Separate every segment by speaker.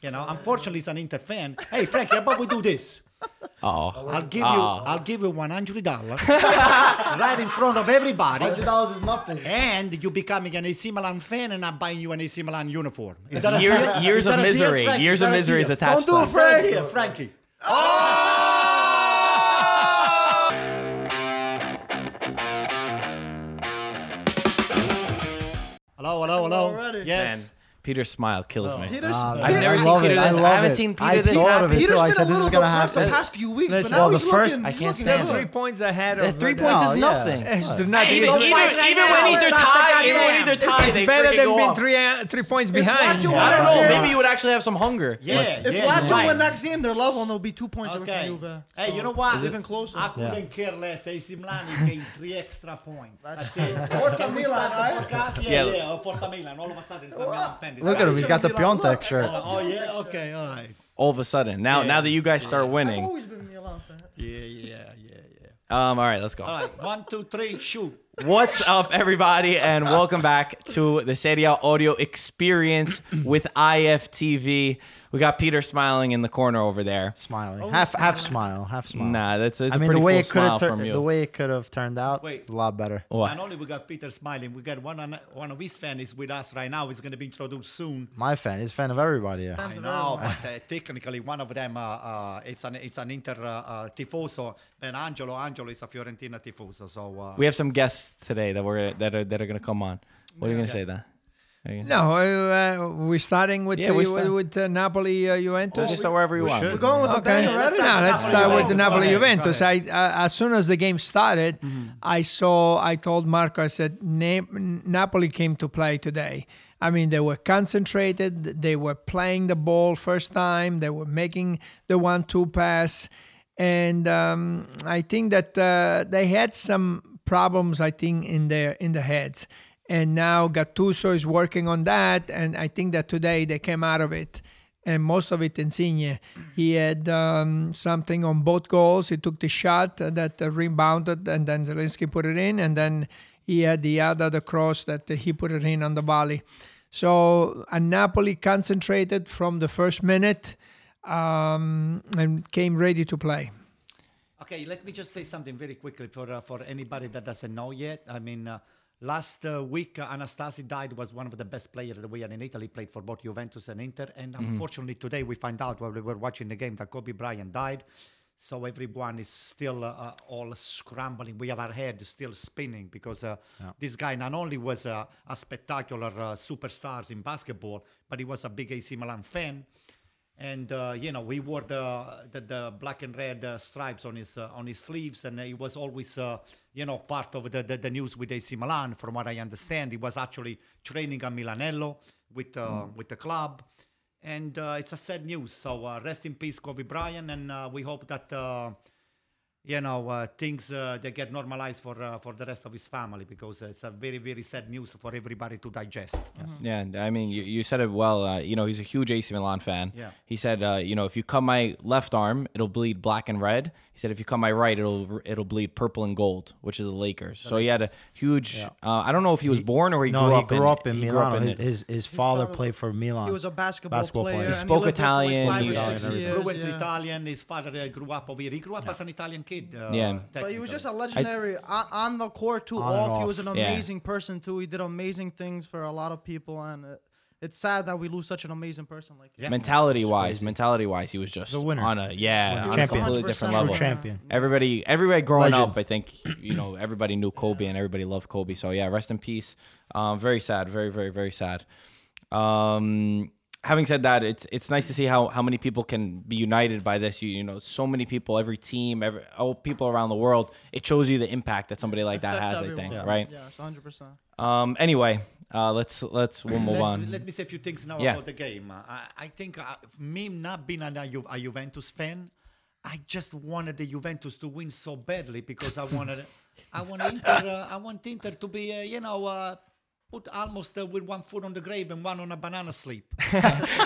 Speaker 1: You know, unfortunately, he's an Inter fan. Hey, Frankie, how about we do this?
Speaker 2: Oh,
Speaker 1: I'll give you,
Speaker 2: Ah.
Speaker 1: I'll give you one hundred dollars right in front of everybody,
Speaker 3: Hundred dollars is nothing.
Speaker 1: and you becoming an AC Milan fan, and I'm buying you an AC Milan uniform. Is that a
Speaker 2: years,
Speaker 1: deal?
Speaker 2: years
Speaker 1: Is
Speaker 2: of
Speaker 1: that a deal,
Speaker 2: misery.
Speaker 1: Frankie?
Speaker 2: years of
Speaker 1: that a
Speaker 2: misery is
Speaker 1: deal?
Speaker 2: attached.
Speaker 3: Don't
Speaker 2: to
Speaker 3: do it,
Speaker 2: that.
Speaker 1: Is that a
Speaker 3: Frank.
Speaker 1: deal, Frankie. Hello, hello, hello.
Speaker 3: Already.
Speaker 1: Yes. Ah,
Speaker 2: Man, Peter's smile kills me.
Speaker 3: Peter's
Speaker 2: I've
Speaker 3: Peter-
Speaker 2: never
Speaker 3: I
Speaker 2: seen
Speaker 3: love
Speaker 2: Peter
Speaker 3: it.
Speaker 2: this-
Speaker 3: I
Speaker 2: I
Speaker 3: love
Speaker 2: haven't
Speaker 3: it.
Speaker 2: seen Peter
Speaker 3: I
Speaker 2: this
Speaker 3: thought
Speaker 2: happy.
Speaker 3: of it,
Speaker 2: Peter's
Speaker 3: too. I
Speaker 2: been
Speaker 3: said
Speaker 2: a
Speaker 3: this is
Speaker 2: little
Speaker 3: gonna
Speaker 2: depressed
Speaker 3: happen.
Speaker 4: The past few weeks,
Speaker 3: Listen,
Speaker 4: but now
Speaker 3: well,
Speaker 4: he's
Speaker 3: the first-
Speaker 4: looking,
Speaker 2: I can't
Speaker 4: looking
Speaker 2: stand
Speaker 4: good.
Speaker 2: it.
Speaker 4: Three points ahead
Speaker 2: That
Speaker 4: of
Speaker 2: three
Speaker 4: Red
Speaker 2: points
Speaker 4: Bull.
Speaker 2: is
Speaker 3: Oh, yeah.
Speaker 2: nothing.
Speaker 4: It's not
Speaker 2: Even,
Speaker 4: even-
Speaker 2: even, even when either tied, even when either tied, they
Speaker 4: It's better
Speaker 2: freaking
Speaker 4: than
Speaker 2: go
Speaker 4: being
Speaker 2: up.
Speaker 4: three uh, three points
Speaker 3: that's
Speaker 4: behind.
Speaker 3: your
Speaker 2: I don't
Speaker 3: Yeah.
Speaker 2: know. Maybe you would actually have some hunger.
Speaker 1: Yeah,
Speaker 3: If
Speaker 1: yeah,
Speaker 3: Lazio
Speaker 1: you're right.
Speaker 3: win next game, their level will be two points okay.
Speaker 1: Okay.
Speaker 3: over Juve.
Speaker 1: Hey, you know what?
Speaker 3: Is it- Even closer.
Speaker 1: I couldn't care less. AC Milan is getting three extra points. That's it. Forza
Speaker 3: Milan, right?
Speaker 1: Podcast? Yeah,
Speaker 2: Yeah.
Speaker 1: yeah, yeah. Forza Milan. All of a sudden, it's a Milan fan. It's
Speaker 3: Look
Speaker 1: like-
Speaker 3: at him. He's got the Piontek shirt.
Speaker 1: Oh, oh, yeah. Okay. All right.
Speaker 2: All of a sudden, now now that you guys start winning, um,
Speaker 3: always been Milan fan.
Speaker 1: Yeah, yeah, yeah, yeah.
Speaker 2: all right, let's go.
Speaker 1: All right. One, two, three. Shoot.
Speaker 2: What's up, everybody, and welcome back to the Sedia Audio Experience with IFTV. We got Peter smiling in the corner over there.
Speaker 3: Smiling. Half half smile. Half smile.
Speaker 2: Nah, that's, that's
Speaker 3: I
Speaker 2: a
Speaker 3: mean,
Speaker 2: pretty
Speaker 3: the way
Speaker 2: full
Speaker 3: it could
Speaker 2: smile
Speaker 3: have
Speaker 2: from
Speaker 3: turned,
Speaker 2: you.
Speaker 3: the way it could have turned out,
Speaker 1: Wait.
Speaker 3: is a lot better.
Speaker 2: What?
Speaker 1: Not only we got Peter smiling, we got one on, one of his fans is with us right now. He's going to be introduced soon.
Speaker 3: My fan, he's a fan of everybody. Yeah.
Speaker 1: I know, but uh, technically one of them uh, uh, it's an it's an Inter uh, uh, tifoso, and Angelo Angelo is a Fiorentina tifoso. So uh,
Speaker 2: We have some guests today that we're that are that are gonna come on. What are you gonna say then? Are you-
Speaker 4: No, uh, uh, we're starting with
Speaker 2: Yeah,
Speaker 4: uh,
Speaker 2: we're
Speaker 4: you-
Speaker 2: start-
Speaker 4: with uh, Napoli uh,
Speaker 2: Or
Speaker 4: Juventus.
Speaker 2: just wherever you want.
Speaker 3: should. We're going with the
Speaker 4: Okay,
Speaker 3: Napoli,
Speaker 4: no,
Speaker 3: right?
Speaker 4: let's
Speaker 1: Napoli,
Speaker 4: start with the
Speaker 1: Juventus.
Speaker 4: Napoli
Speaker 1: Go ahead,
Speaker 4: Juventus. I uh, as soon as the game started,
Speaker 3: Mm-hmm.
Speaker 4: I saw. I told Marco. I said, "Na- Napoli came to play today. I mean, they were concentrated. They were playing the ball first time. They were making the one-two pass, and um, I think that uh, they had some problems. I think in their in the heads." And now Gattuso is working on that, and I think that today they came out of it and most of it Insigne. He had um, something on both goals. He took the shot that uh, rebounded, and then Zelinski put it in, and then he had the other the cross that he put it in on the volley. So a Napoli concentrated from the first minute um, and came ready to play.
Speaker 1: Okay, let me just say something very quickly for uh, for anybody that doesn't know yet. I mean, uh, last uh, week uh, Anastasi died was one of the best players that we had in Italy. Played for both Juventus and Inter, and unfortunately today we find out while we were watching the game that Kobe Bryant died. So everyone is still uh, uh, all scrambling. We have our head still spinning because uh, this guy not only was uh, a spectacular uh, superstar in basketball, but he was a big AC Milan fan and uh, you know we wore the the, the black and red uh, stripes on his uh, on his sleeves, and he was always uh, you know part of the, the, the news with AC Milan. From what I understand, he was actually training at Milanello with uh, with the club, and uh, it's a sad news. So uh, rest in peace, Kobe Bryant, and uh, we hope that. Uh, you know uh, things uh, they get normalized for uh, for the rest of his family because it's a very very sad news for everybody to digest.
Speaker 2: Yeah, and I mean, you, you said it well. Uh, you know, he's a huge AC Milan fan.
Speaker 1: Yeah.
Speaker 2: He said, uh, you know, if you cut my left arm, it'll bleed black and red. He said, if you cut my right, it'll it'll bleed purple and gold, which is the Lakers. so he had a huge. Uh, I don't know if he was born or he
Speaker 5: no,
Speaker 2: grew
Speaker 5: he
Speaker 2: up.
Speaker 5: grew up in
Speaker 2: he grew up
Speaker 5: Milan.
Speaker 2: in
Speaker 5: His,
Speaker 2: it.
Speaker 5: his his father
Speaker 3: father-
Speaker 5: played for Milan.
Speaker 3: He was a basketball,
Speaker 5: Basketball
Speaker 3: player.
Speaker 5: player.
Speaker 3: and
Speaker 5: He
Speaker 2: spoke
Speaker 3: lived there for
Speaker 2: Italian,
Speaker 3: Like
Speaker 2: he-
Speaker 3: five or six
Speaker 5: Italian,
Speaker 3: years,
Speaker 1: fluent
Speaker 3: yeah.
Speaker 1: Italian. His father uh, grew up over here. He grew up as an Italian kid. Uh,
Speaker 2: Yeah.
Speaker 3: But he
Speaker 1: technically.
Speaker 3: was just a legendary on, on the court too.
Speaker 5: On and
Speaker 3: off, he
Speaker 5: off.
Speaker 3: was an
Speaker 2: Yeah.
Speaker 3: amazing person too. He did amazing things for a lot of people, and uh, it's sad that we lose such an amazing person like him.
Speaker 1: Yeah.
Speaker 2: Mentality wise, mentality wise, he was just
Speaker 5: a winner.
Speaker 2: on a yeah, on a
Speaker 5: Champion.
Speaker 2: completely different
Speaker 3: 100%
Speaker 2: level.
Speaker 5: True champion.
Speaker 2: Everybody, everybody growing
Speaker 5: Legend.
Speaker 2: up, I think you know everybody knew Kobe and everybody loved Kobe. So yeah, rest in peace. Um, very sad, very very very sad. Um, having said that, it's it's nice to see how how many people can be united by this. You you know, so many people, every team, every all people around the world. It shows you the impact that somebody like that
Speaker 3: Affects
Speaker 2: has.
Speaker 3: everyone.
Speaker 2: I think
Speaker 3: Yeah.
Speaker 2: right.
Speaker 3: Yeah, hundred percent.
Speaker 2: Um, anyway, uh, let's let's we'll move
Speaker 1: Let's-
Speaker 2: on.
Speaker 1: Let me say a few things now
Speaker 2: Yeah.
Speaker 1: about the game. Uh, I, I think uh, me not being a, Ju- a Juventus fan, I just wanted the Juventus to win so badly because I wanted, I want Inter, uh, I want Inter to be, uh, you know. Uh, Put almost uh, with one foot on the grave and one on a banana sleep,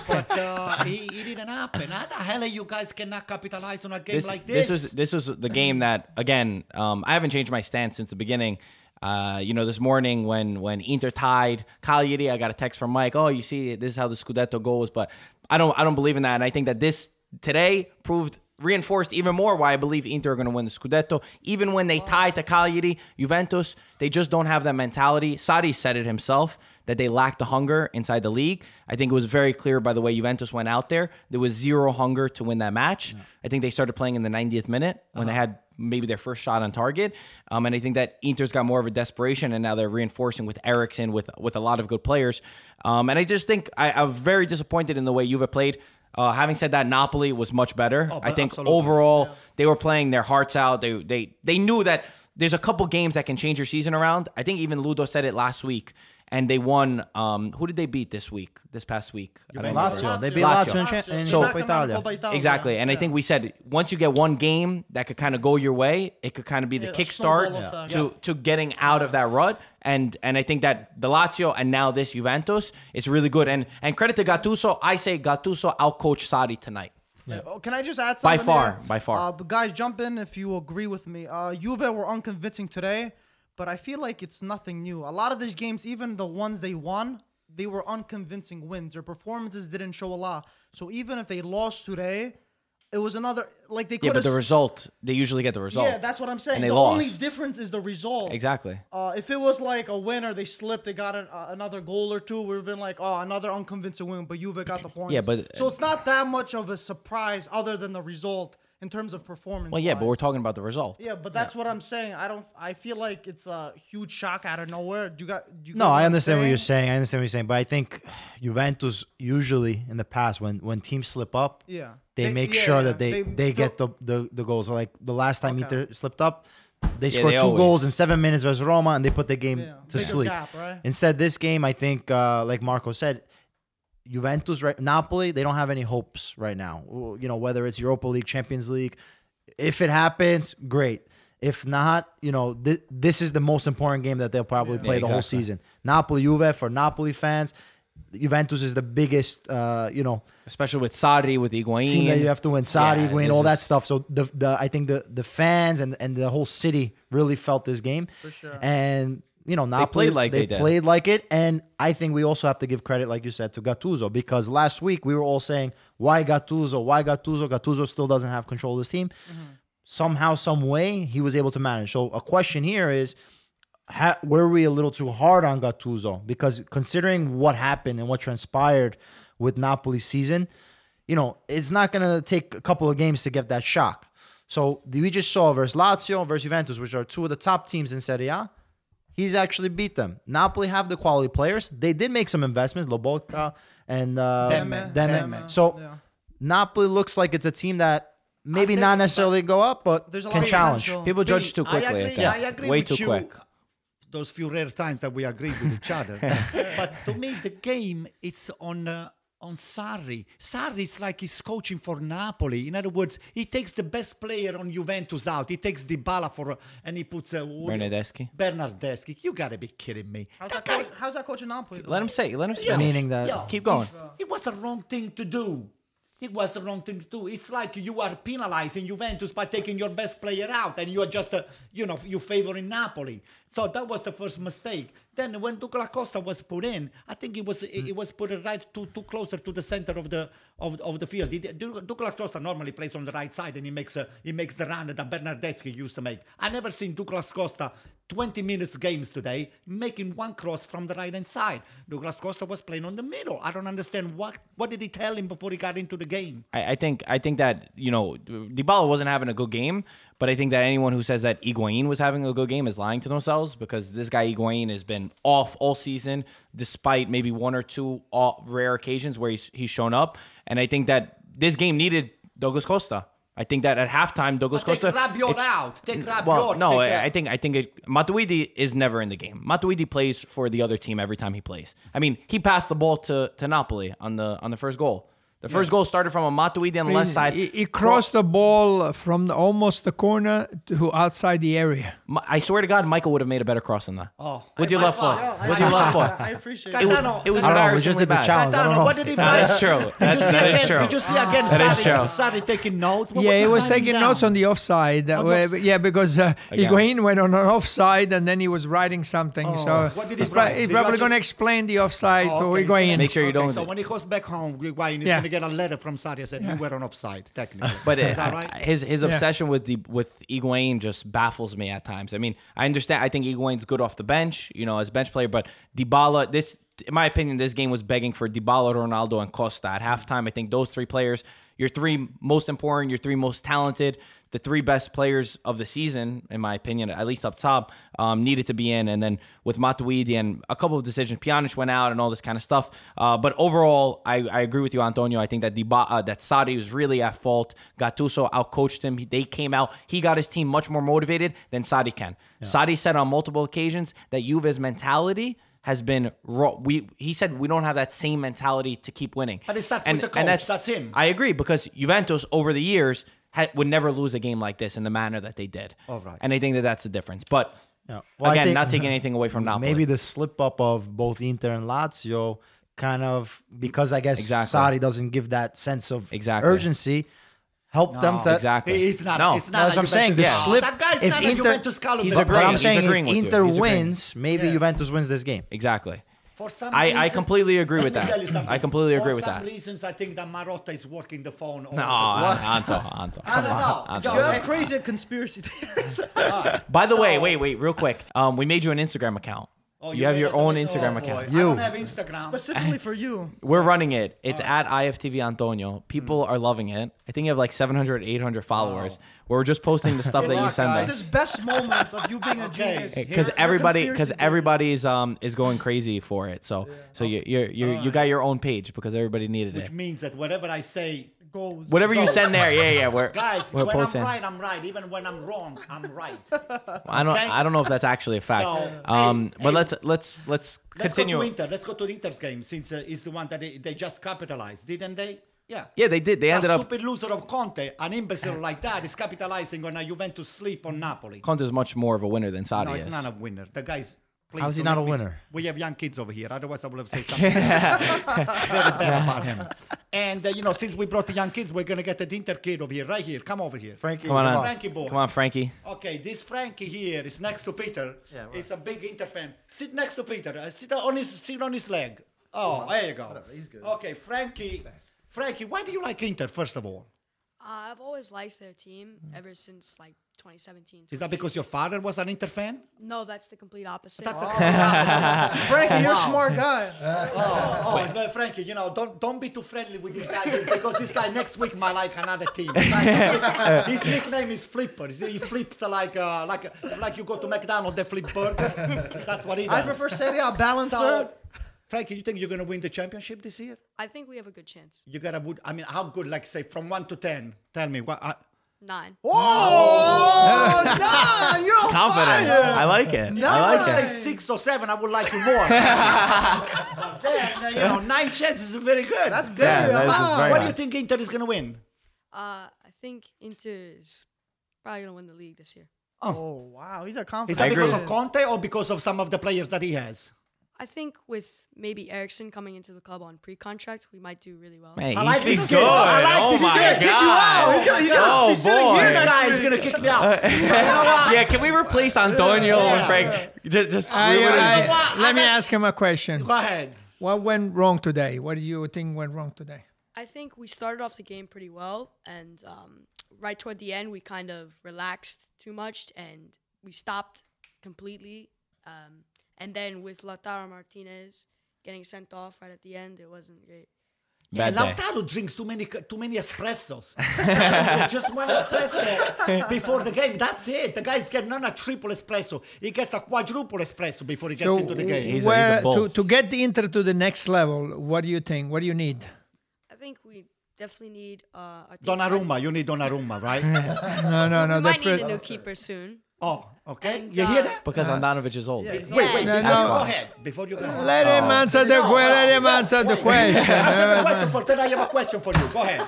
Speaker 1: but uh, it, it didn't happen. How the hell are you guys cannot capitalize on a game like this?
Speaker 2: was this was the game that again. Um, I haven't changed my stance since the beginning. Uh, you know, this morning when when Inter tied Cagliari, I got a text from Mike. Oh, you see, this is how the Scudetto goes. But I don't I don't believe in that, and I think that this today proved reinforced even more why I believe Inter are going to win the Scudetto. Even when they tie to Cagliari, Juventus, they just don't have that mentality. Sadi said it himself that they lacked the hunger inside the league. I think it was very clear by the way Juventus went out there. There was zero hunger to win that match. I think they started playing in the 90th minute when
Speaker 1: Uh-huh.
Speaker 2: they had maybe their first shot on target. Um, and I think that Inter's got more of a desperation, and now they're reinforcing with Ericsson with with a lot of good players. Um, and I just think I, I'm very disappointed in the way Juve played. Uh, having said that, Napoli was much better. I
Speaker 1: Oh, but
Speaker 2: think
Speaker 1: absolutely.
Speaker 2: overall they were playing their hearts out. They they they knew that there's a couple games that can change your season around. I think even Ludo said it last week, and they won. Um, who did they beat this week? This past week, I don't remember.
Speaker 1: Lazio. They beat
Speaker 2: Lazio.
Speaker 1: Lazio in cha- in
Speaker 2: So-
Speaker 1: Coppa Italia.
Speaker 2: Exactly. And I think we said once you get one game that could kind of go your way, it could kind of be the
Speaker 3: Yeah,
Speaker 2: kickstart
Speaker 3: snowball effect.
Speaker 2: to to getting out of that rut. And and I think that the Lazio and now this Juventus is really good. And and credit to Gattuso, I say Gattuso outcoached Sadi tonight.
Speaker 3: Oh, Can I just add
Speaker 2: By
Speaker 3: something?
Speaker 2: far,
Speaker 3: there?
Speaker 2: by far.
Speaker 3: Uh, but guys, jump in if you agree with me. Uh, Juve were unconvincing today, but I feel like it's nothing new. A lot of these games, even the ones they won, they were unconvincing wins. Their performances didn't show a lot. So even if they lost today, it was another like they could.
Speaker 2: Yeah, but the result they usually get the result.
Speaker 3: Yeah, that's what I'm saying.
Speaker 2: And they
Speaker 3: the
Speaker 2: lost.
Speaker 3: only difference is the result.
Speaker 2: exactly.
Speaker 3: Uh, if it was like a winner, they slipped, they got an, uh, another goal or two, we would have been like, oh, another unconvincing win, but Juve got the points.
Speaker 2: Yeah, but-
Speaker 3: so it's not that much of a surprise other than the result in terms of performance.
Speaker 2: Well, yeah, but we're talking about the result.
Speaker 3: Yeah, but that's what I'm saying. I don't. I feel like it's a huge shock out of nowhere. Do you got? Do you
Speaker 5: No,
Speaker 3: get
Speaker 5: I
Speaker 3: I'm
Speaker 5: understand what you're saying. I understand what you're saying, but I think Juventus usually in the past when when teams slip up,
Speaker 3: Yeah.
Speaker 5: they,
Speaker 3: They-
Speaker 5: make
Speaker 3: yeah,
Speaker 5: sure
Speaker 3: yeah.
Speaker 5: that they
Speaker 3: They
Speaker 5: they, get the, the the goals. So like the last time
Speaker 3: Okay.
Speaker 5: Inter slipped up, they scored
Speaker 2: they
Speaker 5: two
Speaker 2: always-
Speaker 5: goals in seven minutes versus Roma, and they put the game
Speaker 3: Yeah.
Speaker 5: to
Speaker 3: Bigger
Speaker 5: sleep.
Speaker 3: gap, right?
Speaker 5: Instead, this game, I think, uh, like Marco said. Juventus, right, Napoli, they don't have any hopes right now. Well, You know, whether it's Europa League, Champions League, if it happens, great. If not, you know, th- this is the most important game that they'll probably play the whole
Speaker 2: exactly.
Speaker 5: season. Napoli, Juve, for Napoli fans, Juventus is the biggest, uh, you know,
Speaker 2: Especially with Sadi, with Higuain.
Speaker 5: team that you have to win. Saudi,
Speaker 2: Yeah,
Speaker 5: win
Speaker 2: this
Speaker 5: all that
Speaker 2: is-
Speaker 5: stuff. So the, the I think the the fans and and the whole city really felt this game. For
Speaker 3: sure.
Speaker 5: And you know, Napoli,
Speaker 2: played like they did.
Speaker 5: played like it. And I think we also have to give credit, like you said, to Gattuso because last week we were all saying why Gattuso, why Gattuso, Gattuso still doesn't have control of this team.
Speaker 2: Mm-hmm.
Speaker 5: Somehow, some way, he was able to manage. So a question here is. Ha- were we a little too hard on Gattuso? Because considering what happened and what transpired with Napoli's season, you know, it's not going to take a couple of games to get that shock. So the- we just saw versus Lazio, versus Juventus, which are two of the top teams in Serie A. He's actually beat them. Napoli have the quality players. They did make some investments, Lobotka and uh,
Speaker 1: Demme.
Speaker 5: Demme.
Speaker 3: Demme,
Speaker 5: So
Speaker 3: yeah.
Speaker 5: Napoli looks like it's a team that maybe
Speaker 3: think-
Speaker 5: not necessarily go up, but
Speaker 3: There's a lot
Speaker 5: can
Speaker 3: of
Speaker 5: challenge.
Speaker 3: potential.
Speaker 2: People judge too
Speaker 1: I
Speaker 2: quickly. I
Speaker 1: agree-
Speaker 2: think.
Speaker 1: I agree
Speaker 2: Way
Speaker 1: with
Speaker 2: too
Speaker 1: you.
Speaker 2: quick.
Speaker 1: Those few rare times that we agree with each other. but to me, the game it's on. Uh, on Sarri. Sarri is like he's coaching for Napoli. In other words, he takes the best player on Juventus out. He takes Dybala for, and he puts uh, who-
Speaker 2: Bernardeschi.
Speaker 1: Bernardeschi. You gotta be kidding me.
Speaker 3: How's
Speaker 1: That
Speaker 3: that,
Speaker 1: guy-
Speaker 3: coach, how's that coach in Napoli?
Speaker 2: Let him say. Let him
Speaker 1: Yeah.
Speaker 2: finish.
Speaker 5: Meaning that-
Speaker 1: Yeah,
Speaker 2: Keep going.
Speaker 1: it's- It was the wrong thing to do. It was the wrong thing to do. It's like you are penalizing Juventus by taking your best player out, and you are just, uh, you know, you favoring Napoli. So that was the first mistake. Then when Douglas Costa was put in, I think it was it, it was put right too too closer to the center of the of, of the field. It- Doug- Douglas Costa normally plays on the right side, and he makes a, he makes the run that Bernardeschi used to make. I never seen Douglas Costa 20 minutes games today, making one cross from the right hand side. Douglas Costa was playing on the middle. I don't understand what what did he tell him before he got into the game.
Speaker 2: I, I think I think that you know Dybala wasn't having a good game, but I think that anyone who says that Higuain was having a good game is lying to themselves because this guy Higuain has been off all season, despite maybe one or two uh, rare occasions where he's he's shown up, and I think that this game needed Douglas Costa. I think that at halftime Douglas
Speaker 1: But
Speaker 2: Costa
Speaker 1: take Rabiot
Speaker 2: it's-
Speaker 1: out. Take Rabiot.
Speaker 2: well, no, eh,
Speaker 1: take,
Speaker 2: I, I think I think it, Matuidi is never in the game. Matuidi plays for the other team every time he plays. I mean, he passed the ball to, to Napoli on the on the first goal. The first goal started from a Matuidi on the left side.
Speaker 4: He, he crossed the ball from the, almost the corner to outside the area.
Speaker 2: Mi- I swear to God, Michael would have made a better cross than that.
Speaker 1: Oh,
Speaker 2: with your
Speaker 1: by
Speaker 2: left
Speaker 1: far.
Speaker 2: foot.
Speaker 1: Yeah,
Speaker 3: I-
Speaker 2: with your left
Speaker 3: I-
Speaker 2: foot.
Speaker 3: I appreciate
Speaker 1: Cat-
Speaker 3: it.
Speaker 2: It,
Speaker 1: I know.
Speaker 2: w- it was
Speaker 1: I don't
Speaker 5: know, we just
Speaker 2: embarrassing.
Speaker 5: did the challenge. I don't
Speaker 1: Cardano,
Speaker 5: know.
Speaker 1: what did he
Speaker 2: That
Speaker 1: find?
Speaker 2: is true. That's-
Speaker 1: Did you see
Speaker 2: that is true.
Speaker 1: again? Did you see again?
Speaker 2: That is
Speaker 1: Sari,
Speaker 2: true.
Speaker 1: Sari taking notes. What was
Speaker 4: yeah, he was
Speaker 1: writing
Speaker 4: taking
Speaker 1: down?
Speaker 4: notes on the offside. That way- yeah, because uh,
Speaker 2: Again.
Speaker 4: Higuain went on an offside and then he was writing something. so
Speaker 1: What did he
Speaker 4: he's, pro-
Speaker 1: write?
Speaker 4: he's
Speaker 1: Did you
Speaker 4: probably
Speaker 1: actually-
Speaker 4: going to explain the offside
Speaker 1: Oh,
Speaker 4: to
Speaker 1: okay, he's gonna-
Speaker 4: Higuain.
Speaker 2: Make sure you
Speaker 1: okay,
Speaker 2: don't-
Speaker 1: So when he goes back home, Higuain is
Speaker 4: Yeah.
Speaker 1: going to get a letter from Sari. I said, you were on offside, technically.
Speaker 2: But
Speaker 1: is
Speaker 2: it,
Speaker 1: that right?
Speaker 2: his his obsession with the with Iguain just baffles me at times. I mean, I understand. I think Iguain's good off the bench, you know, as bench player. But DiBala, this, in my opinion, this game was begging for DiBala, Ronaldo, and Costa at halftime. I think those three players, your three most important, your three most talented, the three best players of the season, in my opinion, at least up top, um, needed to be in. And then with Matuidi and a couple of decisions, Pjanic went out and all this kind of stuff. Uh, but overall, I, I agree with you, Antonio. I think that Diba, uh, that Sadi was really at fault. Gattuso outcoached him. He- they came out. He got his team much more motivated than Sadi can. Sadi said on multiple occasions that Juve's mentality has been raw. We he said we don't have that same mentality to keep winning.
Speaker 1: But it starts with the coach. That's him.
Speaker 2: I agree because Juventus over the years ha- would never lose a game like this in the manner that they did.
Speaker 1: Oh, right.
Speaker 2: And I think that that's the difference. But
Speaker 5: Yeah. Well, I
Speaker 2: again,
Speaker 5: think-
Speaker 2: not taking anything away from Napoli.
Speaker 5: Maybe the slip up of both Inter and Lazio kind of because I guess
Speaker 2: Exactly.
Speaker 5: Sari doesn't give that sense of
Speaker 2: Exactly.
Speaker 5: urgency helped them to
Speaker 2: exactly.
Speaker 1: He is not.
Speaker 2: No,
Speaker 1: it's
Speaker 5: No,
Speaker 1: not
Speaker 5: that's
Speaker 1: a
Speaker 5: what I'm saying. The
Speaker 1: Juventus
Speaker 2: Yeah.
Speaker 5: slip.
Speaker 1: That guy's
Speaker 5: if
Speaker 1: not
Speaker 5: Inter,
Speaker 1: a Juventus caliber.
Speaker 2: He's
Speaker 5: but, but
Speaker 2: agreeing.
Speaker 5: I'm saying
Speaker 2: agreeing
Speaker 5: if
Speaker 2: with you.
Speaker 5: Inter
Speaker 2: He's agreeing.
Speaker 5: wins, maybe Juventus wins this game.
Speaker 2: Exactly.
Speaker 1: For some
Speaker 2: I- I
Speaker 1: reason,
Speaker 2: completely agree
Speaker 1: Let
Speaker 2: with
Speaker 1: me
Speaker 2: that.
Speaker 1: tell you something.
Speaker 2: I completely agree
Speaker 1: For
Speaker 2: with
Speaker 1: some
Speaker 2: that.
Speaker 1: reasons, I think that Marotta is working the phone. all
Speaker 2: No,
Speaker 1: the time.
Speaker 2: Anto, Anto.
Speaker 1: I don't
Speaker 2: come
Speaker 1: know.
Speaker 2: on, Anto.
Speaker 1: Joe,
Speaker 3: You have crazy conspiracy theories.
Speaker 2: By the way,
Speaker 1: So-
Speaker 2: wait, wait, real quick. Um, we made you an Instagram account.
Speaker 1: Oh,
Speaker 2: you, have your
Speaker 1: made us
Speaker 2: own
Speaker 1: a bit-
Speaker 2: Instagram
Speaker 1: oh, boy.
Speaker 2: account.
Speaker 1: I
Speaker 5: You.
Speaker 1: don't have Oh. Instagram.
Speaker 3: Specifically for you.
Speaker 2: We're running it. It's at IFTV Antonio. People
Speaker 1: Mm-hmm.
Speaker 2: are loving it. I think you have like 700, 800 followers. We're just posting the stuff that you
Speaker 1: luck,
Speaker 2: send
Speaker 1: guys.
Speaker 3: This is
Speaker 2: us.
Speaker 3: best moments of you being a
Speaker 1: Okay.
Speaker 3: genius.
Speaker 1: Hey,
Speaker 2: Because
Speaker 3: Your- your
Speaker 2: everybody,
Speaker 3: conspiracy
Speaker 2: because
Speaker 3: theories.
Speaker 2: everybody's um is going crazy for it. So, so you you you you got your own page because everybody needed
Speaker 1: Which
Speaker 2: it.
Speaker 1: means that whatever I say,
Speaker 3: goes.
Speaker 2: Whatever you
Speaker 1: So-
Speaker 2: send there, yeah, yeah, we're
Speaker 1: guys,
Speaker 2: we're
Speaker 1: when
Speaker 2: posting.
Speaker 1: I'm right, I'm right. Even when I'm wrong, I'm right.
Speaker 2: I don't
Speaker 1: okay?
Speaker 2: I don't know if that's actually a fact.
Speaker 1: So,
Speaker 2: um,
Speaker 1: hey,
Speaker 2: but
Speaker 1: hey.
Speaker 2: let's let's let's
Speaker 1: Let's
Speaker 2: continue.
Speaker 1: go to Inter. Let's go to the Inter's game since uh, it's the one that they, they just capitalized, didn't they? Yeah.
Speaker 2: yeah, they did. They ended
Speaker 1: a
Speaker 2: up
Speaker 1: stupid loser of Conte, an imbecile like that, is capitalizing on a Juventus sleep on Napoli.
Speaker 2: Conte is much more of a winner than Sadi
Speaker 1: no,
Speaker 2: is.
Speaker 1: it's not a winner. The guy's. Please,
Speaker 5: is he
Speaker 1: don't
Speaker 5: not
Speaker 1: let
Speaker 5: a
Speaker 1: me s-
Speaker 5: winner?
Speaker 1: We have young kids over here. Otherwise, I would have said something very bad about him. And uh, you know, since we brought the young kids, we're gonna get the Inter kid over here, right here. Come over here,
Speaker 5: Frankie,
Speaker 2: come on,
Speaker 5: come
Speaker 2: on.
Speaker 1: Frankie boy.
Speaker 2: come on, Frankie.
Speaker 1: Okay, this Frankie here is next to Peter.
Speaker 5: Yeah, right.
Speaker 1: It's a big Inter fan. Sit next to Peter. Uh, sit on his sit on his leg. Oh, there you go.
Speaker 5: he's good.
Speaker 1: Okay, Frankie. Frankie, why do you like Inter? First of all,
Speaker 6: Uh, I've always liked their team ever since like 2017.
Speaker 1: is that because your father was an Inter fan?
Speaker 6: No, that's the complete opposite.
Speaker 1: That's the
Speaker 3: Frankie, you're a
Speaker 1: Wow.
Speaker 3: smart guy.
Speaker 1: Oh, no, Frankie, you know, don't don't be too friendly with this guy because this guy next week might like another team. His nickname is Flipper. He flips like uh, like like you go to McDonald's, they flip burgers. That's what he does.
Speaker 3: I prefer Serie A balancer.
Speaker 1: So, Frankie, you think you're gonna win the championship this year?
Speaker 6: I think we have a good chance.
Speaker 1: You gotta would I mean, how good? Like say from one to ten. Tell me what. uh, I,
Speaker 6: Nine.
Speaker 3: oh, nah, you're on
Speaker 2: Confident.
Speaker 3: fire.
Speaker 2: I like it.
Speaker 1: I
Speaker 2: I
Speaker 1: would
Speaker 2: like
Speaker 1: say
Speaker 2: it.
Speaker 1: six or seven. I would like you more. but then uh, you know, nine chances is very good.
Speaker 3: That's very
Speaker 2: Yeah, that is
Speaker 3: high.
Speaker 2: very
Speaker 1: What do
Speaker 2: high.
Speaker 1: you think Inter is gonna win?
Speaker 6: Uh, I think Inter is probably gonna win the league this year.
Speaker 3: Oh wow, he's a
Speaker 1: Is
Speaker 3: confident.
Speaker 1: that
Speaker 2: I agree
Speaker 1: because
Speaker 2: with
Speaker 1: of Conte or because of some of the players that he has?
Speaker 6: I think with maybe Ericsson coming into the club on pre-contract, we might do really well.
Speaker 2: Man,
Speaker 1: I
Speaker 2: he
Speaker 1: like
Speaker 2: speaks
Speaker 1: this
Speaker 2: good.
Speaker 1: kid. I like
Speaker 2: oh
Speaker 1: this
Speaker 2: my
Speaker 1: kid. Kick you
Speaker 2: god.
Speaker 1: out. He's gonna- he's
Speaker 3: gonna-
Speaker 2: oh
Speaker 3: he's sitting
Speaker 2: boy.
Speaker 3: here
Speaker 1: This guy is gonna kick me out. You know what?
Speaker 2: yeah, can we replace Antonio and Frank? Just, just
Speaker 4: I-
Speaker 2: we would've-
Speaker 4: I-
Speaker 1: Why-
Speaker 4: let me
Speaker 1: I-
Speaker 4: ask him a question.
Speaker 1: Go ahead.
Speaker 4: What went wrong today? What do you think went wrong today?
Speaker 6: I think we started off the game pretty well, and um, right toward the end, we kind of relaxed too much and we stopped completely. Um, and then with Lautaro Martinez getting sent off right at the end, it wasn't great.
Speaker 2: Bad
Speaker 1: yeah,
Speaker 2: day.
Speaker 1: Lautaro drinks too many too many espressos. just one espresso before the game. That's it. The guy's getting not a triple espresso. He gets a quadruple espresso before he gets
Speaker 4: So,
Speaker 1: into the game.
Speaker 2: He's a-
Speaker 4: where- to,
Speaker 2: both.
Speaker 4: to get the Inter to the next level, what do you think? What do you need?
Speaker 6: I think we definitely need uh, a
Speaker 1: Donnarumma, you need Donnarumma, right?
Speaker 4: No, no, no.
Speaker 6: We
Speaker 4: the
Speaker 6: might
Speaker 4: pre-
Speaker 6: need a new keeper soon.
Speaker 1: Oh, okay.
Speaker 6: And,
Speaker 1: you hear
Speaker 6: uh,
Speaker 1: that? Uh-huh.
Speaker 2: Because Andanovic is old.
Speaker 1: Wait,
Speaker 6: No,
Speaker 1: wait. before
Speaker 4: no.
Speaker 1: you go ahead, before you go ahead.
Speaker 4: Let him
Speaker 2: Oh.
Speaker 4: answer the que- let him answer the question.
Speaker 1: Answer the question for then I have a question for you. Go ahead.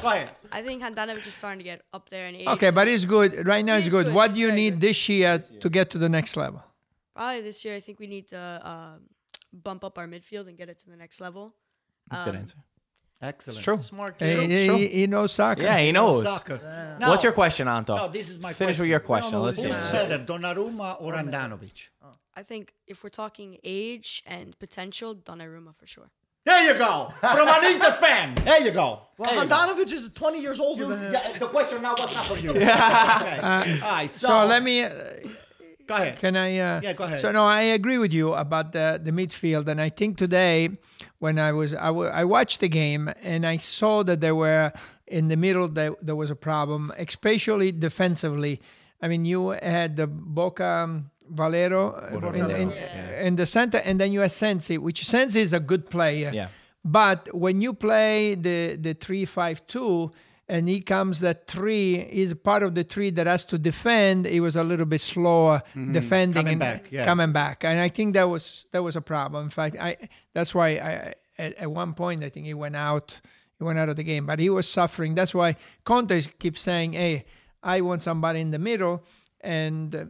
Speaker 1: Go ahead.
Speaker 6: I think Handanovic is starting to get up there in age.
Speaker 4: Okay, but it's good. Right now, it's
Speaker 6: He's
Speaker 4: good.
Speaker 6: good.
Speaker 4: What
Speaker 6: He's
Speaker 4: do you
Speaker 6: very
Speaker 4: need
Speaker 6: good.
Speaker 4: this year to get to the next level?
Speaker 6: probably this year I think we need to um, bump up our midfield and get it to the next level. Um,
Speaker 2: That's a good answer.
Speaker 1: Um, Excellent.
Speaker 2: It's true.
Speaker 3: Smart
Speaker 4: He-
Speaker 3: kid.
Speaker 4: he,
Speaker 2: sure.
Speaker 4: he knows soccer.
Speaker 2: Yeah, he knows.
Speaker 1: Soccer.
Speaker 2: What's
Speaker 1: Now-
Speaker 2: your question, Anto?
Speaker 1: No, this is my
Speaker 2: Finish
Speaker 1: question.
Speaker 2: with your question.
Speaker 3: No, no,
Speaker 2: Let's
Speaker 3: this
Speaker 2: see.
Speaker 1: Who's
Speaker 3: is-
Speaker 1: better, Donnarumma or Andanovic?
Speaker 6: I think if we're talking age and potential, Donnarumma for sure.
Speaker 1: There you go. From an Inter fan. There you go. There you go.
Speaker 3: Handanovic is 20 years older
Speaker 1: You-
Speaker 3: than him.
Speaker 1: yeah, the question now was not for you. okay. All right. So,
Speaker 4: Uh, So let me. oh,
Speaker 1: go ahead.
Speaker 4: Can I? Uh,
Speaker 1: Yeah, go ahead.
Speaker 4: So no, I agree with you about the the midfield, and I think today when I was I wa- I watched the game and I saw that there were in the middle there, there was a problem, especially defensively. I mean, you had the Boca um, Valero uh, in, the- in, in the center, and then you had Sensi, which Sensi is a good player.
Speaker 2: Yeah.
Speaker 4: But when you play the the three five two, and he comes that three is part of the three that has to defend. He was a little bit slower defending
Speaker 1: Mm-hmm. Coming
Speaker 4: and
Speaker 1: back, yeah.
Speaker 4: coming back, and I think that was that was a problem. In fact, I that's why I at, at one point I think he went out, he went out of the game, but he was suffering. That's why Conte keeps saying, "Hey, I want somebody in the middle," and uh,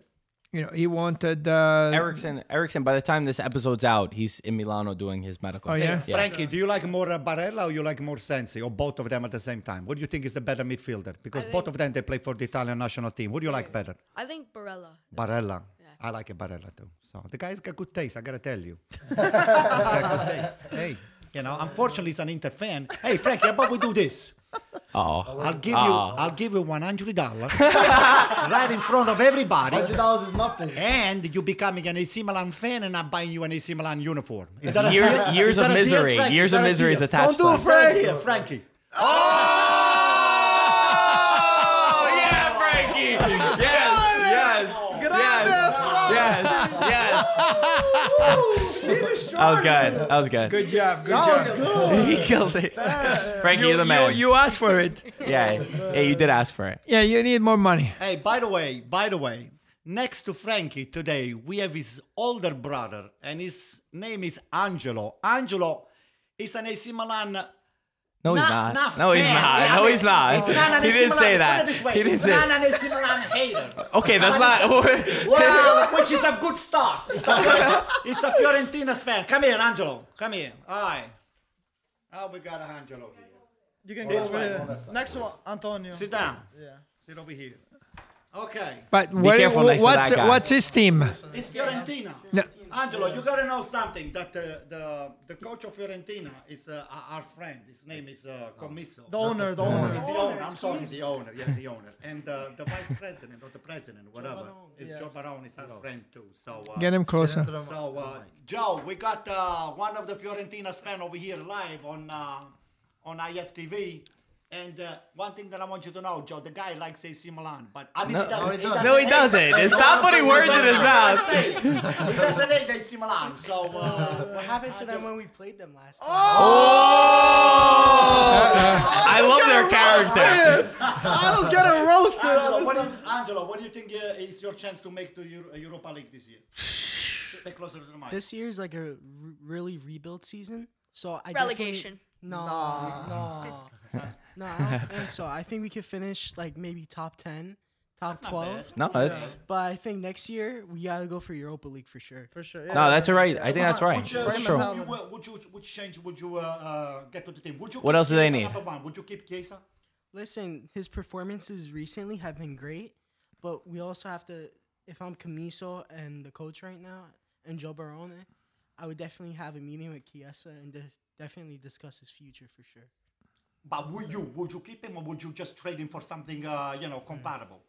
Speaker 4: you know he wanted uh,
Speaker 2: Erickson, Erickson, by the time this episode's out, he's in Milano doing his medical.
Speaker 4: Oh yeah,
Speaker 1: Frankie, do you like more uh, Barella or you like more Sensi or both of them at the same time? What do you think is the better midfielder? Because both of them they play for the Italian national team. What do you like better?
Speaker 6: I think Barella.
Speaker 1: Barella. I like a Barella too. So the guy's got good taste. I gotta tell you. got good taste. Hey, you know, unfortunately, he's an Inter fan. Hey, Frankie, how about we do this?
Speaker 2: Oh,
Speaker 1: I'll give you, I'll give you one hundred dollars right in front of everybody.
Speaker 3: $100 is nothing.
Speaker 1: And you becoming an AC Milan fan, and I'm buying you an AC Milan uniform. Is that a
Speaker 2: years,
Speaker 1: deal?
Speaker 2: years
Speaker 1: Is
Speaker 2: of
Speaker 1: that a deal,
Speaker 2: misery.
Speaker 1: Frankie?
Speaker 2: years of
Speaker 1: that a
Speaker 2: misery is
Speaker 1: deal?
Speaker 2: attached. to
Speaker 1: Is that a deal, Frankie.
Speaker 2: Oh yeah, Frankie. Yes, yes, yes, yes, yes. That was good. That was good.
Speaker 4: good job, good job.
Speaker 2: He killed it. Frankie, you, are the man.
Speaker 4: You asked for it.
Speaker 2: yeah, yeah, you did ask for it.
Speaker 4: yeah, you need more money.
Speaker 1: Hey, by the way, by the way, next to Frankie today, we have his older brother, and his name is Angelo. Angelo is an AC Milan.
Speaker 2: No, he's
Speaker 1: na-
Speaker 2: not. no, he's
Speaker 1: fan.
Speaker 2: not.
Speaker 1: Yeah,
Speaker 2: No,
Speaker 1: I
Speaker 2: he's
Speaker 1: mean,
Speaker 2: not.
Speaker 1: it's not an
Speaker 2: He
Speaker 1: AC
Speaker 2: didn't say
Speaker 1: Milan-
Speaker 2: that.
Speaker 1: put it this way,
Speaker 2: He didn't
Speaker 1: it's
Speaker 2: say.
Speaker 1: not an AC Milan hater.
Speaker 2: Okay, that's not.
Speaker 1: Wow, which is a good start. It's a, it's a Fiorentina's fan. Come here, Angelo. Come here. All right. Oh, we got Angelo here.
Speaker 3: You can go
Speaker 1: way,
Speaker 3: over there. Next one, Antonio.
Speaker 1: Sit down. Yeah. Sit over here. Okay.
Speaker 4: But where-
Speaker 2: careful next to
Speaker 4: what's
Speaker 2: that guy.
Speaker 4: what's his team?
Speaker 1: It's Fiorentina.
Speaker 4: No.
Speaker 1: Angelo, you gotta know something. That uh, the the coach of Fiorentina is uh, our our friend. His name is uh, Commisso.
Speaker 3: The owner, the owner.
Speaker 1: The owner, I'm sorry, the owner, yeah, the owner, and uh, the vice president or the president, whatever, is Joe Barone, is our friend too. So uh,
Speaker 4: Get him closer.
Speaker 1: So, uh, Joe, we got uh, one of the Fiorentina's fan over here live on uh, on IFTV. And uh, one thing that I want you to know, Joe, the guy likes AC Milan, but I mean, he doesn't. he doesn't
Speaker 2: No, he
Speaker 1: hate-
Speaker 2: doesn't.
Speaker 1: Hey,
Speaker 2: Stop
Speaker 1: no,
Speaker 2: putting
Speaker 1: no,
Speaker 2: words
Speaker 1: no,
Speaker 2: in his
Speaker 1: no, no,
Speaker 2: mouth.
Speaker 1: no, no, no, no, He doesn't hate AC Milan, so uh,
Speaker 7: What happened to them when we played them last
Speaker 3: Oh!
Speaker 7: time?
Speaker 2: I love their character.
Speaker 3: I was getting roasted.
Speaker 1: Angelo, what is, Angelo, what do you think uh, is your chance to make to Euro- Europa League this year? Stay closer to the mic.
Speaker 7: This year's like a r- really rebuild season. So I definitely-
Speaker 6: Relegation.
Speaker 7: No, no, no. I don't think so. I think we could finish like maybe top ten, top twelve.
Speaker 2: No, that's
Speaker 7: But I think next year we gotta go for Europa League for sure.
Speaker 3: For sure. Yeah.
Speaker 2: no, that's all right. I think that's right.
Speaker 1: Which, uh,
Speaker 2: That's
Speaker 1: which,
Speaker 2: true.
Speaker 1: would you, uh, would you, which change would you uh, uh, get to the team? Would you
Speaker 2: What
Speaker 1: keep
Speaker 2: else do they
Speaker 1: Chiesa
Speaker 2: need?
Speaker 1: Number one, would you keep Chiesa?
Speaker 7: Listen, his performances recently have been great, but we also have to. If I'm Camiso and the coach right now and Joe Barone, I would definitely have a meeting with Chiesa and dis- definitely discuss his future for sure.
Speaker 1: But would you would you keep him or would you just trade him for something uh, you know comparable?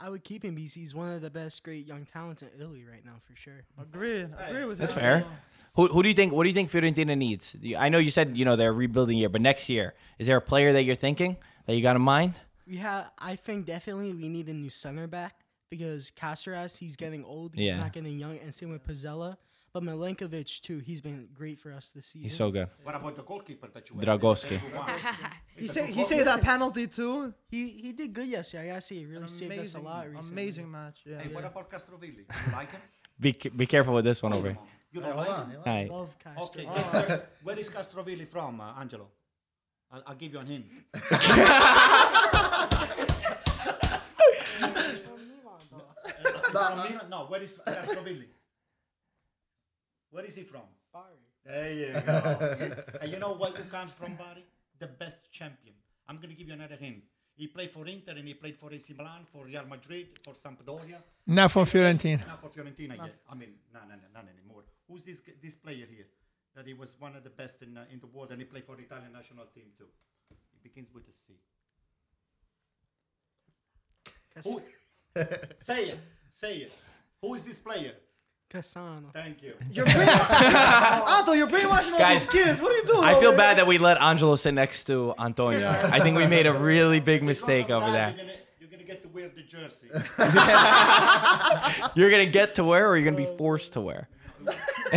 Speaker 7: I would keep him because he's one of the best great young talents in Italy right now for sure.
Speaker 3: Agreed. Agreed with
Speaker 2: That's
Speaker 3: you.
Speaker 2: fair. Who, who do you think? What do you think Fiorentina needs? You- I know you said you know they're rebuilding year, but next year is there a player that you're thinking that you got in mind?
Speaker 7: We have, I think, definitely we need a new center back because Caceres he's getting old. He's
Speaker 2: Yeah.
Speaker 7: not getting young, and same with Pizzella. But Milenkovic too. He's been great for us this season.
Speaker 2: He's so good,
Speaker 1: What about the goalkeeper that you have?
Speaker 2: Dragowski.
Speaker 1: Wow.
Speaker 3: He said he saved that penalty too.
Speaker 7: He he did good yesterday. I gotta say, he really saved us a lot recently.
Speaker 3: amazing match. Yeah.
Speaker 1: Hey, what about Castrovilli? You like him?
Speaker 2: Be be careful with this one over. here.
Speaker 1: You don't like him?
Speaker 2: All right.
Speaker 7: Love Castro.
Speaker 1: Okay, guess where, where is Castrovilli from, uh, Angelo? I'll, I'll give you a hint.
Speaker 7: uh,
Speaker 1: From Milan? No, where is Castrovilli? Where is he from? Bari. There you go. and you know what, who comes from Bari? The best champion. I'm going to give you another hint. He played for Inter and he played for AC Milan, for Real Madrid, for Sampdoria.
Speaker 4: Not for Fiorentina.
Speaker 1: Not for Fiorentina yet. I mean, no, no, no, not anymore. Who's this g- this player here? That he was one of the best in uh, in the world, and he played for the Italian national team too. It begins with a C. Who- say it, say it. Who is this player?
Speaker 7: Cassano.
Speaker 1: Thank you.
Speaker 3: Anto, you're brainwashing all
Speaker 2: Guys,
Speaker 3: these kids. What are you doing?
Speaker 2: I feel
Speaker 3: over
Speaker 2: bad that we let Angelo sit next to Antonio. I think we made a really big mistake over there.
Speaker 1: You're gonna, you're gonna get to wear the jersey.
Speaker 2: You're gonna get to wear, or you're gonna be forced to wear.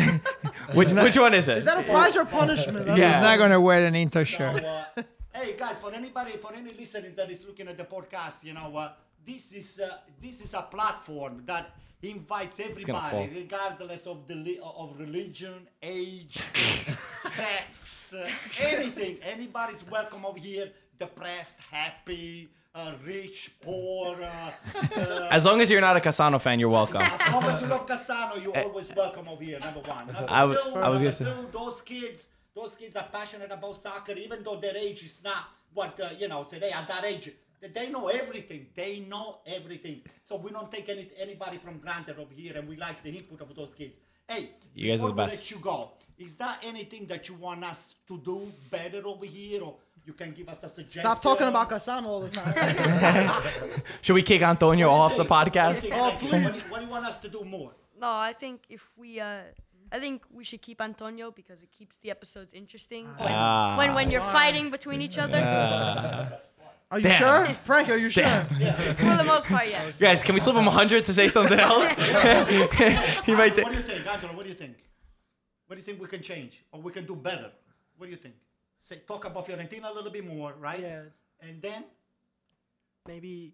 Speaker 2: which which one is it?
Speaker 3: there. Is that a prize or punishment?
Speaker 2: Yeah.
Speaker 4: He's not gonna wear an Inter
Speaker 1: So,
Speaker 4: shirt.
Speaker 1: uh, hey guys, for anybody, for any listening that is looking at the podcast, you know, uh, this is uh, this is a platform that invites
Speaker 2: fall.
Speaker 1: everybody, regardless of the li- of religion, age, sex, uh, anything. Anybody's welcome over here. Depressed, happy, uh, rich, poor. Uh, uh,
Speaker 2: As long as you're not a Casano fan, you're welcome. Eh.
Speaker 1: as long as you love Cassano, you're always welcome over here. Number one. Number
Speaker 2: I w-
Speaker 1: two,
Speaker 2: I was
Speaker 1: number
Speaker 2: gonna
Speaker 1: two, those kids, those kids are passionate about soccer, even though their age is not what uh, you know. Today at that age, th- they know everything. They know everything. So we don't take any anybody from granted over here, and we like the input of those kids. Hey,
Speaker 2: You guys are the
Speaker 1: before we
Speaker 2: best.
Speaker 1: Let you go. Is there anything that you want us to do better over here, or you can give us a suggestion?
Speaker 3: Stop talking about Cassano all the time.
Speaker 2: Should we kick Antonio off the
Speaker 1: What do you
Speaker 2: podcast?
Speaker 1: think,
Speaker 3: Oh,
Speaker 1: Frankie? What do you- What do you want us to do more?
Speaker 6: No, I think if we, uh, I think we should keep Antonio because it keeps the episodes interesting. When-
Speaker 2: Ah.
Speaker 6: when when you're fighting between each other,
Speaker 3: Are you
Speaker 2: Uh, Damn.
Speaker 3: sure, Frank? Are you sure?
Speaker 6: for the most part, yes.
Speaker 2: Guys, can we slip him 100 to say something else? he might.
Speaker 1: What do you think, Angelo? What do you think? What do you think we can change or we can do better? What do you think? Say, talk about Fiorentina a little bit more, right?
Speaker 7: Yeah.
Speaker 1: And then
Speaker 7: Maybe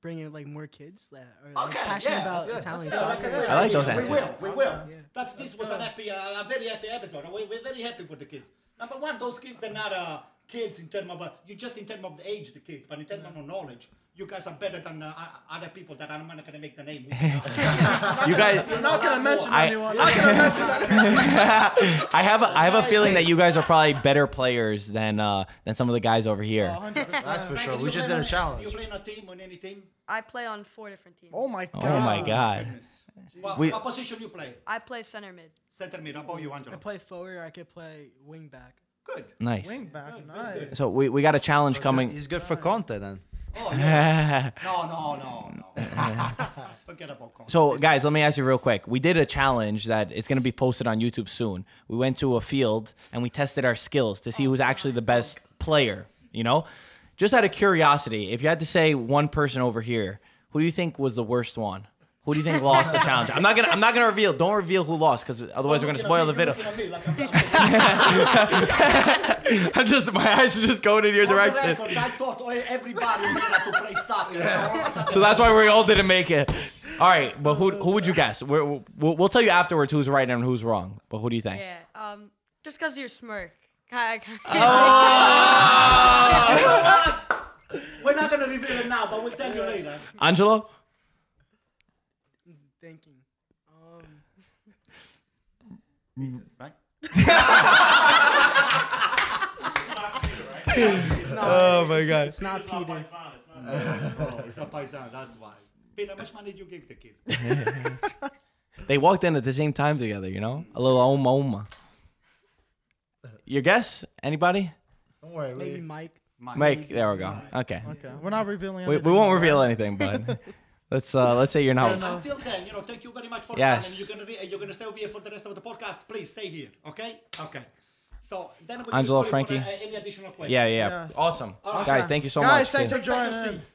Speaker 7: bring in like more kids that are like,
Speaker 1: Okay,
Speaker 7: passionate
Speaker 1: yeah,
Speaker 7: about Italian soccer.
Speaker 2: I like those
Speaker 1: we
Speaker 2: answers.
Speaker 1: will, we will. That's this was an happy, uh, a very happy episode. We, we're very happy with the kids. Number one, those kids are not uh, kids in terms of uh, you just in terms of the age, the kids, but in terms of knowledge, you guys are better than uh, o- other people that I'm not gonna make the name.
Speaker 2: You guys,
Speaker 3: I'm not gonna mention
Speaker 2: I-
Speaker 3: anyone. I'm not gonna mention
Speaker 2: I have a, I have a feeling that you guys are probably better players than uh, than some of the guys over here.
Speaker 3: 100%.
Speaker 5: That's for sure.
Speaker 1: Frankie,
Speaker 5: We
Speaker 1: you
Speaker 5: just
Speaker 1: play
Speaker 5: did a
Speaker 1: on- You
Speaker 5: challenge.
Speaker 1: play on a team on any team?
Speaker 6: I play on four different teams.
Speaker 3: Oh my god.
Speaker 2: Oh my god.
Speaker 1: What,
Speaker 2: We-
Speaker 1: what position you play?
Speaker 6: I play center mid.
Speaker 1: Center mid. How about you,
Speaker 7: I
Speaker 1: Angelo?
Speaker 7: play forward. or I could play wing back.
Speaker 1: Good.
Speaker 2: Nice.
Speaker 3: Wing back, nice.
Speaker 2: So we, we got a challenge coming.
Speaker 5: He's good for Conte then.
Speaker 1: Oh, yeah. no, no, no, no. Forget about Conte.
Speaker 2: So, guys, let me ask you real quick. We did a challenge that it's going to be posted on YouTube soon. We went to a field and we tested our skills to
Speaker 1: Oh
Speaker 2: see who's actually the best player, you know? Just out of curiosity, if you had to say one person over here, who do you think was the worst one? Who do you think lost the challenge? I'm not gonna. I'm not gonna reveal. Don't reveal who lost, because otherwise
Speaker 1: Oh,
Speaker 2: we're gonna spoil the video. I'm just. My eyes are just going in your direction.
Speaker 1: I thought oh, everybody knew how to play soccer.
Speaker 2: So that's why we all didn't make it. All right, but who who would you guess? We're, we'll, we'll tell you afterwards who's right and who's wrong. But who do you think?
Speaker 6: Yeah. Um, just because your smirk. I,
Speaker 3: Oh.
Speaker 1: We're not gonna reveal it now, but we'll tell you later.
Speaker 2: Angelo?
Speaker 7: Thinking. Um,
Speaker 1: Right?
Speaker 2: Oh my god.
Speaker 7: it's not Peter.
Speaker 1: Oh, it's a paisan. That's why. Peter, how much money did you give the kids?
Speaker 2: They walked in at the same time together, you know? A little oma oma. Your guess? Anybody?
Speaker 5: Don't worry.
Speaker 7: Maybe
Speaker 5: We,
Speaker 7: Mike.
Speaker 2: Mike, there we go. Okay.
Speaker 3: Okay, we're not revealing.
Speaker 2: We, we
Speaker 3: anything.
Speaker 2: won't reveal anything, but let's uh let's say you're not
Speaker 1: Until then, you know, thank you very much for
Speaker 2: Yes.
Speaker 1: coming. You're gonna re- you're gonna stay over here for the rest of the podcast. Please stay here, okay? Okay. So then we
Speaker 2: Angelo,
Speaker 1: we'll call you for,
Speaker 2: Frankie?
Speaker 1: uh, any additional questions?
Speaker 2: Yeah, yeah.
Speaker 3: Yes.
Speaker 2: Awesome.
Speaker 1: Okay.
Speaker 2: Guys, thank you so
Speaker 3: Guys,
Speaker 2: much.
Speaker 3: thanks for
Speaker 1: Take back your
Speaker 3: joining.
Speaker 1: seat.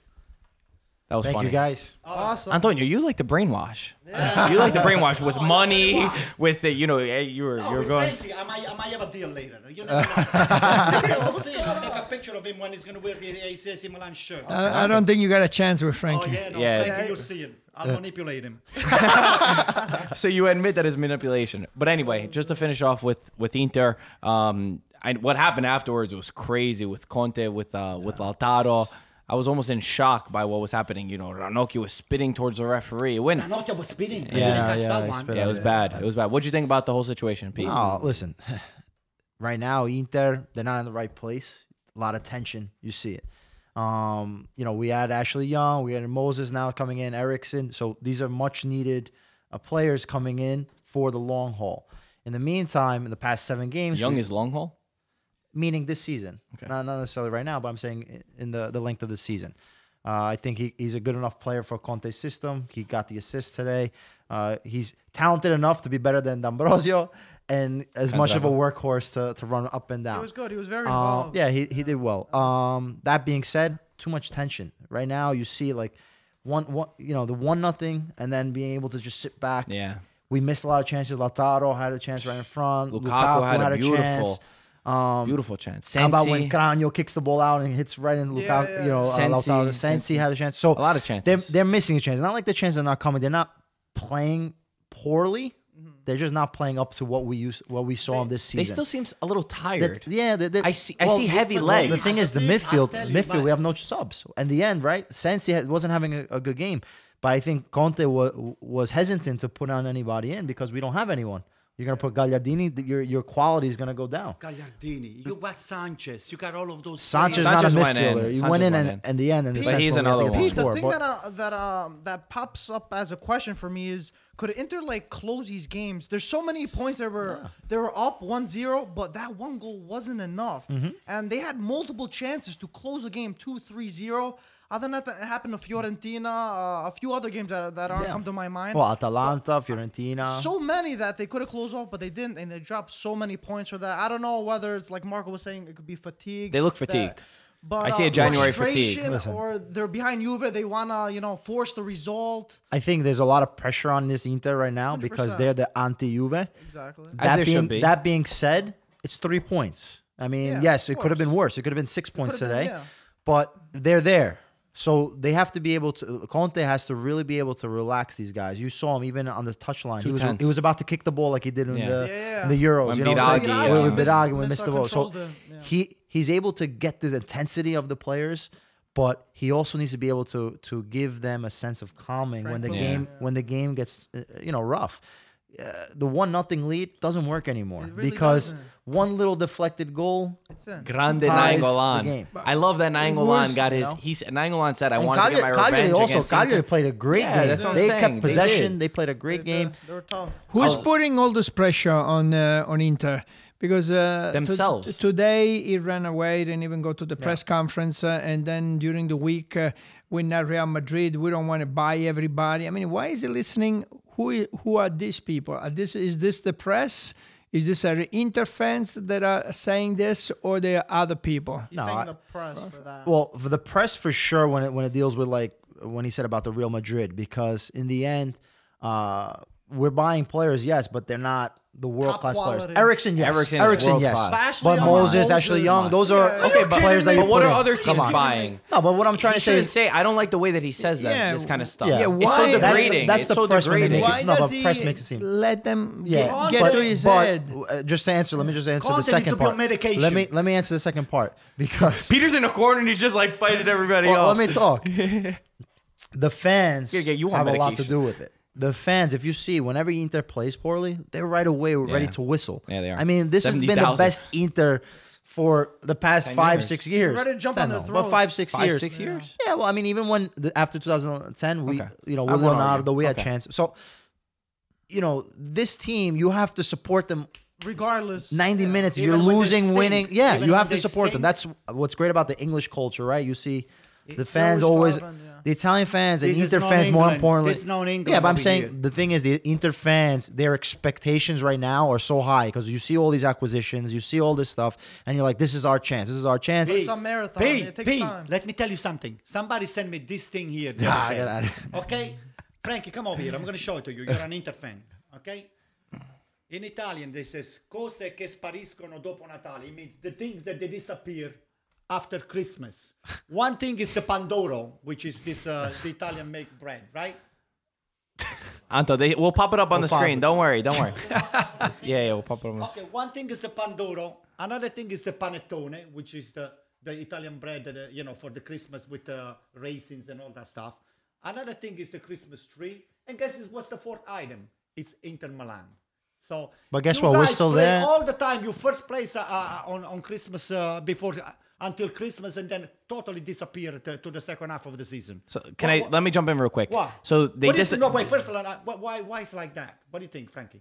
Speaker 2: That was
Speaker 5: Thank
Speaker 2: funny.
Speaker 5: you guys.
Speaker 3: Awesome.
Speaker 2: Antonio, you like to brainwash. You like to brainwash with money, with the, you know, eh, you were
Speaker 1: No,
Speaker 2: you're
Speaker 1: but
Speaker 2: going.
Speaker 1: Frankly, Oh, I might, I might have a deal later. You never know. Maybe I'll see. I'll take a picture of him when he's going to wear the ACS Milan shirt.
Speaker 4: I, I don't think you got a chance with
Speaker 1: oh,
Speaker 4: Frankie.
Speaker 1: yeah, no,
Speaker 2: Yeah.
Speaker 1: Frankie, you'll see him. I'll manipulate him.
Speaker 2: So you admit that is manipulation. But anyway, just to finish off with with Inter, um, and what happened afterwards was crazy with Conte, with uh, with Lautaro. I was almost in shock by what was happening. You know, Ranocchio was spitting towards the referee. It went.
Speaker 1: Ranocchia was speeding. I
Speaker 2: Yeah,
Speaker 1: didn't catch
Speaker 5: yeah,
Speaker 1: that
Speaker 5: he
Speaker 1: one.
Speaker 5: spit
Speaker 2: Yeah, it was bad. It was bad. What'd you think about the whole situation, Pete?
Speaker 5: Oh, listen. Right now, Inter, they're not in the right place. A lot of tension. You see it. Um, you know, we had Ashley Young, we had Moses now coming in, Erickson. So these are much needed uh, players coming in for the long haul. In the meantime, in the past seven games,
Speaker 2: Young
Speaker 5: we-
Speaker 2: is long haul.
Speaker 5: meaning this season,
Speaker 2: Okay.
Speaker 5: not, not necessarily right now, but I'm saying i- in the, the length of the season. Uh, I think he, he's a good enough player for Conte's system. He got the assist today. Uh, he's talented enough to be better than D'Ambrosio and as much of a workhorse to, to run up and down.
Speaker 3: He was good. He was very
Speaker 5: Um,
Speaker 3: involved.
Speaker 5: yeah, he, he did well. Um, that being said, too much tension right now. You see, like one one, you know, the one nothing, and then being able to just sit back.
Speaker 2: Yeah.
Speaker 5: we missed a lot of chances. Lautaro had a chance right in front.
Speaker 2: Lukaku had a beautiful- Beautiful chance. Sensi,
Speaker 5: Um, How about when Cranio kicks the ball out and hits right in Lukaku?
Speaker 3: Yeah, yeah.
Speaker 5: You know,
Speaker 2: Sensi,
Speaker 5: Sensi, Lautaro.
Speaker 2: Sensi.
Speaker 5: Sensi had a chance. So
Speaker 2: A lot of
Speaker 5: They're,
Speaker 2: chances.
Speaker 5: they're missing a chance. Not like the chances are not coming. They're not playing poorly. They're just not playing up to what we used, what we saw this season.
Speaker 2: they still seems a little
Speaker 5: That-
Speaker 2: tired.
Speaker 5: yeah, that- that-
Speaker 2: I see- I see heavy
Speaker 5: well, The
Speaker 2: legs.
Speaker 5: thing is, the
Speaker 1: I'll
Speaker 5: midfield,
Speaker 1: tell you,
Speaker 5: midfield, we
Speaker 1: but-
Speaker 5: have no subs. In the end, right? Sensi had- wasn't having a, a good game, but I think Conte wa- was hesitant to put on anybody in because we don't have anyone. You're gonna put Gagliardini, th- your your quality is gonna go down.
Speaker 1: Gagliardini. You got Sanchez. You got all of those.
Speaker 5: Sanchez,
Speaker 1: players.
Speaker 2: Sanchez
Speaker 5: not a
Speaker 2: went in.
Speaker 5: midfielder. He
Speaker 2: Sanchez
Speaker 5: went in,
Speaker 2: went
Speaker 5: and,
Speaker 2: in.
Speaker 5: in the end, and
Speaker 2: But
Speaker 5: the
Speaker 2: he's another one.
Speaker 3: Pete, the
Speaker 5: Score,
Speaker 3: thing
Speaker 5: but-
Speaker 3: that uh, that um that pops up as a question for me is could Inter like close these games? There's so many points that were they were up 1-0, but that one goal wasn't enough,
Speaker 2: Mm-hmm.
Speaker 3: and they had multiple chances to close the game 2-3-0. Other than that, that happened to Fiorentina, uh, a few other games that that aren't
Speaker 5: Yeah.
Speaker 3: come to my mind.
Speaker 5: Well, uh, Atalanta, Fiorentina.
Speaker 3: so many that they could have closed off, but they didn't, and they dropped so many points for that. I don't know whether it's like Marco was saying, it could be fatigue.
Speaker 2: They look
Speaker 3: that-
Speaker 2: fatigued.
Speaker 3: but
Speaker 2: I see a
Speaker 3: uh,
Speaker 2: January fatigue.
Speaker 3: frustration, or they're behind Juve. They wanna, you know, force the result.
Speaker 5: I think there's a lot of pressure on this Inter right now because
Speaker 3: 100%.
Speaker 5: they're the anti-Juve.
Speaker 3: Exactly.
Speaker 2: As
Speaker 5: that
Speaker 2: there should
Speaker 5: being,
Speaker 2: be.
Speaker 5: That being said, it's three points. I mean,
Speaker 3: Yeah,
Speaker 5: yes,
Speaker 3: of
Speaker 5: it could have
Speaker 3: course.
Speaker 5: been worse. It could have been six points
Speaker 3: have
Speaker 5: today,
Speaker 3: been, yeah.
Speaker 5: but they're there. So they have to be able to. Conte has to really be able to relax these guys. You saw him even on the touchline.
Speaker 2: Too
Speaker 5: He was,
Speaker 2: tense.
Speaker 5: he was about to kick the ball like he did in,
Speaker 2: Yeah.
Speaker 5: the,
Speaker 3: Yeah,
Speaker 5: in the Euros.
Speaker 2: When
Speaker 5: you know, what I'm saying?
Speaker 2: Biragi,
Speaker 5: When
Speaker 2: yeah.
Speaker 5: we Biragi,
Speaker 3: Miss-
Speaker 5: when we missed the ball. So
Speaker 3: miscontrolled the- yeah.
Speaker 5: he he's able to get the intensity of the players, but he also needs to be able to to give them a sense of calming when the
Speaker 2: Tranquility.
Speaker 5: game when the game gets uh, you know rough. Uh, the one nothing lead doesn't work anymore
Speaker 3: really
Speaker 5: because
Speaker 3: doesn't.
Speaker 5: one little deflected goal.
Speaker 3: It's in.
Speaker 2: Grande
Speaker 5: Ties the
Speaker 2: Nangolan.
Speaker 5: game.
Speaker 2: I love that Nangolan
Speaker 5: was,
Speaker 2: got
Speaker 5: you
Speaker 2: his.
Speaker 5: know?
Speaker 2: He said Nangolan said, "I
Speaker 5: And
Speaker 2: wanted to get my
Speaker 5: Cagliari, Cagliari
Speaker 2: revenge
Speaker 5: also
Speaker 2: against
Speaker 5: Cagliari
Speaker 2: Inter."
Speaker 5: played a great
Speaker 2: Yeah,
Speaker 5: game.
Speaker 2: that's what I'm
Speaker 5: they
Speaker 2: saying. They
Speaker 5: kept possession.
Speaker 2: did.
Speaker 5: They, played a great game.
Speaker 3: They were tough.
Speaker 4: Who's
Speaker 2: Oh.
Speaker 4: putting all this pressure on uh, on Inter? Because uh, to-
Speaker 2: Themselves.
Speaker 4: today he ran away, didn't even go to the press conference, uh, and then during the week uh, we're not Real Madrid. We don't want to buy everybody. I mean, why is he listening? Who i- who are these people? Are this is this the press? Is this are Inter fans that are saying this, or they are other people?
Speaker 3: He's
Speaker 5: No,
Speaker 3: saying
Speaker 5: I-
Speaker 3: the press for that.
Speaker 5: Well, for the press for sure when it when it deals with like when he said about the Real Madrid because in the end, uh, we're buying players, yes, but they're not the world class players.
Speaker 3: quality.
Speaker 5: Ericsson, yes,
Speaker 2: Eriksen
Speaker 5: Ericsson,
Speaker 2: is world
Speaker 5: yes,
Speaker 2: class.
Speaker 3: But Ashley
Speaker 5: but
Speaker 3: Young,
Speaker 5: Moses,
Speaker 3: Moses.
Speaker 5: Ashley Young, those are
Speaker 3: Yeah. Are you
Speaker 5: okay
Speaker 3: kidding
Speaker 5: players that
Speaker 2: But
Speaker 5: you
Speaker 2: what
Speaker 5: put
Speaker 2: are
Speaker 5: in.
Speaker 2: other teams
Speaker 5: Come on.
Speaker 2: buying?
Speaker 5: No, but what I'm trying
Speaker 2: He
Speaker 5: to say
Speaker 2: shouldn't
Speaker 5: is.
Speaker 2: say. I don't like the way that he says that.
Speaker 4: Yeah,
Speaker 2: this kind of stuff.
Speaker 5: Yeah.
Speaker 2: it's so
Speaker 4: why- That's-
Speaker 2: degrading.
Speaker 5: that's
Speaker 2: it's
Speaker 5: the
Speaker 2: so
Speaker 5: press when they
Speaker 2: degrading.
Speaker 5: make
Speaker 4: Why
Speaker 5: No,
Speaker 4: does
Speaker 5: but
Speaker 4: he
Speaker 5: press makes it seem-
Speaker 4: let them
Speaker 5: Yeah,
Speaker 4: get,
Speaker 1: but-
Speaker 4: get to his
Speaker 5: but,
Speaker 4: head?
Speaker 5: uh, just to answer, let me just answer
Speaker 1: Conte
Speaker 5: the
Speaker 1: needs to
Speaker 5: second
Speaker 1: be on
Speaker 5: part.
Speaker 1: medication.
Speaker 5: Let me let me answer the second part because
Speaker 2: Peter's in a corner and he's just like fighting everybody.
Speaker 5: Well,
Speaker 2: off.
Speaker 5: let me talk. the fans
Speaker 2: Yeah, yeah, you want
Speaker 5: have a lot to
Speaker 2: medication.
Speaker 5: do with it. The fans, if you see, whenever Inter plays poorly, they're right away ready
Speaker 2: Yeah.
Speaker 5: to whistle.
Speaker 2: Yeah, they are.
Speaker 5: I mean, this has been the
Speaker 2: 70,000.
Speaker 5: best Inter for the past five,
Speaker 2: years.
Speaker 5: six years.
Speaker 3: Ready to jump
Speaker 5: Ten,
Speaker 3: on their
Speaker 5: no, But
Speaker 3: throats.
Speaker 5: five, six
Speaker 2: Five,
Speaker 5: years.
Speaker 2: six years?
Speaker 5: Yeah, well, I mean, even when the, after 2010, we,
Speaker 2: Okay.
Speaker 5: you know,
Speaker 2: I
Speaker 5: with
Speaker 2: won't argue.
Speaker 5: Leonardo, we had
Speaker 2: Okay.
Speaker 5: chance. So, you know, this team, you have to support them
Speaker 3: Regardless,
Speaker 5: 90
Speaker 3: yeah.
Speaker 5: minutes
Speaker 1: Even
Speaker 5: you're
Speaker 1: when they
Speaker 5: losing
Speaker 1: stink.
Speaker 5: winning yeah
Speaker 1: Even
Speaker 5: you
Speaker 1: when
Speaker 5: have to
Speaker 1: they
Speaker 5: support them
Speaker 1: stink.
Speaker 5: that's what's great about the english culture right you see The fans always,
Speaker 3: driving, yeah.
Speaker 5: the Italian fans and
Speaker 1: This is
Speaker 5: Inter
Speaker 1: not
Speaker 5: fans, more
Speaker 1: England.
Speaker 5: importantly.
Speaker 1: This is not England
Speaker 5: yeah, but I'm
Speaker 1: over
Speaker 5: saying
Speaker 1: here.
Speaker 5: the thing is, the Inter fans, their expectations right now are so high because you see all these acquisitions, you see all this stuff, and you're like, this is our chance. This is our chance.
Speaker 3: It's a marathon.
Speaker 1: P,
Speaker 3: It takes
Speaker 1: P,
Speaker 3: time.
Speaker 1: let me tell you something. Somebody sent me this thing here. the
Speaker 5: Ah,
Speaker 1: other
Speaker 5: get
Speaker 1: day.
Speaker 5: out of here.
Speaker 1: Okay? Frankie, come over here. I'm going to show it to you. You're an Inter fan. Okay? In Italian, this is cose che spariscono dopo Natale. It means the things that they disappear after Christmas. One thing is the pandoro, which is this uh, the Italian make bread, right?
Speaker 2: Anto, they, we'll pop it up on
Speaker 5: We'll
Speaker 2: the
Speaker 5: pop
Speaker 2: screen.
Speaker 5: it.
Speaker 2: Don't worry. Don't worry. yeah, yeah, we'll pop it up on the
Speaker 1: Okay, one thing is the pandoro. Another thing is the panettone, which is the, the Italian bread, that, uh, you know, for the Christmas with uh, raisins and all that stuff. Another thing is the Christmas tree. And guess is what's the fourth item? It's Inter Milan. So,
Speaker 5: But guess
Speaker 1: you
Speaker 5: what? We're
Speaker 1: guys
Speaker 5: still
Speaker 1: play
Speaker 5: there.
Speaker 1: All the time, you first place uh, uh, on on Christmas uh, before uh, until Christmas, and then totally disappear to, to the second half of the season.
Speaker 2: So can
Speaker 1: Wha-
Speaker 2: I
Speaker 1: wha-
Speaker 2: let me jump in real quick?
Speaker 1: Why?
Speaker 2: So they
Speaker 1: What do you
Speaker 2: dis-
Speaker 1: think- no wait. First, uh, wh- why why it's like that? What do you think, Frankie?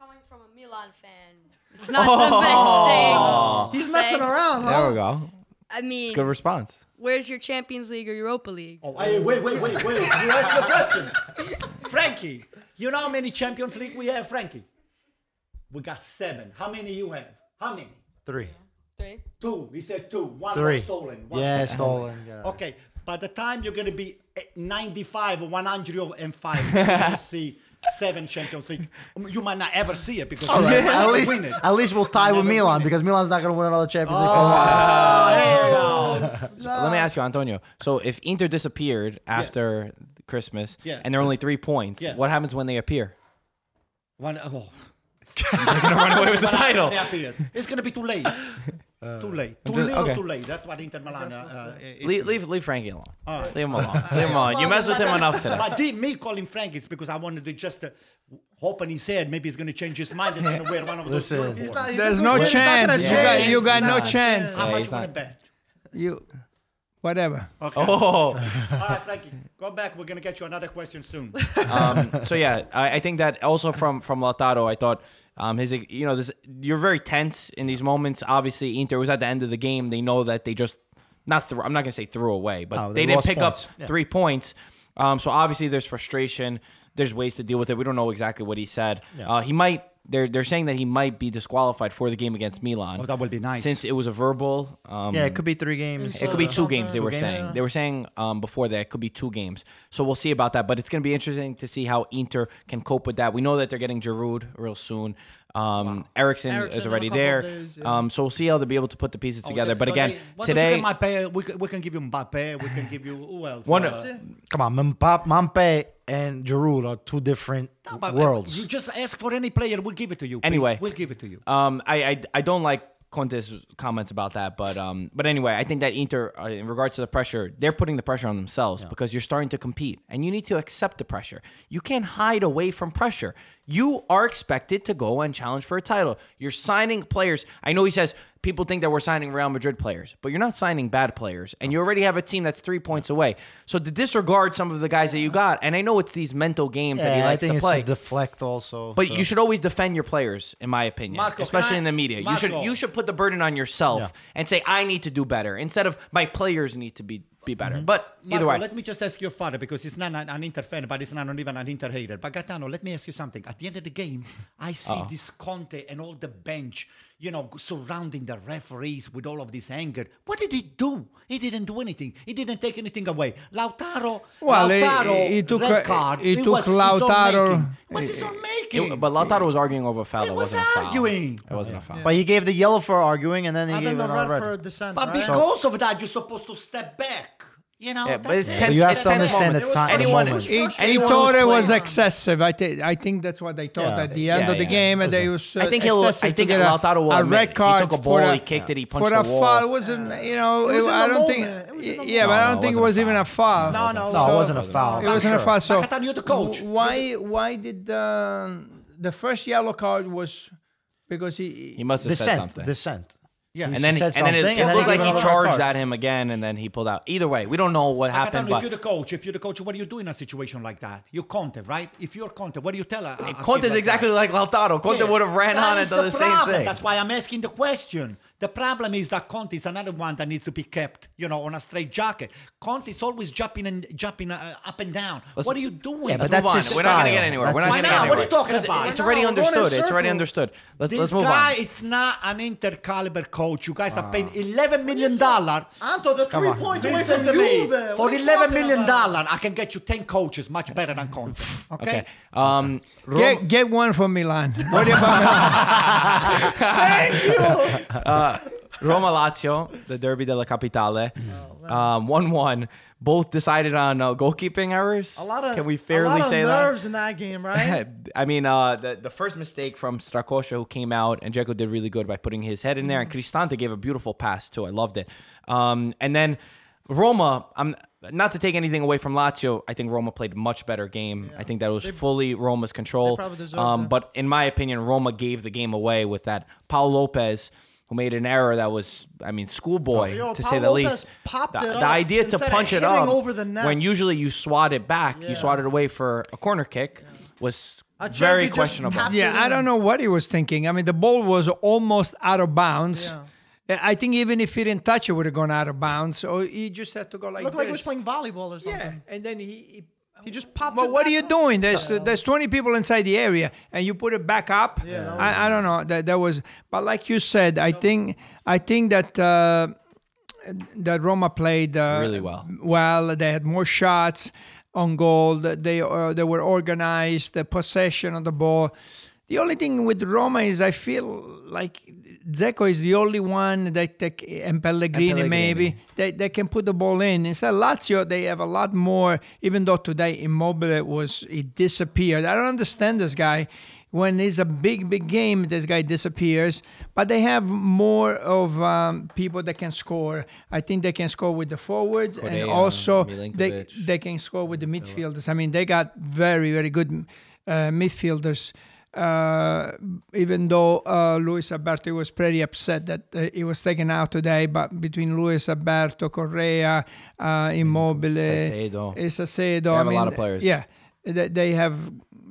Speaker 6: Coming from a Milan fan, it's not the best thing.
Speaker 3: He's messing
Speaker 6: Say-
Speaker 3: around, huh?
Speaker 2: There we go.
Speaker 6: I mean,
Speaker 2: Good response.
Speaker 6: where's your Champions League or Europa League?
Speaker 1: Oh, hey, wait, wait, wait, wait. You asked the question. Frankie, you know how many Champions League we have, Frankie? We got seven. How many you have? How many?
Speaker 5: Three.
Speaker 6: Three.
Speaker 1: Two. He said two. One
Speaker 5: Three.
Speaker 1: was stolen. One
Speaker 5: Yeah,
Speaker 1: was
Speaker 5: stolen. get out of here.
Speaker 1: Okay. By the time you're going to be at 95 or 105, you're gonna see seven Champions League. Um, You might not ever see it because
Speaker 5: All
Speaker 1: you
Speaker 5: right.
Speaker 1: might
Speaker 5: at
Speaker 1: never
Speaker 5: least,
Speaker 1: win it.
Speaker 5: at least we'll tie with
Speaker 1: Never
Speaker 5: Milan
Speaker 1: win it.
Speaker 5: because Milan's not going to win another Champions League.
Speaker 1: Oh, there you go.
Speaker 2: Let me ask you, Antonio. So if Inter disappeared after Christmas
Speaker 1: Yeah.
Speaker 2: and they're only three points,
Speaker 1: Yeah.
Speaker 2: what happens when they appear?
Speaker 1: One, oh.
Speaker 2: They're gonna run away with the title.
Speaker 1: They appear. It's going to be too late. too late. Too
Speaker 2: just-
Speaker 1: little,
Speaker 2: okay.
Speaker 1: too late. That's what Inter Milan uh, uh, is.
Speaker 2: Leave, leave, leave Frankie alone.
Speaker 1: All right.
Speaker 2: Leave him alone. Leave him alone. You messed with him enough today.
Speaker 1: But the- me calling Frank, it's because I wanted to just uh, hope in his head. Maybe he's going to change his mind. He's going to wear one of those.
Speaker 5: Listen.
Speaker 1: uniforms.
Speaker 5: He's
Speaker 3: He's
Speaker 4: There's
Speaker 3: a
Speaker 4: no
Speaker 3: good player. He's not
Speaker 4: chance.
Speaker 3: gonna
Speaker 4: You
Speaker 2: change.
Speaker 4: got you got
Speaker 3: He's
Speaker 4: no
Speaker 3: not a
Speaker 4: chance.
Speaker 1: How
Speaker 2: Yeah,
Speaker 1: much
Speaker 2: he's
Speaker 1: you want to
Speaker 2: not-
Speaker 1: bet?
Speaker 4: You, whatever.
Speaker 1: Okay.
Speaker 2: Oh.
Speaker 1: All right, Frankie, go back. We're going to get you another question soon.
Speaker 2: Um, so yeah, I, I think that also from from Lautaro, I thought um, his you know this you're very tense in these moments. Obviously, Inter was at the end of the game. They know that they just not threw. I'm not gonna say threw away, but
Speaker 5: No, Oh, they
Speaker 2: they, didn't
Speaker 5: lost
Speaker 2: pick
Speaker 5: points.
Speaker 2: up
Speaker 5: Yeah.
Speaker 2: three points. Um, so obviously, there's frustration. There's ways to deal with it. We don't know exactly what he said. Uh, he might. They're they're saying that he might be disqualified for the game against Milan.
Speaker 1: Oh, that would be nice.
Speaker 2: since it was a verbal. Um,
Speaker 5: Yeah, it could be three games.
Speaker 2: it could be two games. They
Speaker 5: Two
Speaker 2: were
Speaker 5: games?
Speaker 2: saying they were saying um, before that it could be two games. So we'll see about that. But it's going to be interesting to see how Inter can cope with that. We know that they're getting Giroud real soon. Um, Ericsson,
Speaker 3: Eriksen
Speaker 2: is
Speaker 3: in a
Speaker 2: already
Speaker 3: couple
Speaker 2: there.
Speaker 3: days, yeah.
Speaker 2: um, so we'll see how they'll be able to put the pieces together. but again,
Speaker 1: they- why don't you
Speaker 2: today
Speaker 1: get Mbappe? we, can, we can give you Mbappe. We can give you who else? Uh,
Speaker 2: One-
Speaker 5: Come on, Mbappe, Mampe and Giroud are two different
Speaker 1: No, but uh,
Speaker 5: worlds.
Speaker 1: You just ask for any player. We'll give it to you. Pete.
Speaker 2: Anyway.
Speaker 1: we'll give it to you.
Speaker 2: Um, I, I I don't like Conte's comments about that, but um, but anyway, I think that Inter, uh, in regards to the pressure, they're putting the pressure on themselves because you're starting to compete, and you need to accept the pressure. You can't hide away from pressure. You are expected to go and challenge for a title. You're signing players. I know he says people think that we're signing Real Madrid players, but you're not signing bad players, and you already have a team that's three points away. So to disregard some of the guys that you got, and I know it's these mental games that he
Speaker 5: Yeah, I
Speaker 2: likes
Speaker 5: think
Speaker 2: to
Speaker 5: it's
Speaker 2: play.
Speaker 5: to deflect also.
Speaker 2: But
Speaker 5: so-
Speaker 2: you should always defend your players, in my opinion,
Speaker 1: Marco, can
Speaker 2: especially
Speaker 1: I-
Speaker 2: in the media. You should
Speaker 1: Marco.
Speaker 2: you should put the burden on yourself and say I need to do better instead of my players need to be be better. But either
Speaker 1: Mm-hmm.
Speaker 2: way,
Speaker 1: Marco, let me just ask your father because he's not an, an Inter fan, but he's not even an Inter hater. But Gattano, let me ask you something. At the end of the game, I see
Speaker 4: Uh-huh.
Speaker 1: this Conte and all the bench, you know, surrounding the referees with all of this anger. What did he do? He didn't do anything. He didn't take anything away. Lautaro,
Speaker 4: Well, he-
Speaker 1: Lautaro,
Speaker 4: he- he took-
Speaker 1: red card.
Speaker 4: he
Speaker 1: It
Speaker 4: took
Speaker 1: was his own
Speaker 4: Lautaro-
Speaker 1: making. It was his own making.
Speaker 2: it- but Lautaro was arguing over a foul.
Speaker 1: He
Speaker 2: that
Speaker 1: was
Speaker 2: wasn't a foul.
Speaker 1: arguing.
Speaker 2: It wasn't a foul.
Speaker 5: But he gave the yellow for arguing, and then he
Speaker 3: And
Speaker 5: gave
Speaker 3: then the
Speaker 5: it on
Speaker 3: red
Speaker 5: red.
Speaker 3: for dissent,
Speaker 1: but
Speaker 3: right?
Speaker 1: because of that, you're supposed to step back. You know,
Speaker 2: Yeah, but
Speaker 1: that's
Speaker 2: it's
Speaker 1: it.
Speaker 2: tense-
Speaker 5: you have
Speaker 2: it's
Speaker 5: to
Speaker 2: tense
Speaker 5: understand
Speaker 2: moment.
Speaker 5: the time.
Speaker 2: Anyone-
Speaker 5: the moment.
Speaker 4: He,
Speaker 2: Anyone
Speaker 4: he
Speaker 2: who's
Speaker 4: thought it
Speaker 2: playing-
Speaker 4: was excessive. I, thi- I think that's what they thought
Speaker 5: Yeah.
Speaker 4: at the end
Speaker 2: Yeah,
Speaker 4: of the
Speaker 2: yeah.
Speaker 4: game, and they
Speaker 5: Listen,
Speaker 4: was.
Speaker 2: I think he'll-
Speaker 4: excessive
Speaker 2: I think
Speaker 4: to get a-
Speaker 2: Lautaro will
Speaker 4: a
Speaker 2: admit it.
Speaker 4: red
Speaker 2: He
Speaker 4: card
Speaker 2: took a
Speaker 4: for
Speaker 2: ball, he kicked it, he punched
Speaker 4: for
Speaker 2: the
Speaker 4: a
Speaker 2: wall.
Speaker 4: foul. It wasn't you know?
Speaker 3: It was in
Speaker 4: I
Speaker 3: the
Speaker 4: don't
Speaker 3: moment. It was in the
Speaker 4: think. Yeah, but I
Speaker 2: moment.
Speaker 4: don't think
Speaker 2: No,
Speaker 4: it
Speaker 2: it
Speaker 4: was
Speaker 2: wasn't
Speaker 4: even
Speaker 2: a
Speaker 4: a foul.
Speaker 3: No, no,
Speaker 5: No, it wasn't a foul.
Speaker 4: It
Speaker 5: for
Speaker 4: wasn't a
Speaker 5: sure.
Speaker 4: foul. So
Speaker 1: Nakatani, you're the coach.
Speaker 4: w- Why? Why did uh, the first yellow card was because he?
Speaker 2: He must have said
Speaker 5: Dissent.
Speaker 2: something.
Speaker 5: Dissent. Yeah,
Speaker 2: and then, and then it, it looked like he charged at him again, and then he pulled out. Either way, we don't know what happened.
Speaker 1: Catano, if you're
Speaker 2: But
Speaker 1: the coach, if you're the coach, what do you do in a situation like that? You Conte, right? If you're Conte, what do you tell a, a- a
Speaker 2: Conte
Speaker 1: kid
Speaker 2: is
Speaker 1: like
Speaker 2: exactly
Speaker 1: that?
Speaker 2: like Lautaro. Conte
Speaker 1: Yeah.
Speaker 2: would have ran
Speaker 1: That
Speaker 2: on and
Speaker 1: is
Speaker 2: done the,
Speaker 1: the
Speaker 2: same
Speaker 1: problem.
Speaker 2: thing.
Speaker 1: That's why I'm asking the question. The problem is that Conte is another one that needs to be kept, you know, on a straight jacket. Conte is always jumping and jumping uh, up and down. what are you doing?
Speaker 5: Yeah, but
Speaker 2: Let's
Speaker 5: that's
Speaker 2: move on.
Speaker 5: his
Speaker 2: We're not gonna
Speaker 5: style.
Speaker 2: get anywhere.
Speaker 5: That's
Speaker 2: We're not
Speaker 1: his
Speaker 2: gonna
Speaker 1: style.
Speaker 2: get
Speaker 1: Why not? What
Speaker 2: anywhere.
Speaker 1: are you talking
Speaker 2: It's-
Speaker 1: about?
Speaker 2: It's
Speaker 1: We're
Speaker 2: already
Speaker 1: not going in
Speaker 2: understood. It's already
Speaker 1: circles.
Speaker 2: understood. Let's
Speaker 1: this
Speaker 2: let's move
Speaker 1: guy,
Speaker 2: on.
Speaker 1: it's not an Inter caliber coach. You guys are
Speaker 2: Ah.
Speaker 1: paying eleven million dollar.
Speaker 3: Anto, the three points away
Speaker 1: Listen
Speaker 3: from
Speaker 1: to me.
Speaker 3: Juve. What
Speaker 1: For
Speaker 3: are you
Speaker 1: eleven
Speaker 3: talking
Speaker 1: million
Speaker 3: about?
Speaker 1: dollar, I can get you ten coaches, much better than Conte. Okay.
Speaker 2: Okay. Um, Roma-
Speaker 4: Get, get one from Milan. What about
Speaker 2: Uh, Roma Lazio, the Derby della Capitale, um, one-one. Both decided on uh, goalkeeping errors.
Speaker 3: A lot of
Speaker 2: Can we
Speaker 3: a
Speaker 2: fairly
Speaker 3: lot of
Speaker 2: say that?
Speaker 3: nerves in that game, right?
Speaker 2: I mean, uh, the the first mistake from Strakosha who came out, and Dzeko did really good by putting his head in there,
Speaker 3: Mm.
Speaker 2: and Cristante gave a beautiful pass too. I loved it. Um, and then Roma, I'm not to take anything away from Lazio. I think Roma played a much better game. I think that was fully Roma's control.
Speaker 3: probably deserved
Speaker 2: Um,
Speaker 3: that.
Speaker 2: but in my opinion, Roma gave the game away with that Paul Lopez. Who made an error that was, I mean, schoolboy
Speaker 3: Yo,
Speaker 2: to
Speaker 3: Paul
Speaker 2: say the
Speaker 3: Lopez
Speaker 2: least.
Speaker 3: popped
Speaker 2: the,
Speaker 3: it
Speaker 2: the
Speaker 3: up
Speaker 2: idea to
Speaker 3: instead of
Speaker 2: punch it
Speaker 3: hitting
Speaker 2: up
Speaker 3: over the net.
Speaker 2: when you usually you swat it back, you swat it away for a corner kick, was
Speaker 3: I tried to
Speaker 2: very
Speaker 3: just
Speaker 2: questionable.
Speaker 3: tap
Speaker 4: Yeah,
Speaker 3: it
Speaker 4: I
Speaker 3: in.
Speaker 4: don't know what he was thinking. I mean, the ball was almost out of bounds. I think even if he didn't touch it, would have gone out of bounds. Or he just had to go like
Speaker 3: Looked like he was
Speaker 4: this.
Speaker 3: playing volleyball or something.
Speaker 4: yeah, and then he. he
Speaker 3: He just popped.
Speaker 4: well,
Speaker 3: it
Speaker 4: what are
Speaker 3: back
Speaker 4: you
Speaker 3: up.
Speaker 4: doing? There's there's 20 people inside the area, and you put it back up. Yeah, I, I don't know. That that was, but like you said, I think I think that uh, that Roma played uh,
Speaker 2: Really well.
Speaker 4: Well, they had more shots on goal. They uh, they were organized. The possession of the ball. The only thing with Roma is I feel like Zeko is the only one that that- and Pellegrini,
Speaker 2: Pellegrini.
Speaker 4: maybe that, that can put the ball in. Instead, Lazio they have a lot more. Even though today Immobile was he disappeared. I don't understand this guy. When it's a big big game, this guy disappears. But they have more of um, people that can score. I think they can score with the forwards and
Speaker 2: Correa,
Speaker 4: also they
Speaker 2: Milinkovic.
Speaker 4: they can score with the midfielders. I mean, they got very, very good uh, midfielders. Uh, even though uh, Luis Alberto was pretty upset that uh, he was taken out today, but between Luis Alberto, Correa, uh, Immobile,
Speaker 2: Saicedo.
Speaker 4: eh, Saicedo,
Speaker 2: have
Speaker 4: I
Speaker 2: a
Speaker 4: mean,
Speaker 2: lot of players.
Speaker 4: Yeah, they, they have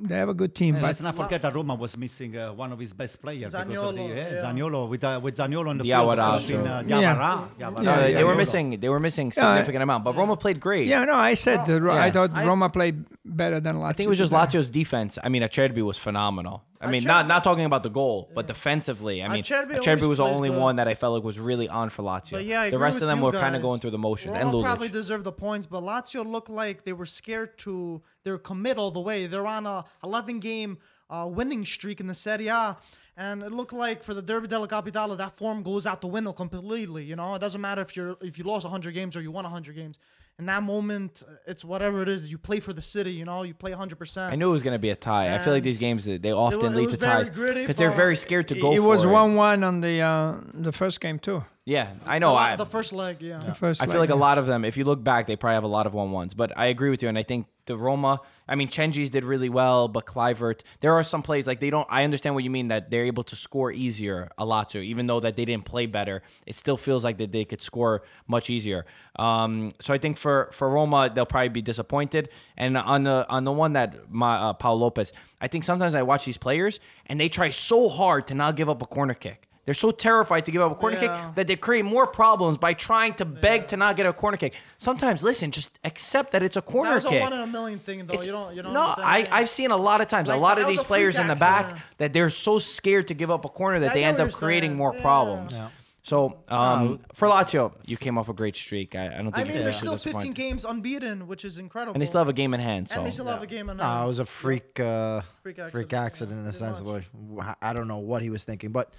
Speaker 4: they have a good team.
Speaker 1: And
Speaker 4: but
Speaker 1: let's not forget that Roma was missing uh, one of his best players because of the
Speaker 3: Zaniolo,
Speaker 1: yeah,
Speaker 3: yeah.
Speaker 1: Zaniolo with uh, with Zaniolo on the
Speaker 2: Diawara,
Speaker 1: field.
Speaker 2: too.
Speaker 1: Uh, Diawara, Diawara,
Speaker 2: No, they, they were
Speaker 1: Zaniolo.
Speaker 2: missing. They were missing
Speaker 4: Yeah, I-
Speaker 2: significant amount, but Roma played great.
Speaker 4: yeah, no, I said the Ro- I
Speaker 2: Yeah.
Speaker 4: thought
Speaker 3: I-
Speaker 4: Roma played better than Lazio.
Speaker 2: I think it was just Lazio's defense. I mean, Acerbi was phenomenal. I mean, not not talking about the goal, but defensively. I mean,
Speaker 3: Acerbi
Speaker 2: Acerbi,
Speaker 3: always
Speaker 2: was the
Speaker 3: plays
Speaker 2: only
Speaker 3: good.
Speaker 2: one that I felt like was really on for Lazio.
Speaker 3: But yeah, I
Speaker 2: the
Speaker 3: agree
Speaker 2: rest of
Speaker 3: with
Speaker 2: them
Speaker 3: you
Speaker 2: were kind
Speaker 3: guys.
Speaker 2: of going through the motions.
Speaker 3: Roma
Speaker 2: and Lulic.
Speaker 3: probably deserve the points, but Lazio looked like they were scared to their commit all the way. They're on a 11 game uh, winning streak in the Serie A, and it looked like for the Derby della Capitale that form goes out the window completely. You know, it doesn't matter if you're if you lost 100 games or you won 100 games. In that moment, it's whatever it is. You play for the city. You know, you play 100. percent
Speaker 2: I knew it was going to be a tie. I feel like
Speaker 3: And
Speaker 2: these games they they
Speaker 3: it
Speaker 2: often lead
Speaker 3: was
Speaker 2: to
Speaker 3: very
Speaker 2: ties
Speaker 3: gritty,
Speaker 2: because they're
Speaker 3: but
Speaker 2: very scared to go.
Speaker 4: it was
Speaker 2: for
Speaker 4: one one on the uh, the first game too.
Speaker 2: Yeah, I know. I,
Speaker 3: the first leg, yeah.
Speaker 4: The first
Speaker 2: I feel like a lot of them, if you look back, they probably have a lot of one ones. But I agree with you, and I think the Roma. I mean, Chenji's did really well, but Clivert. There are some plays like they don't. I understand what you mean that they're able to score easier a lot too, even though that they didn't play better. It still feels like that they could score much easier. Um, so I think for for Roma, they'll probably be disappointed. And on the on the one that my uh, Paul Lopez, I think sometimes I watch these players and they try so hard to not give up a corner kick. They're so terrified to give up a corner
Speaker 3: Yeah.
Speaker 2: kick that they create more problems by trying to beg to not get a corner kick. Sometimes, listen, just accept that it's a corner
Speaker 3: That was a
Speaker 2: kick.
Speaker 3: one in a million thing, though.
Speaker 2: It's-
Speaker 3: you don't, you don't
Speaker 2: no, I, I've seen a lot of times, a
Speaker 3: Like,
Speaker 2: lot
Speaker 3: that
Speaker 2: of
Speaker 3: was
Speaker 2: these
Speaker 3: a freak
Speaker 2: players in the back
Speaker 3: accident.
Speaker 2: that they're so scared to give up a corner that
Speaker 3: I
Speaker 2: they
Speaker 3: get
Speaker 2: end
Speaker 3: what
Speaker 2: up
Speaker 3: you're
Speaker 2: creating
Speaker 3: saying.
Speaker 2: more
Speaker 3: Yeah.
Speaker 2: problems. So um, for Lazio, you came off a great streak. I, I don't think
Speaker 3: I
Speaker 2: you
Speaker 3: mean,
Speaker 2: should
Speaker 3: they're still
Speaker 2: disappoint.
Speaker 3: 15 games unbeaten, which is incredible.
Speaker 2: and they still have a game in hand. So
Speaker 3: And they still have a game. in
Speaker 5: No,
Speaker 3: hand.
Speaker 5: it was a freak, uh, freak accident,
Speaker 3: Freak accident,
Speaker 5: in
Speaker 3: yeah,
Speaker 5: the
Speaker 3: pretty
Speaker 5: sense
Speaker 3: much.
Speaker 5: of I don't know what he was thinking, but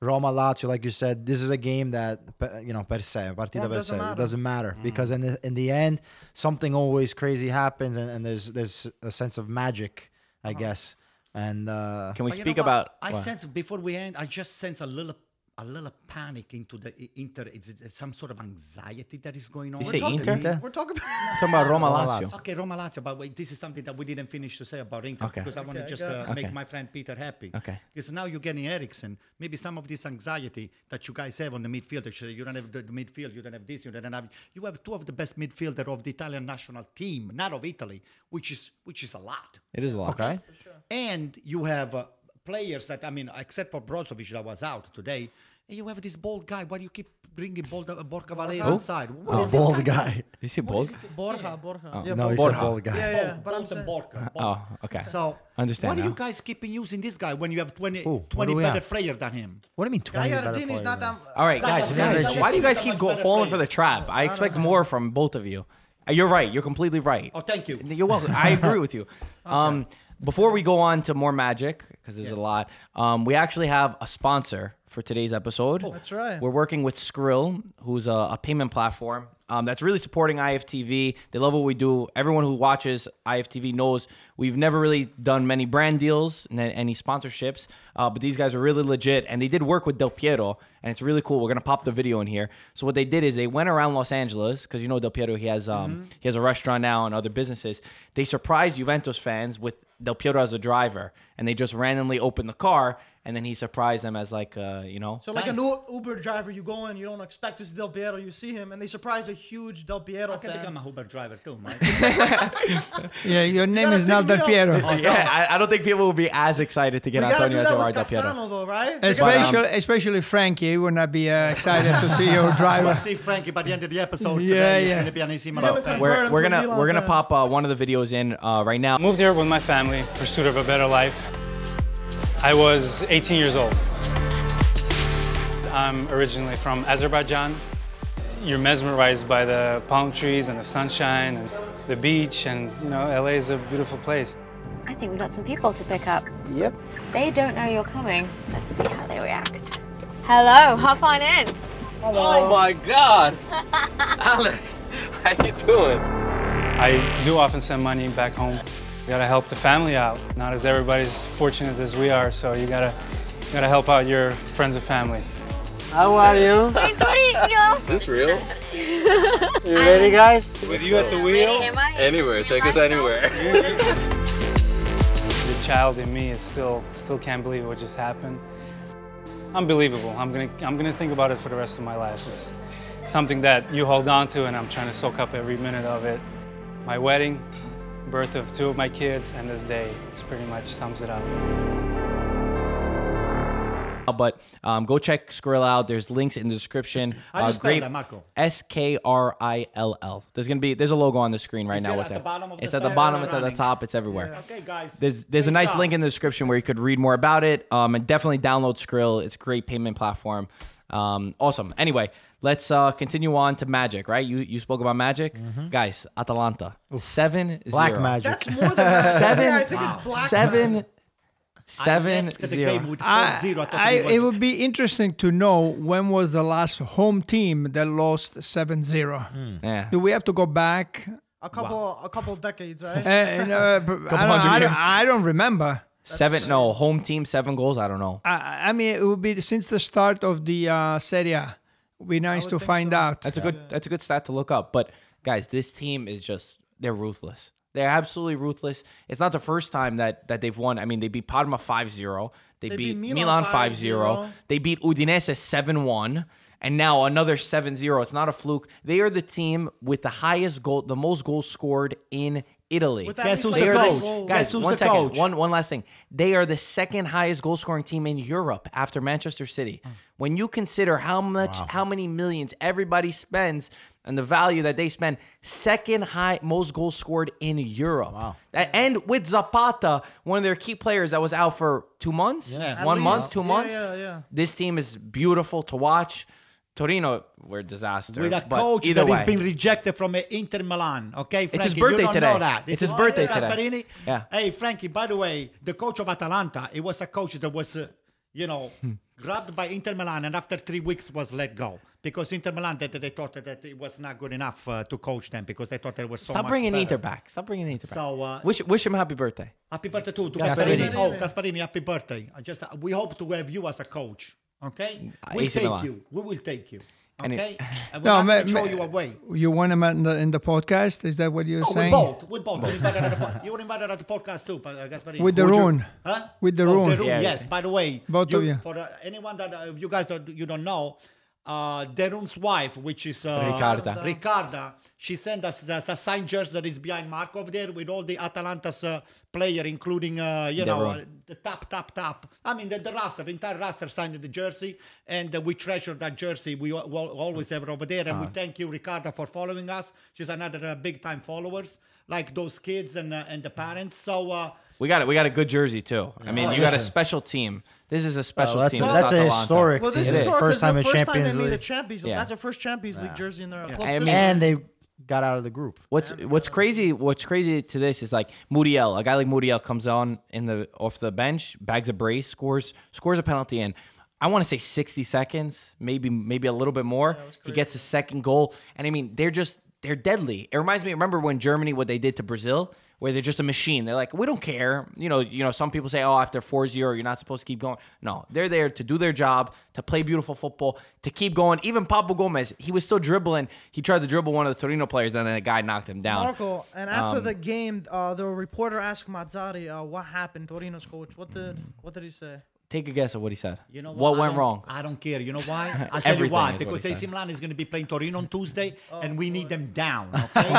Speaker 5: Roma Lazio, like you said, this is a game that pe- you know per se, partita
Speaker 3: Form
Speaker 5: per se,
Speaker 3: doesn't
Speaker 5: it
Speaker 3: matter.
Speaker 5: doesn't matter because in the in the end, something always crazy happens, and, and there's there's a sense of magic, I guess, and uh,
Speaker 2: Can we
Speaker 1: But you know
Speaker 2: speak
Speaker 1: what?
Speaker 2: about?
Speaker 1: I
Speaker 2: what?
Speaker 1: sense before we end, I just sense a little, a little panic into the I- Inter. It's, it's some sort of anxiety that is going on.
Speaker 2: You say
Speaker 1: talking-
Speaker 2: Inter? Inter?
Speaker 3: We're talking about.
Speaker 2: Talking about Roma
Speaker 5: Roma
Speaker 2: Lazio.
Speaker 1: Okay, Roma Lazio, but wait, this is something that we didn't finish to say about Inter
Speaker 2: Okay.
Speaker 1: because I want to
Speaker 3: Okay, I
Speaker 1: just
Speaker 3: got
Speaker 1: uh,
Speaker 2: it.
Speaker 1: make
Speaker 2: Okay.
Speaker 1: my friend Peter happy.
Speaker 2: Okay.
Speaker 1: Because now you're getting Ericsson. Maybe some of this anxiety that you guys have on the midfield, that you you don't have the the midfield, you don't have this, you don't have. You have two of the best midfielder of the Italian national team, not of Italy, which is which is a lot.
Speaker 2: It is a lot.
Speaker 5: okay,
Speaker 1: And you have uh, players that, I mean, except for Brozovic that was out today, Hey, you have this bald guy. Why do you keep bringing bald, uh, Borca Valera
Speaker 2: Who?
Speaker 1: inside? What
Speaker 5: A
Speaker 1: is this
Speaker 5: Oh, bald
Speaker 1: guy?
Speaker 5: guy.
Speaker 2: You Oh, see
Speaker 3: What
Speaker 2: Borg?
Speaker 3: is it? Borja, Borja. Yeah,
Speaker 5: no, he's a
Speaker 2: Borja.
Speaker 5: bald guy.
Speaker 3: yeah,
Speaker 1: Bald,
Speaker 3: yeah. But I'm
Speaker 1: bald and
Speaker 3: saying,
Speaker 1: Borca.
Speaker 2: Oh, okay.
Speaker 1: So
Speaker 2: I understand
Speaker 1: Why do
Speaker 2: now.
Speaker 1: you guys keeping using this guy when you have 20,
Speaker 5: Ooh, what
Speaker 1: 20
Speaker 5: do we
Speaker 1: better
Speaker 5: have?
Speaker 1: player than him?
Speaker 5: What do you mean? 20
Speaker 3: Gaia
Speaker 5: better
Speaker 3: Artin is
Speaker 5: player
Speaker 3: not
Speaker 5: than
Speaker 3: that.
Speaker 2: All right,
Speaker 1: That's
Speaker 2: guys.
Speaker 1: a
Speaker 2: guys,
Speaker 1: strategy.
Speaker 2: why do you guys
Speaker 1: He's a
Speaker 2: keep
Speaker 1: much
Speaker 2: go,
Speaker 1: better
Speaker 2: falling
Speaker 1: player.
Speaker 2: for the trap? I expect more from both of you. Uh, You're right. You're completely right.
Speaker 1: Oh, thank you.
Speaker 2: You're welcome. I agree with you. Um, before we go on to more magic, because there's a lot, um, we actually have a sponsor for today's episode.
Speaker 3: Oh, That's right.
Speaker 2: We're working with Skrill, who's a, a payment platform um, that's really supporting IFTV. They love what we do. Everyone who watches IFTV knows we've never really done many brand deals and then any sponsorships, uh, but these guys are really legit. And they did work with Del Piero, and it's really cool. We're gonna pop the video in here. So what they did is they went around Los Angeles because you know Del Piero he has um,
Speaker 3: Mm-hmm.
Speaker 2: he has a restaurant now and other businesses. They surprised Juventus fans with Del Piero as a driver, and they just randomly opened the car. And then he surprised them as like uh, you know
Speaker 3: So like a new Uber driver, you go in, you don't expect it's Del Piero, you see him, and they surprise a huge Del Piero
Speaker 1: I can
Speaker 3: fan.
Speaker 1: become a Uber driver too, man.
Speaker 4: Yeah, your name is
Speaker 3: pick
Speaker 4: not
Speaker 3: me
Speaker 4: Del
Speaker 3: up.
Speaker 4: Piero.
Speaker 2: Yeah, I, I don't think people will be as excited to
Speaker 3: We
Speaker 2: get
Speaker 3: gotta do
Speaker 2: Antonio as
Speaker 3: that
Speaker 2: they
Speaker 3: with
Speaker 2: are Del Piero.
Speaker 3: Cassano though, right? They gotta-
Speaker 4: Especially, especially Frankie, he would not be uh, excited to see your driver.
Speaker 1: We'll see Frankie by the end of the episode.
Speaker 4: Yeah,
Speaker 1: today. He's
Speaker 4: yeah.
Speaker 1: going to be an easy
Speaker 3: but
Speaker 1: motherfucker.
Speaker 3: Convert
Speaker 2: We're,
Speaker 3: him
Speaker 2: we're
Speaker 3: to a
Speaker 2: gonna
Speaker 3: Milan
Speaker 2: we're gonna
Speaker 3: fan.
Speaker 2: pop uh, one of the videos in uh, right now.
Speaker 8: I moved here with my family, pursuit of a better life. I was 18 years old. I'm originally from Azerbaijan. You're mesmerized by the palm trees and the sunshine and the beach, and you know, LA is a beautiful place.
Speaker 9: I think we got some people to pick up.
Speaker 10: Yep.
Speaker 9: They don't know you're coming. Let's see how they react. Hello, hop on in.
Speaker 10: Oh my God. Alan, how you doing?
Speaker 8: I do often send money back home. You gotta help the family out. Not as everybody's fortunate as we are, so you gotta, you gotta help out your friends and family.
Speaker 10: How are you? This real? you ready, guys? With you at the wheel? Anywhere, take us anywhere.
Speaker 8: the child in me is still still can't believe what just happened. Unbelievable. I'm gonna I'm gonna think about it for the rest of my life. It's something that you hold on to, and I'm trying to soak up every minute of it. My wedding, birth of two of my kids, and this day. It's pretty much sums it up.
Speaker 2: But um, go check Skrill out. There's links in the description. Uh,
Speaker 1: How do you spell that, Marco?
Speaker 2: S K R I L L. There's gonna be there's a logo on the screen right
Speaker 1: Is
Speaker 2: now
Speaker 1: it
Speaker 2: with
Speaker 1: at the
Speaker 2: that.
Speaker 1: bottom of the
Speaker 2: it's at the
Speaker 1: site?
Speaker 2: bottom.
Speaker 1: Yeah.
Speaker 2: It's at the top. It's everywhere.
Speaker 1: Okay, guys.
Speaker 2: There's there's a
Speaker 1: Great
Speaker 2: nice
Speaker 1: job.
Speaker 2: link in the description where you could read more about it. Um, and definitely download Skrill. It's a great payment platform. Um, awesome. Anyway, let's uh, continue on to Magic. Right? You you spoke about Magic,
Speaker 4: Mm-hmm.
Speaker 2: guys. Atalanta seven
Speaker 5: Black
Speaker 2: zero.
Speaker 5: magic.
Speaker 3: That's more than that.
Speaker 2: Seven.
Speaker 3: Yeah, I think it's black.
Speaker 2: seven.
Speaker 1: I
Speaker 2: Seven
Speaker 1: left the
Speaker 2: zero.
Speaker 1: game with 4-0.
Speaker 4: I,
Speaker 1: I thought
Speaker 4: I,
Speaker 1: it was-
Speaker 4: it would be interesting to know when was the last home team that lost 7-0.
Speaker 1: Hmm.
Speaker 2: Yeah.
Speaker 4: Do we have to go back?
Speaker 3: A couple, a couple decades, right?
Speaker 4: Uh,
Speaker 2: Eh,
Speaker 4: and, uh, b- I, don't,
Speaker 2: hundred
Speaker 4: I, don't,
Speaker 2: years.
Speaker 4: I don't remember.
Speaker 2: Seven. No, home team seven goals. I don't know.
Speaker 4: I, I mean, it would be since the start of the uh, Serie A. Would be nice to find out.
Speaker 2: That's a good. That's a good stat to look up. But guys, this team is just they're ruthless. They're absolutely ruthless. It's not the first time that that they've won. I mean, they beat Parma 5-0. They, beat, Milan 5-0.
Speaker 3: 5-0.
Speaker 2: They beat Udinese 7-1. And now another 7-0. It's not a fluke. They are the team with the highest goal, the most goals scored in Italy.
Speaker 3: With at Guess least who's
Speaker 2: They
Speaker 3: the
Speaker 2: are
Speaker 3: coach?
Speaker 2: s-
Speaker 1: Guess
Speaker 2: Guys,
Speaker 1: who's
Speaker 2: one
Speaker 1: the
Speaker 2: second.
Speaker 1: coach?
Speaker 2: One one last thing. They are the second highest goal scoring team in Europe after Manchester City. When you consider how much how many millions everybody spends and the value that they spend, second high most goals scored in Europe. Wow. and with Zapata, one of their key players that was out for 2 months,
Speaker 1: Yeah.
Speaker 2: one
Speaker 3: At
Speaker 2: month,
Speaker 3: least.
Speaker 2: 2
Speaker 3: Yeah,
Speaker 2: months.
Speaker 3: yeah, yeah.
Speaker 2: This team is beautiful to watch. Torino were a disaster.
Speaker 1: with a
Speaker 2: but
Speaker 1: coach
Speaker 2: either
Speaker 1: that
Speaker 2: way.
Speaker 1: has been rejected from uh, Inter Milan. Okay, Frankie,
Speaker 2: his birthday
Speaker 1: you don't
Speaker 2: today.
Speaker 1: Know that.
Speaker 2: It's his birthday
Speaker 1: Oh, yeah.
Speaker 2: today.
Speaker 1: Gasparini.
Speaker 2: Yeah.
Speaker 1: Hey, Frankie. By the way, the coach of Atalanta, it was a coach that was, uh, you know,
Speaker 2: Hmm.
Speaker 1: grabbed by Inter Milan and after three weeks was let go because Inter Milan they, they thought that it was not good enough uh, to coach them because they thought they were so.
Speaker 2: Stop
Speaker 1: much
Speaker 2: bringing
Speaker 1: better.
Speaker 2: Inter back. Stop bringing Inter back.
Speaker 1: So, uh,
Speaker 2: wish wish him happy birthday.
Speaker 1: Happy birthday to, to
Speaker 2: Gasparini.
Speaker 1: Gasparini. Oh, Gasparini, happy birthday. I just we hope to have you as a coach. Okay,
Speaker 2: Uh,
Speaker 1: we
Speaker 2: AC Milan.
Speaker 1: take you. We will take you.
Speaker 2: And it-
Speaker 1: Okay, and we're not
Speaker 4: ma-
Speaker 1: going to throw
Speaker 4: ma-
Speaker 1: you away.
Speaker 4: You want him in the, in the podcast? Is that what you're
Speaker 1: Oh, we
Speaker 4: saying?
Speaker 1: both. We both. We're invited at the po- you were invited at the podcast too, but, uh, Gasparini.
Speaker 4: With the
Speaker 1: Would you-
Speaker 4: Rune.
Speaker 1: Huh?
Speaker 4: With the
Speaker 1: Oh,
Speaker 4: Rune.
Speaker 2: Yeah.
Speaker 1: Yes. By the way,
Speaker 4: Both of you.
Speaker 1: For uh, anyone that uh, you guys don't, you don't know, uh, the Rune's wife, which is uh,
Speaker 2: Ricarda.
Speaker 1: Ricarda, She sent us the, the signed jersey that is behind Markov there with all the Atalanta's uh, player, including uh, you know
Speaker 2: Deveron.
Speaker 1: uh, the top, top, top. I mean the, the roster, the entire roster signed the jersey, and uh, we treasure that jersey. We, al- al- always have it over there, and we thank you, Ricarda, for following us. She's another uh, big time followers, like those kids and uh, and the parents. So. Uh,
Speaker 2: We got it. We got a good jersey too. I mean,
Speaker 5: Oh,
Speaker 2: you got a
Speaker 5: listen.
Speaker 2: special team. This is a
Speaker 5: Well,
Speaker 2: special
Speaker 5: that's a,
Speaker 2: team.
Speaker 5: that's
Speaker 2: It's
Speaker 5: a
Speaker 2: Atalanta.
Speaker 5: historic.
Speaker 3: Well, this
Speaker 5: team.
Speaker 3: is
Speaker 5: It's
Speaker 3: historic.
Speaker 5: first time in
Speaker 3: the first time
Speaker 5: Champions
Speaker 3: they made the
Speaker 5: League,
Speaker 3: Champions League.
Speaker 2: Yeah.
Speaker 3: That's their first Champions League jersey in their club's
Speaker 2: I mean-
Speaker 3: history.
Speaker 5: and they got out of the group.
Speaker 2: What's what's crazy? What's crazy to this is like Muriel, a guy like Muriel comes on in the off the bench, bags a brace, scores scores a penalty, and I want to say sixty seconds, maybe maybe a little bit more. he gets a second goal, and I mean they're just they're deadly. It reminds me. Remember when Germany what they did to Brazil, where they're just a machine. They're like, we don't care. You know, you know. Some people say, oh, after 4-0, you're not supposed to keep going. No, they're there to do their job, to play beautiful football, to keep going. Even Pablo Gomez, he was still dribbling. He tried to dribble one of the Torino players, and then the guy knocked him down.
Speaker 3: Marco, and after
Speaker 2: Um,
Speaker 3: the game, uh, the reporter asked Mazzari, uh, "What happened, Torino's coach? What did
Speaker 2: Mm.
Speaker 3: what did he say?"
Speaker 2: Take a guess at what he said.
Speaker 1: You know
Speaker 2: what, went
Speaker 1: I don't-
Speaker 2: wrong?
Speaker 1: I don't care. You know why? I'll tell you
Speaker 2: Everything
Speaker 1: why.
Speaker 2: is what
Speaker 1: Because
Speaker 2: he
Speaker 1: AC
Speaker 2: said.
Speaker 1: Milan is going to be playing Torino on Tuesday, and we need them down. Okay?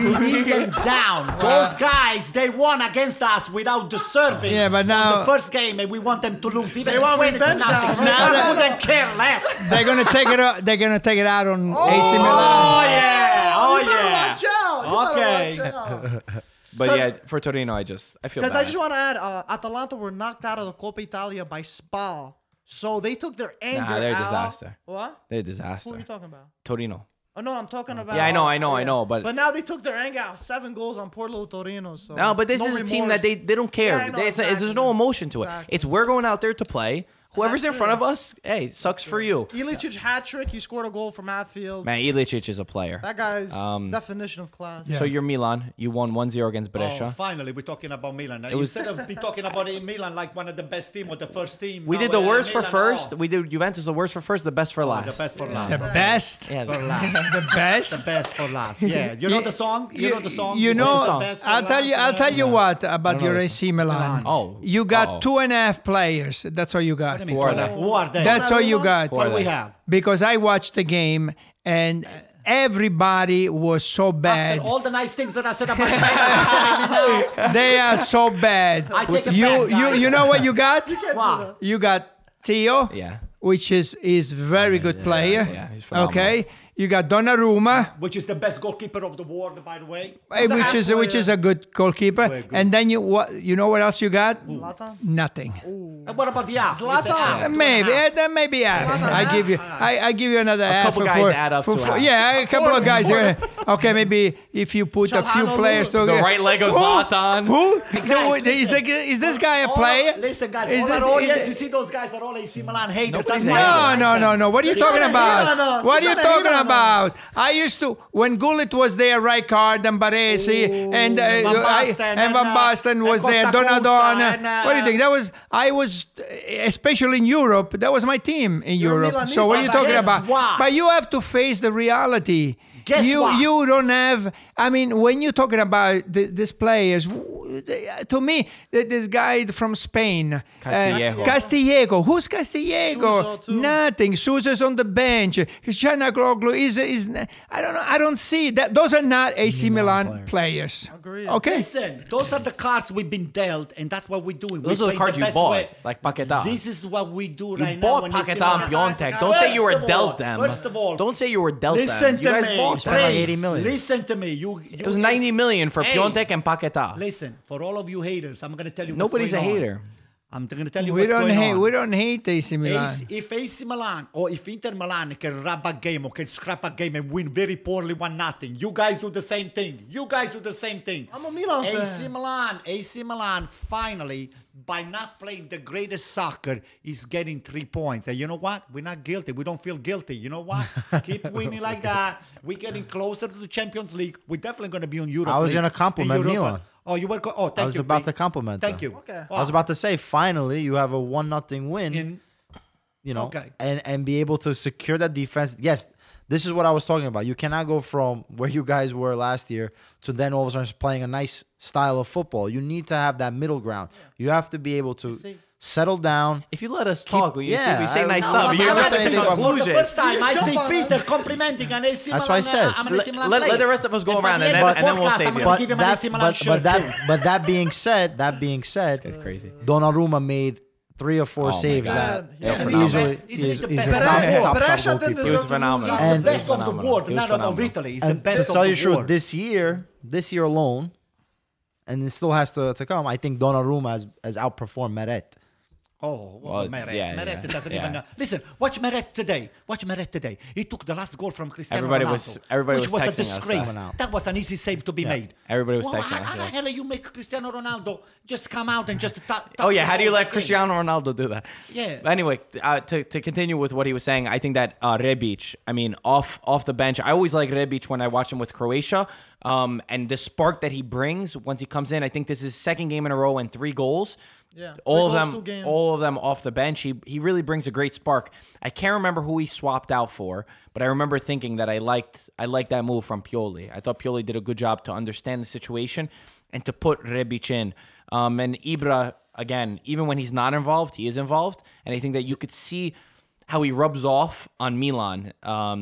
Speaker 1: we need them down. Those guys, they won against us without deserving.
Speaker 4: Yeah, but
Speaker 1: on
Speaker 4: now-
Speaker 1: the first game, and we want them to lose. Even they
Speaker 3: want revenge now, right?
Speaker 1: Now I
Speaker 4: Now that-
Speaker 1: couldn't care less.
Speaker 4: They're gonna take it. Out, they're gonna take it out on AC Milan.
Speaker 1: Oh yeah! Oh
Speaker 3: You better
Speaker 1: yeah!
Speaker 3: watch out. You
Speaker 1: Okay.
Speaker 3: better watch out.
Speaker 2: But yeah, for Torino, I just I feel bad.
Speaker 3: Because I just want to add, uh, Atalanta were knocked out of the Coppa Italia by Spal, so they took their anger.
Speaker 2: they're a
Speaker 3: out.
Speaker 2: disaster.
Speaker 3: What?
Speaker 2: they're a
Speaker 3: Who are you
Speaker 2: disaster.
Speaker 3: talking about?
Speaker 2: Torino.
Speaker 3: Oh no, I'm talking about.
Speaker 2: I know, I know,
Speaker 3: oh,
Speaker 2: I know, but-
Speaker 3: but now they took their anger out. Seven goals on poor little Torino. So
Speaker 2: No, but this
Speaker 3: no
Speaker 2: is a team that
Speaker 3: remorse.
Speaker 2: they, they don't care.
Speaker 3: Yeah, I know,
Speaker 2: They- it's, it's- there's no
Speaker 3: exactly.
Speaker 2: emotion to it.
Speaker 3: Exactly.
Speaker 2: It's we're going out there to play. Whoever's in
Speaker 3: That's
Speaker 2: front
Speaker 3: it.
Speaker 2: of us, hey, sucks for you.
Speaker 3: Ilicic hat trick. He scored a goal from outfield.
Speaker 2: Man, Ilicic is a player.
Speaker 3: That guy's
Speaker 2: Um,
Speaker 3: definition of class.
Speaker 2: So you're Milan. You won 1-0 against
Speaker 1: Oh,
Speaker 2: Brescia.
Speaker 1: finally, we're talking about Milan. Instead of be talking about it in Milan like one of the best team or the first team.
Speaker 2: we
Speaker 1: now
Speaker 2: did the
Speaker 1: we're
Speaker 2: worst for
Speaker 1: Milan,
Speaker 2: first.
Speaker 1: oh,
Speaker 2: We did Juventus the worst for first, the best for last.
Speaker 1: the best for
Speaker 4: The
Speaker 1: last.
Speaker 4: best.
Speaker 2: Yeah.
Speaker 1: For last.
Speaker 4: The
Speaker 1: the
Speaker 4: best.
Speaker 1: best for last. Yeah, you know the song. You, know the song.
Speaker 4: You know,
Speaker 2: the song?
Speaker 1: Best for
Speaker 4: I'll tell you.
Speaker 1: last,
Speaker 4: I'll tell you
Speaker 1: whatever.
Speaker 4: what about your AC Milan.
Speaker 2: Oh.
Speaker 4: you got
Speaker 2: Uh-oh.
Speaker 4: two and a half players. That's all you got.
Speaker 1: Who are they? Who are they?
Speaker 4: That's all you got.
Speaker 1: What do we have?
Speaker 4: Because I watched the game and everybody was so bad.
Speaker 1: After all the nice things that I said about Milan,
Speaker 4: they are so bad.
Speaker 1: I take it
Speaker 4: you
Speaker 1: back,
Speaker 4: you
Speaker 1: guys.
Speaker 4: you know what you got?
Speaker 1: wow.
Speaker 4: You got Theo,
Speaker 2: Yeah.
Speaker 4: which is is very good player.
Speaker 2: yeah, he's phenomenal.
Speaker 4: okay, you got Donnarumma,
Speaker 1: which is the best goalkeeper of the world, by the way.
Speaker 4: eh, which is which is a good goalkeeper.
Speaker 1: Very good.
Speaker 4: And then you what you know what else you got?
Speaker 3: Zlatan?
Speaker 4: Nothing.
Speaker 1: And what about the ass? You said
Speaker 3: Zlatan.
Speaker 2: Uh,
Speaker 1: ass.
Speaker 4: Maybe eh, then maybe half. I give you I, I give you another half
Speaker 2: couple
Speaker 4: for-
Speaker 2: guys
Speaker 4: for-
Speaker 2: add up
Speaker 4: for-
Speaker 2: to
Speaker 4: for-
Speaker 2: half.
Speaker 4: yeah a couple of guys are- okay maybe if you put a few
Speaker 3: Çalhanoğlu.
Speaker 4: players together
Speaker 2: The right leg of
Speaker 4: Who?
Speaker 2: Zlatan.
Speaker 4: who
Speaker 1: Guys,
Speaker 4: The- is, the, is this guy a
Speaker 1: All-
Speaker 4: player
Speaker 1: Listen, guys,
Speaker 4: Is
Speaker 1: all
Speaker 4: this-
Speaker 1: our
Speaker 4: is
Speaker 1: audience,
Speaker 4: it-
Speaker 1: you see those guys are all AC Milan haters.
Speaker 2: Nobody's
Speaker 1: That's why
Speaker 2: hating.
Speaker 1: I
Speaker 4: no,
Speaker 1: like
Speaker 4: no,
Speaker 1: them.
Speaker 4: no, no. What are you talking
Speaker 3: hate on
Speaker 4: about?
Speaker 3: us.
Speaker 4: What are
Speaker 3: He's
Speaker 4: you
Speaker 3: gonna hate
Speaker 4: talking
Speaker 3: on
Speaker 4: about? I used to when Gullit was there, Rijkaard and Baresi and uh,
Speaker 1: Van
Speaker 4: I-
Speaker 1: Basten
Speaker 4: and Van
Speaker 1: and, uh,
Speaker 4: Basten was
Speaker 1: and
Speaker 4: there.
Speaker 1: Costa Curta
Speaker 4: Donadon.
Speaker 1: and, uh,
Speaker 4: what do you think? That was I was uh, especially in Europe. That was my team in
Speaker 3: You're
Speaker 4: Europe.
Speaker 3: Milanista,
Speaker 4: So what are you
Speaker 3: but
Speaker 4: talking
Speaker 1: guess
Speaker 4: about?
Speaker 1: what?
Speaker 4: But you have to face the reality.
Speaker 1: Guess
Speaker 4: you
Speaker 1: what?
Speaker 4: you don't have. I mean, when you're talking about th- these players, w- they- to me, th- this guy from Spain, uh,
Speaker 2: Castillejo.
Speaker 4: Castillejo. Who's Castillejo?
Speaker 3: Suso, too.
Speaker 4: Nothing. Sousa's on the bench. Chanakoglu is is. I don't know. I don't see that. Those are not AC Milan, players.
Speaker 3: Agreed.
Speaker 4: Okay.
Speaker 1: Listen, those are the cards we've been dealt, and that's what we're doing.
Speaker 2: Those
Speaker 1: we're
Speaker 2: are the
Speaker 1: playing
Speaker 2: cards you
Speaker 1: best
Speaker 2: bought,
Speaker 1: way.
Speaker 2: like Paquetá.
Speaker 1: This is what we do
Speaker 2: You
Speaker 1: right
Speaker 2: bought
Speaker 1: now. when AC
Speaker 2: Paquetá and
Speaker 1: Milan-
Speaker 2: Piontek. Don't say you were
Speaker 1: First of all-
Speaker 2: dealt them.
Speaker 1: First of all,
Speaker 2: don't say you were dealt
Speaker 1: Listen
Speaker 2: them.
Speaker 1: to
Speaker 2: you guys
Speaker 1: me.
Speaker 2: bought them.
Speaker 1: please.
Speaker 5: like 80 million.
Speaker 1: Listen to me. You, you
Speaker 2: It was 90 million for
Speaker 1: Hey,
Speaker 2: Piontek and Paquetá.
Speaker 1: Listen, for all of you haters, I'm gonna tell you.
Speaker 2: Nobody's a
Speaker 1: what's going on.
Speaker 2: hater.
Speaker 1: I'm gonna tell you
Speaker 4: We
Speaker 1: what's
Speaker 4: don't
Speaker 1: going
Speaker 4: hate.
Speaker 1: on.
Speaker 4: We don't hate AC Milan.
Speaker 1: Ace- if AC Milan or if Inter Milan can rub a game or can scrap a game and win very poorly one nothing, you guys do the same thing. You guys do the same thing.
Speaker 3: I'm a Milan fan.
Speaker 1: AC Milan, AC Milan finally by not playing the greatest soccer is getting three points. And you know what? We're not guilty. We don't feel guilty. You know what? Keep winning like that. We're getting closer to the Champions League. We're definitely going to be in Europe.
Speaker 5: I was
Speaker 1: League,
Speaker 5: gonna compliment
Speaker 1: in Europa.
Speaker 5: Milan.
Speaker 1: Oh, you were. Co- oh, thank you.
Speaker 5: I was about
Speaker 1: Pete.
Speaker 5: to compliment.
Speaker 1: Thank
Speaker 5: them.
Speaker 1: you. Oh,
Speaker 3: Okay.
Speaker 5: I was about to say, finally, you have a one nothing win.
Speaker 1: In,
Speaker 5: you know,
Speaker 1: Okay.
Speaker 5: and and be able to secure that defense. Yes, this is what I was talking about. You cannot go from where you guys were last year to then all of a sudden playing a nice style of football. You need to have that middle ground. You have to be able to settle down.
Speaker 2: If you let us talk, we,
Speaker 5: yeah,
Speaker 2: say, we say
Speaker 5: I-
Speaker 2: nice
Speaker 5: I-
Speaker 2: stuff.
Speaker 5: I'm
Speaker 2: You're
Speaker 5: not
Speaker 2: just
Speaker 5: saying
Speaker 2: at the
Speaker 5: anything about-
Speaker 1: For the
Speaker 2: conclusion.
Speaker 1: first time, I see Peter complimenting an AC
Speaker 5: That's what I said.
Speaker 1: I'm an
Speaker 2: Let,
Speaker 1: AC Milan
Speaker 2: let- let
Speaker 1: player.
Speaker 2: the rest of us go
Speaker 1: by
Speaker 2: around
Speaker 1: the
Speaker 2: and then,
Speaker 1: end of
Speaker 2: and then we'll
Speaker 1: podcast,
Speaker 2: save
Speaker 1: I'm
Speaker 2: you.
Speaker 1: gonna give him an
Speaker 5: that-
Speaker 1: AC Milan
Speaker 5: but,
Speaker 1: shirt
Speaker 5: but
Speaker 1: too.
Speaker 5: that but that being said, that being said,
Speaker 2: It's crazy.
Speaker 5: Donnarumma made three or four
Speaker 2: Oh my
Speaker 5: saves
Speaker 2: God.
Speaker 5: that
Speaker 2: Yeah,
Speaker 5: is
Speaker 2: phenomenal.
Speaker 5: easily
Speaker 1: Isn't he
Speaker 5: is,
Speaker 1: the
Speaker 5: is
Speaker 1: best?
Speaker 5: a top,
Speaker 1: Brescia-
Speaker 5: top,
Speaker 3: Brescia
Speaker 5: top
Speaker 3: didn't
Speaker 5: goalkeeper.
Speaker 2: He was phenomenal.
Speaker 1: He's
Speaker 5: And-
Speaker 1: the best
Speaker 2: He was
Speaker 1: of the
Speaker 2: phenomenal.
Speaker 1: world,
Speaker 2: He was
Speaker 1: not of
Speaker 2: phenomenal.
Speaker 1: Italy. He's the
Speaker 5: And
Speaker 1: best
Speaker 5: to
Speaker 1: of
Speaker 5: tell
Speaker 1: the
Speaker 5: you the truth,
Speaker 1: world.
Speaker 5: this year, this year alone, and it still has to, to come. I think Donnarumma has, has outperformed Meret.
Speaker 1: Oh,
Speaker 2: Well,
Speaker 1: well, Meret.
Speaker 2: yeah,
Speaker 1: Meret
Speaker 2: yeah,
Speaker 1: doesn't
Speaker 2: yeah.
Speaker 1: even know. Listen, watch Meret today. Watch Meret today. He took the last goal from Cristiano
Speaker 2: Everybody
Speaker 1: Ronaldo,
Speaker 2: was- everybody
Speaker 1: which
Speaker 2: was
Speaker 1: was,
Speaker 2: texting
Speaker 1: a
Speaker 2: us
Speaker 1: disgrace.
Speaker 5: that.
Speaker 1: That was an easy save to be made.
Speaker 2: everybody was
Speaker 1: well,
Speaker 2: texting
Speaker 1: how,
Speaker 2: us,
Speaker 1: How
Speaker 2: yeah.
Speaker 1: the hell you make Cristiano Ronaldo just come out and just ta-
Speaker 2: Oh yeah,
Speaker 1: tackle
Speaker 2: how do you
Speaker 1: all
Speaker 2: let
Speaker 1: the
Speaker 2: Cristiano Ronaldo do that?
Speaker 1: Yeah.
Speaker 2: But anyway, uh, to, to continue with what he was saying, I think that uh, Rebic, I mean, off off the bench, I always like Rebic when I watch him with Croatia, um, and the spark that he brings once he comes in. I think this is his second game in a row and three goals.
Speaker 3: Yeah.
Speaker 2: all
Speaker 3: Three
Speaker 2: of
Speaker 3: goals, two
Speaker 2: them,
Speaker 3: games.
Speaker 2: all of them off the bench. He he really brings a great spark. I can't remember who he swapped out for, but I remember thinking that I liked I liked that move from Pioli. I thought Pioli did a good job to understand the situation and to put Rebic in. Um, and Ibra again, even when he's not involved, he is involved, and I think that you could see how he rubs off on Milan um,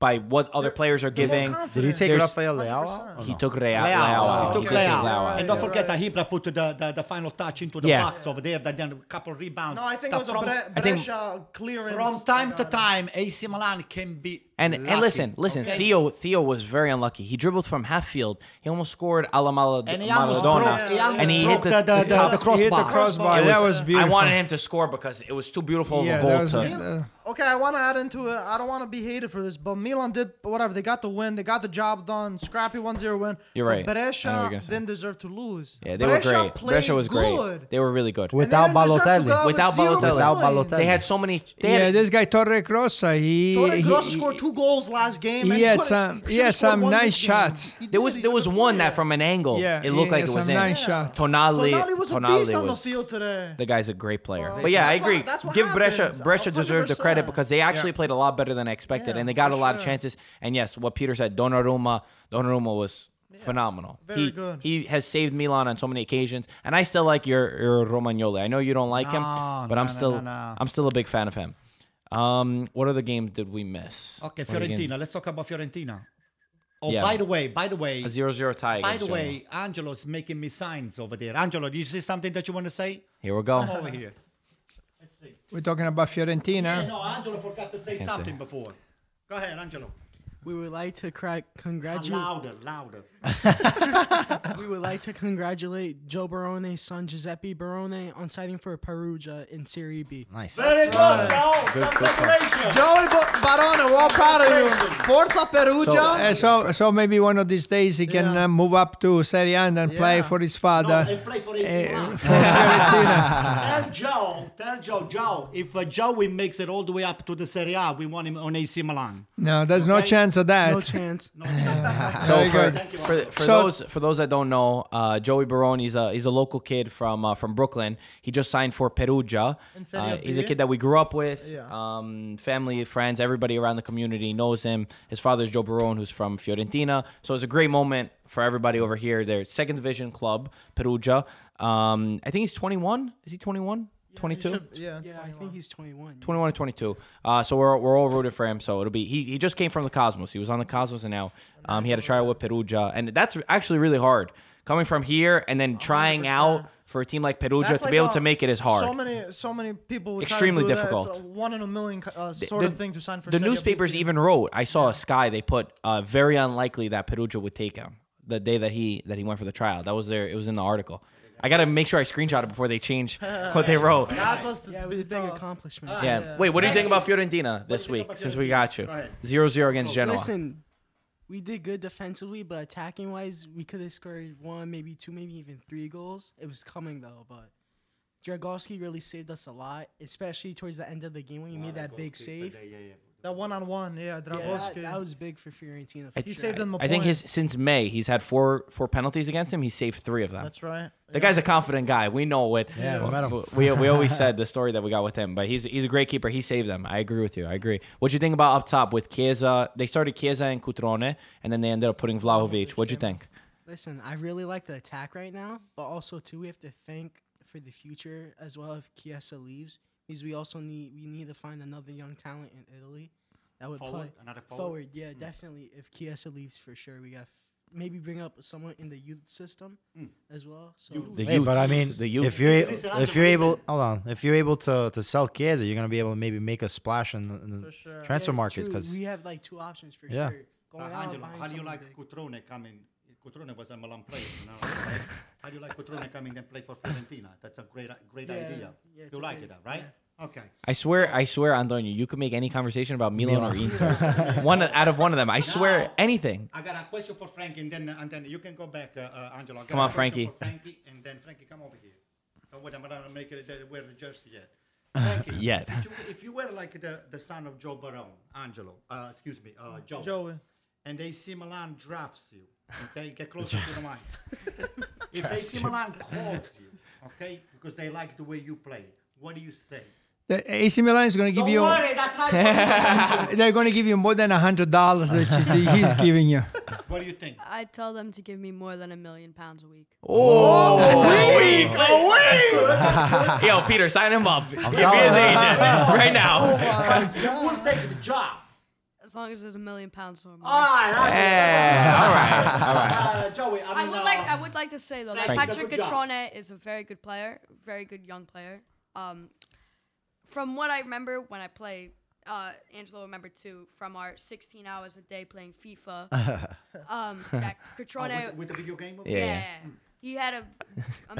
Speaker 2: by what other players are giving.
Speaker 5: Did he take
Speaker 2: There's-
Speaker 5: Rafael Leao?
Speaker 2: He took Real.
Speaker 1: Leao.
Speaker 2: Leao.
Speaker 1: He took
Speaker 2: did take
Speaker 1: Leao.
Speaker 2: Leao.
Speaker 1: And don't forget that Ibra put the, the, the final touch into the
Speaker 2: Yeah.
Speaker 1: box over there, that then a couple rebounds.
Speaker 3: No, I think
Speaker 1: That
Speaker 3: it was
Speaker 1: from,
Speaker 3: a Bre-
Speaker 2: I think-
Speaker 3: Brescia clearance.
Speaker 1: from time to time, AC Milan can be.
Speaker 2: And and
Speaker 1: lucky,
Speaker 2: listen, listen,
Speaker 1: okay?
Speaker 2: Theo Theo was very unlucky. He dribbled from half field. He almost scored a la Mal-
Speaker 1: And he almost
Speaker 2: Maradona.
Speaker 1: broke, he almost
Speaker 2: and he hit
Speaker 1: broke
Speaker 2: the,
Speaker 1: the, the, the, the
Speaker 4: He hit the
Speaker 1: crossbar.
Speaker 4: crossbar.
Speaker 2: It
Speaker 4: that was beautiful.
Speaker 2: I wanted him to score because it was too beautiful
Speaker 4: Yeah,
Speaker 2: of a
Speaker 4: that
Speaker 2: goal
Speaker 4: was
Speaker 2: to.
Speaker 4: uh,
Speaker 3: Okay, I want to add into it. I don't want to be hated for this, but Milan did whatever. They got the win. They got the job done. Scrappy 1-0 win.
Speaker 2: You're right. I know
Speaker 3: But
Speaker 2: what you're
Speaker 3: Brescia
Speaker 2: gonna say.
Speaker 3: didn't deserve to lose.
Speaker 2: Yeah, they
Speaker 3: Brescia
Speaker 2: were great.
Speaker 3: played
Speaker 2: Brescia was
Speaker 3: good.
Speaker 2: great. They were really good.
Speaker 3: And they
Speaker 5: Without
Speaker 3: didn't deserve to
Speaker 5: Balotelli.
Speaker 3: go out with
Speaker 2: Without
Speaker 3: zero
Speaker 2: Balotelli.
Speaker 5: Without
Speaker 3: points.
Speaker 5: Balotelli.
Speaker 2: they had so many. They
Speaker 4: yeah,
Speaker 2: had,
Speaker 4: this guy Torre Crossa, he,
Speaker 3: Torre
Speaker 4: he-
Speaker 3: Grosso
Speaker 4: he-
Speaker 3: scored two goals last game. and
Speaker 4: he had
Speaker 3: could've-
Speaker 4: some-
Speaker 3: should've
Speaker 4: he had
Speaker 3: scored
Speaker 4: some
Speaker 3: one
Speaker 4: nice
Speaker 3: this game.
Speaker 4: shots.
Speaker 3: He
Speaker 2: there
Speaker 3: did.
Speaker 2: was
Speaker 3: He
Speaker 2: there was
Speaker 3: should've
Speaker 2: one
Speaker 3: scored
Speaker 2: that from an angle.
Speaker 4: Yeah,
Speaker 2: it looked
Speaker 4: yeah,
Speaker 2: like it
Speaker 4: some
Speaker 2: was in.
Speaker 4: nice shots.
Speaker 2: Tonali,
Speaker 3: Tonali was a
Speaker 2: Tonali
Speaker 3: beast on the
Speaker 2: was-
Speaker 3: field today.
Speaker 2: The guy's a great player.
Speaker 3: Bro.
Speaker 2: But yeah, I
Speaker 3: That's what-
Speaker 2: agree.
Speaker 3: that's what
Speaker 2: Give Brescia
Speaker 3: happens.
Speaker 2: Brescia deserved the credit
Speaker 3: 100%.
Speaker 2: because they actually played a lot better than I expected,
Speaker 3: Yeah,
Speaker 2: and they got a
Speaker 3: for
Speaker 2: lot of
Speaker 3: sure.
Speaker 2: chances. And yes, what Peter said, Donnarumma, Donnarumma was phenomenal.
Speaker 3: very
Speaker 2: he,
Speaker 3: good.
Speaker 2: He has saved Milan on so many occasions, and I still like your, your Romagnoli. I know you don't like him,
Speaker 1: No,
Speaker 2: but
Speaker 1: no,
Speaker 2: I'm
Speaker 1: no,
Speaker 2: still
Speaker 1: no, no.
Speaker 2: I'm still a big fan of him. Um, what other game did we miss?
Speaker 1: Okay,
Speaker 2: What other game?
Speaker 1: Fiorentina. Let's talk about Fiorentina. Oh,
Speaker 2: Yeah.
Speaker 1: by the way, by the way,
Speaker 2: A zero-zero tie.
Speaker 1: by
Speaker 2: against
Speaker 1: the
Speaker 2: Genoa.
Speaker 1: way, Angelo's making me signs over there. Angelo, do you see something that you want to say?
Speaker 2: here we go.
Speaker 1: Come over here.
Speaker 4: We're talking about Fiorentina.
Speaker 1: Yeah, no, Oh, Angelo forgot to say
Speaker 2: say.
Speaker 1: something before. Go ahead, Angelo.
Speaker 7: We would like to cra-
Speaker 1: Uh,
Speaker 7: congratulate.
Speaker 1: louder, louder.
Speaker 7: We would like to congratulate Joe Barone's son Giuseppe Barone on signing for Perugia in Serie B.
Speaker 5: Nice.
Speaker 1: Very good, Joe. Congratulations.
Speaker 3: Joey Ba- Barone, we're all proud of you. Forza Perugia.
Speaker 4: Uh, so, so maybe one of these days he can
Speaker 3: Yeah.
Speaker 4: uh, move up to Serie A and play
Speaker 3: Yeah.
Speaker 4: for his
Speaker 1: No,
Speaker 4: father. Eh,
Speaker 1: and play for AC Milan. tell Joe, tell Joe, Joe, if uh, Joey makes it all the way up to the Serie A, we want him on AC Milan.
Speaker 4: no, there's no
Speaker 1: Okay.
Speaker 4: chance of that.
Speaker 7: No chance.
Speaker 2: So
Speaker 4: Very
Speaker 2: for,
Speaker 4: good.
Speaker 2: for, for
Speaker 4: So-
Speaker 2: those for those that don't know, uh, Joey Barone he's a he's a local kid from uh, from Brooklyn. He just signed for Perugia.
Speaker 3: Serie
Speaker 2: Uh,
Speaker 3: B.
Speaker 2: he's a kid that we grew up with.
Speaker 3: Yeah.
Speaker 2: Um, family, friends, everybody around the community knows him. His father's Joe Barone, who's from Fiorentina. So it's a great moment for everybody over here. Their second division club, Perugia. Um, I think he's 21. Is he 21? 22.
Speaker 3: yeah,
Speaker 7: Yeah, I think he's 21.
Speaker 2: 21 or 22. Uh, so we're, we're all rooted for him. So it'll be he, he just came from the Cosmos. He was on the Cosmos and now um, he had a trial with Perugia and that's actually really hard. Coming from here and then trying out for a team like Perugia
Speaker 3: That's
Speaker 2: to
Speaker 3: like
Speaker 2: be able
Speaker 3: a-
Speaker 2: to make it is hard.
Speaker 3: So many, so many people. would try to
Speaker 2: Extremely
Speaker 3: do that. It's
Speaker 2: difficult.
Speaker 3: a one in a million uh,
Speaker 2: The-
Speaker 3: sort
Speaker 2: the-
Speaker 3: of thing to sign for.
Speaker 2: The
Speaker 3: Serie B.
Speaker 2: newspapers even wrote. I saw a Sky. They put uh, very unlikely that Perugia would take him the day that he that he went for the trial. That was there. It was in the article. I gotta make sure I screenshot it before they change what they wrote.
Speaker 3: That was the,
Speaker 7: Yeah, it was a big
Speaker 3: the-
Speaker 7: accomplishment.
Speaker 2: Yeah. Wait, what do you think about Fiorentina this week? Since we got you zero zero against Genoa.
Speaker 7: Oh, Listen, we did good defensively, but attacking wise, we could have scored one, maybe two, maybe even three goals. It was coming though, but Dragowski really saved us a lot, especially towards the end of the game when he made that big save.
Speaker 3: that one on one. Yeah,
Speaker 7: Yeah, that,
Speaker 3: Dragowski.
Speaker 7: that was big for Fiorentina. For
Speaker 3: he
Speaker 7: sure.
Speaker 3: saved them the
Speaker 2: I think
Speaker 3: point.
Speaker 2: his since May he's had four four penalties against him. He saved three of them.
Speaker 3: That's right.
Speaker 2: The guy's a confident guy. We know it.
Speaker 5: Yeah, we met him.
Speaker 2: we, we always said the story that we got with him, but he's he's a great keeper. He saved them. I agree with you. I agree. What you think about up top with Chiesa? They started Chiesa and Cutrone, and then they ended up putting Vlahovic. What'd you think?
Speaker 7: Listen, I really like the attack right now, but also too, we have to thank for the future as well if Chiesa leaves, because we also need we need to find another young talent in Italy that would
Speaker 1: Forward?
Speaker 7: play
Speaker 1: Another forward? Hmm.
Speaker 7: Yeah, definitely. If Chiesa leaves, for sure, we got f- maybe bring up someone in the youth system as well. So
Speaker 2: The
Speaker 5: Hey, but I
Speaker 2: youths.
Speaker 5: mean,
Speaker 2: The youths.
Speaker 5: if you're a-
Speaker 1: Hmm. Listen,
Speaker 5: if
Speaker 1: I'm
Speaker 5: you're
Speaker 1: the
Speaker 5: able, hold on, if you're able to to sell Chiesa, you're gonna be able to maybe make a splash in the, in the
Speaker 3: sure.
Speaker 5: transfer
Speaker 7: Yeah,
Speaker 5: market
Speaker 7: true,
Speaker 5: because
Speaker 7: we have like two options for
Speaker 5: Yeah.
Speaker 7: sure.
Speaker 1: Uh,
Speaker 7: Going out,
Speaker 1: Angelo,
Speaker 7: buying
Speaker 1: how do you
Speaker 7: someone
Speaker 1: like
Speaker 7: big.
Speaker 1: Cutrone coming? Cutrone was a Milan player. Now, right? how do you like Cutrone coming and play for Fiorentina? That's a great, great
Speaker 7: Yeah,
Speaker 1: idea.
Speaker 7: yeah, it's
Speaker 1: you
Speaker 7: a
Speaker 1: like
Speaker 7: great-
Speaker 1: it, right? Okay.
Speaker 2: I swear, I swear, Antonio, you could make any conversation about Milan or Inter. one out of one of them. I swear,
Speaker 1: No.
Speaker 2: anything.
Speaker 1: I got a question for Frankie, and then and then you can go back, uh, uh, Angelo. I got
Speaker 2: Come
Speaker 1: a
Speaker 2: on,
Speaker 1: question
Speaker 2: Frankie.
Speaker 1: For Frankie, and then Frankie, come over here. Don't wait, I'm gonna make it uh, wear the jersey yet. Frankie,
Speaker 2: Yet.
Speaker 1: If you, if you were like the, the son of Joe Barone, Angelo, uh, excuse me,
Speaker 3: Mm,
Speaker 1: uh, Joe,
Speaker 3: Joey.
Speaker 1: and they see Milan drafts you, okay, get closer to the mic. if they see Milan calls you, okay, because they like the way you play, what do you say?
Speaker 4: The AC Milan is going to give
Speaker 1: Don't
Speaker 4: you.
Speaker 1: worry, that's not.
Speaker 4: They're going to give you more than a hundred dollars that you- that he's giving you.
Speaker 1: what do you think?
Speaker 6: I tell them to give me more than a million pounds a week.
Speaker 2: Yo, Peter, sign him up. Give me his
Speaker 5: telling you.
Speaker 2: agent right now.
Speaker 1: you will take the job.
Speaker 6: As long as there's a million pounds or more.
Speaker 1: All right, all right, all right. Uh, Joey, I
Speaker 6: I
Speaker 1: mean,
Speaker 6: would
Speaker 1: uh,
Speaker 6: like I would like to say though that
Speaker 1: Thank you.
Speaker 6: Patrick
Speaker 1: Good job.
Speaker 6: Gatrone is a very good player, very good young player. Um, from what I remember when I played, uh, Angelo remembered too from our 16 hours a day playing FIFA. um, that
Speaker 1: Oh,
Speaker 6: Gatrone,
Speaker 1: with, with the video game?
Speaker 2: Yeah,
Speaker 6: yeah,
Speaker 2: yeah.
Speaker 6: he had a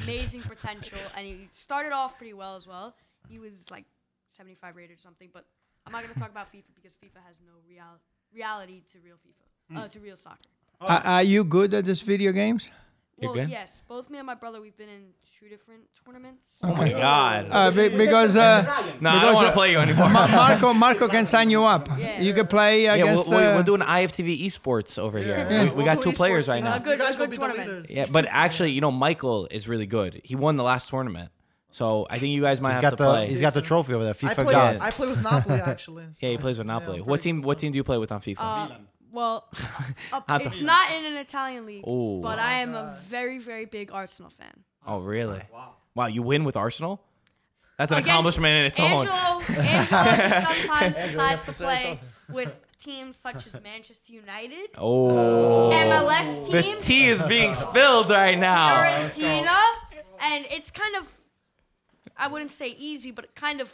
Speaker 6: amazing potential, and he started off pretty well as well. He was like 75 rated or something, but I'm not gonna talk about FIFA because FIFA has no real reality to real FIFA,
Speaker 4: Hmm.
Speaker 6: uh, to real soccer.
Speaker 4: Are, are you good at these video games?
Speaker 2: You're
Speaker 6: Well,
Speaker 2: good?
Speaker 6: yes. Both me and my brother, we've been in two different tournaments.
Speaker 2: Oh my God.
Speaker 4: Uh, be- because uh,
Speaker 2: no, I don't want to play you anymore.
Speaker 4: Ma- Marco Marco can sign you up.
Speaker 6: Yeah.
Speaker 4: You can play
Speaker 2: yeah, we'll,
Speaker 4: against.
Speaker 2: we- we'll
Speaker 4: uh,
Speaker 2: do an IFTV esports over here. We, we got two players
Speaker 3: Uh,
Speaker 2: right
Speaker 6: A
Speaker 2: now.
Speaker 6: good, a good tournament.
Speaker 2: Yeah, but actually, you know, Michael is really good. He won the last tournament, so I think you guys might
Speaker 5: he's
Speaker 2: have
Speaker 5: got
Speaker 2: to
Speaker 5: the
Speaker 2: play.
Speaker 5: he's got the trophy over there.
Speaker 3: I
Speaker 5: FIFA
Speaker 3: play,
Speaker 5: God.
Speaker 3: I play with Napoli actually.
Speaker 2: yeah, he plays with Napoli. what team? What team do you play with on FIFA?
Speaker 6: Uh, Well, uh,
Speaker 2: Not the- Oh.
Speaker 6: it's not in an Italian league,
Speaker 2: Ooh.
Speaker 6: but
Speaker 4: Oh
Speaker 6: I am a very, very big Arsenal fan.
Speaker 2: oh, really? Wow. you win with Arsenal. That's an
Speaker 6: Against
Speaker 2: accomplishment in its own.
Speaker 6: Angelo, Angelo sometimes decides to play with teams such as Manchester United,
Speaker 2: Oh,
Speaker 6: MLS
Speaker 2: the
Speaker 6: teams,
Speaker 2: tea is being spilled right now.
Speaker 6: Fiorentina, and it's kind of, I wouldn't say easy, but kind of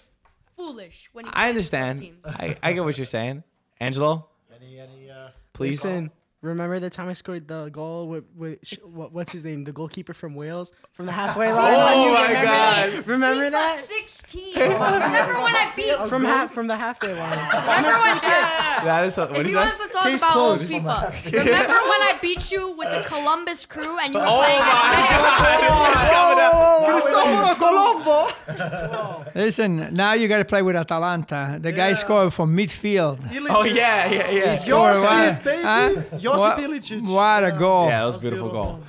Speaker 6: foolish when you
Speaker 2: I
Speaker 6: play those
Speaker 2: understand.
Speaker 6: teams.
Speaker 2: I, I get what you're saying, Angelo.
Speaker 5: Any, any, uh,
Speaker 2: Please.
Speaker 7: Listen, remember the time I scored the goal with, with sh- what, what's his name, the goalkeeper from Wales from the halfway line?
Speaker 2: Oh my
Speaker 7: remember that?
Speaker 2: God.
Speaker 7: Remember
Speaker 6: FIFA
Speaker 7: that?
Speaker 6: 16. Remember when I beat? Remember
Speaker 7: From half from the halfway line.
Speaker 6: when? no, no, no, no.
Speaker 2: That is what
Speaker 6: If
Speaker 2: is
Speaker 6: you
Speaker 2: that?
Speaker 6: want to talk about old
Speaker 2: Oh
Speaker 6: FIFA, remember when I beat you with the Columbus crew and you were playing
Speaker 2: Oh It's
Speaker 6: at
Speaker 2: coming up.
Speaker 4: Listen, now you got to play with Atalanta. The guy scored from midfield.
Speaker 2: Oh yeah, yeah, yeah.
Speaker 4: Scored what? Huh?
Speaker 3: Josip
Speaker 4: What-
Speaker 3: Ilicic.
Speaker 4: What a goal!
Speaker 2: Yeah, that was a beautiful goal.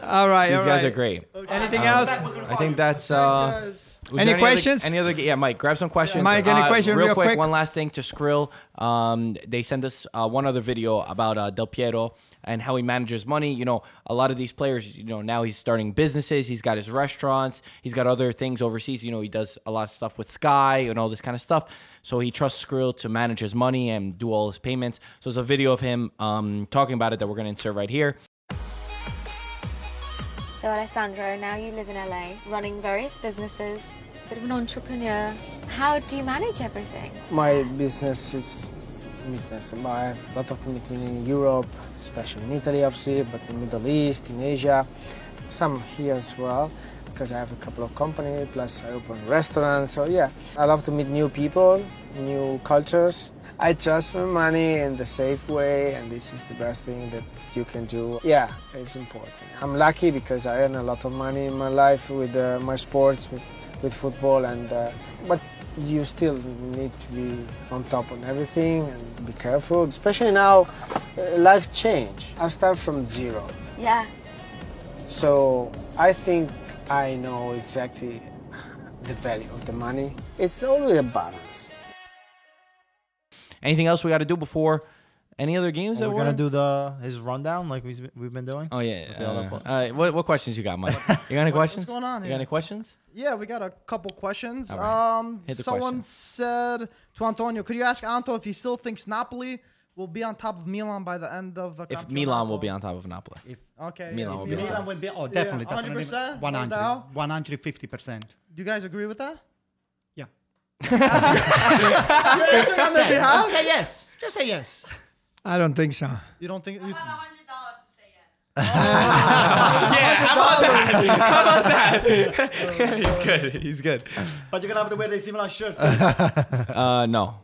Speaker 4: All right,
Speaker 2: These
Speaker 4: all
Speaker 2: guys
Speaker 4: right.
Speaker 2: are great. Um,
Speaker 4: Anything else?
Speaker 2: I think that's. Uh, was
Speaker 4: Any
Speaker 2: there
Speaker 4: questions?
Speaker 2: Other, any other? Yeah, Mike, grab some questions.
Speaker 4: Mike, any
Speaker 2: Uh,
Speaker 4: question
Speaker 2: real,
Speaker 4: real
Speaker 2: quick,
Speaker 4: quick?
Speaker 2: One last thing to Skrill. Um, they sent us uh, one other video about uh, Del Piero and how he manages money. You know, a lot of these players. You know, now he's starting businesses. He's got his restaurants. He's got other things overseas. You know, he does a lot of stuff with Sky and all this kind of stuff. So he trusts Skrill to manage his money and do all his payments. So there's a video of him um, talking about it that we're gonna insert right here.
Speaker 9: So, Alessandro, now you live in LA, running various businesses, bit of an entrepreneur. How do you manage everything?
Speaker 11: My business is business. I have a lot of commitment in Europe, especially in Italy, obviously, but in Middle East, in Asia, some here as well, because I have a couple of companies, plus I open restaurants. So yeah, I love to meet new people, new cultures. I transfer money in the safe way, and this is the best thing that you can do. Yeah, it's important. I'm lucky because I earn a lot of money in my life with uh, my sports, with, with football, and uh, but you still need to be on top on everything and be careful, especially now uh, life change. I start from zero.
Speaker 9: Yeah.
Speaker 11: So I think I know exactly the value of the money. It's always a balance.
Speaker 2: Anything else we got to do before Any other games
Speaker 5: We're
Speaker 2: that
Speaker 5: gonna do the his rundown like we've we've been doing.
Speaker 2: Oh yeah.
Speaker 5: With
Speaker 2: yeah,
Speaker 5: the other
Speaker 2: yeah.
Speaker 5: po-
Speaker 2: All right. What, what questions you got, Mike? You got any questions?
Speaker 3: going on
Speaker 2: You
Speaker 3: here?
Speaker 2: got any questions?
Speaker 3: Yeah, we got a couple questions.
Speaker 2: All right.
Speaker 3: Um,
Speaker 2: Hit the
Speaker 3: someone
Speaker 2: questions.
Speaker 3: said to Antonio, could you ask Anto if he still thinks Napoli will be on top of Milan by the end of the
Speaker 2: If
Speaker 3: Campionato?
Speaker 2: Milan will be on top of Napoli.
Speaker 1: If
Speaker 3: Okay.
Speaker 2: Milan
Speaker 3: yeah,
Speaker 2: will
Speaker 3: if
Speaker 2: be on
Speaker 1: Milan
Speaker 2: top.
Speaker 1: will be oh
Speaker 3: Yeah,
Speaker 1: definitely definitely
Speaker 3: 100%, no
Speaker 1: 100
Speaker 3: doubt.
Speaker 1: 150%.
Speaker 3: Do you guys agree with that?
Speaker 1: Yeah.
Speaker 3: You're answering on their
Speaker 1: Say,
Speaker 3: behalf?
Speaker 1: say yes. Just say yes.
Speaker 4: I don't think so.
Speaker 3: You don't think you,
Speaker 2: He's good. He's good.
Speaker 1: But you're gonna have to wear the AC Milan shirt.
Speaker 2: Uh, no.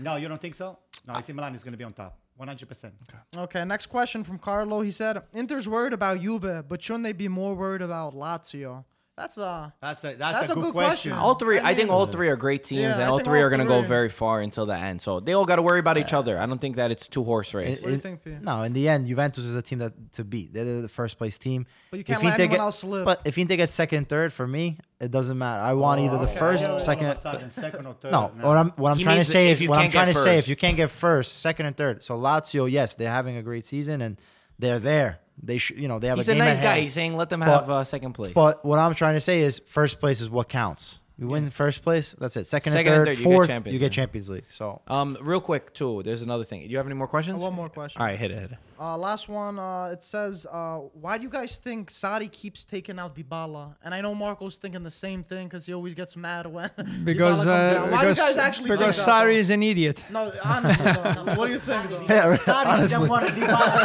Speaker 1: no, you don't think so? No, AC Milan is gonna be on top. 100%.
Speaker 3: Okay, next question from Carlo. He said, Inter's worried about Juve, but shouldn't they be more worried about Lazio? That's uh
Speaker 1: That's a that's,
Speaker 3: That's
Speaker 1: a,
Speaker 3: a
Speaker 1: good,
Speaker 3: good
Speaker 1: question.
Speaker 3: question.
Speaker 2: All three. I, think
Speaker 3: mean-
Speaker 2: all three are great teams,
Speaker 3: Yeah,
Speaker 2: and
Speaker 3: I
Speaker 2: all
Speaker 3: think
Speaker 2: three
Speaker 3: all
Speaker 2: are gonna go
Speaker 3: three-
Speaker 2: very far until the end. So they all got to worry about each other. I don't think that it's two horse race.
Speaker 5: It-
Speaker 3: What do you
Speaker 5: it-
Speaker 3: think, P?
Speaker 5: No, in the end, Juventus is a team that to beat. They're the first place team.
Speaker 3: But you
Speaker 5: If
Speaker 3: can't let
Speaker 5: Inter
Speaker 3: anyone
Speaker 5: get-
Speaker 3: else slip.
Speaker 5: But if Inter gets second, third, for me, it doesn't matter. I want
Speaker 2: Oh,
Speaker 5: either the first,
Speaker 1: All of a
Speaker 5: second.
Speaker 1: sudden, second or third.
Speaker 5: No, what I'm what I'm
Speaker 2: He
Speaker 5: trying to
Speaker 2: means
Speaker 5: say
Speaker 2: if
Speaker 5: is
Speaker 2: you
Speaker 5: what I'm
Speaker 2: can't get
Speaker 5: trying to say. If
Speaker 2: first.
Speaker 5: you can't get first, second, and third, so Lazio, yes, they're having a great season and they're there. They should, you know, they have
Speaker 2: He's
Speaker 5: a
Speaker 2: a
Speaker 5: game
Speaker 2: nice
Speaker 5: at
Speaker 2: guy.
Speaker 5: hand.
Speaker 2: He's saying let them
Speaker 5: But-
Speaker 2: have uh, second place.
Speaker 5: But what I'm trying to say is, first place is what counts. You win first place, that's it. Second,
Speaker 2: Second and
Speaker 5: and third,
Speaker 2: third, you get
Speaker 5: fourth,
Speaker 2: Champions
Speaker 5: you get
Speaker 2: League.
Speaker 5: Champions League. So
Speaker 2: Um, real quick too. There's another thing. Do you have any more questions?
Speaker 3: One more question.
Speaker 2: All right, hit it. Hit it.
Speaker 3: Uh, last one. Uh, it says, uh, "Why do you guys think Sadi keeps taking out DiBala?" And I know Marco's thinking the same thing because he always gets mad when
Speaker 4: Because
Speaker 3: Dybala comes
Speaker 4: uh,
Speaker 3: out. Why do you
Speaker 4: because,
Speaker 3: guys actually
Speaker 4: because
Speaker 3: think that,
Speaker 4: Sarri is an idiot.
Speaker 3: though? No, honestly, though, no. what do you think? Though?
Speaker 5: yeah,
Speaker 1: Sari didn't want to Dybala.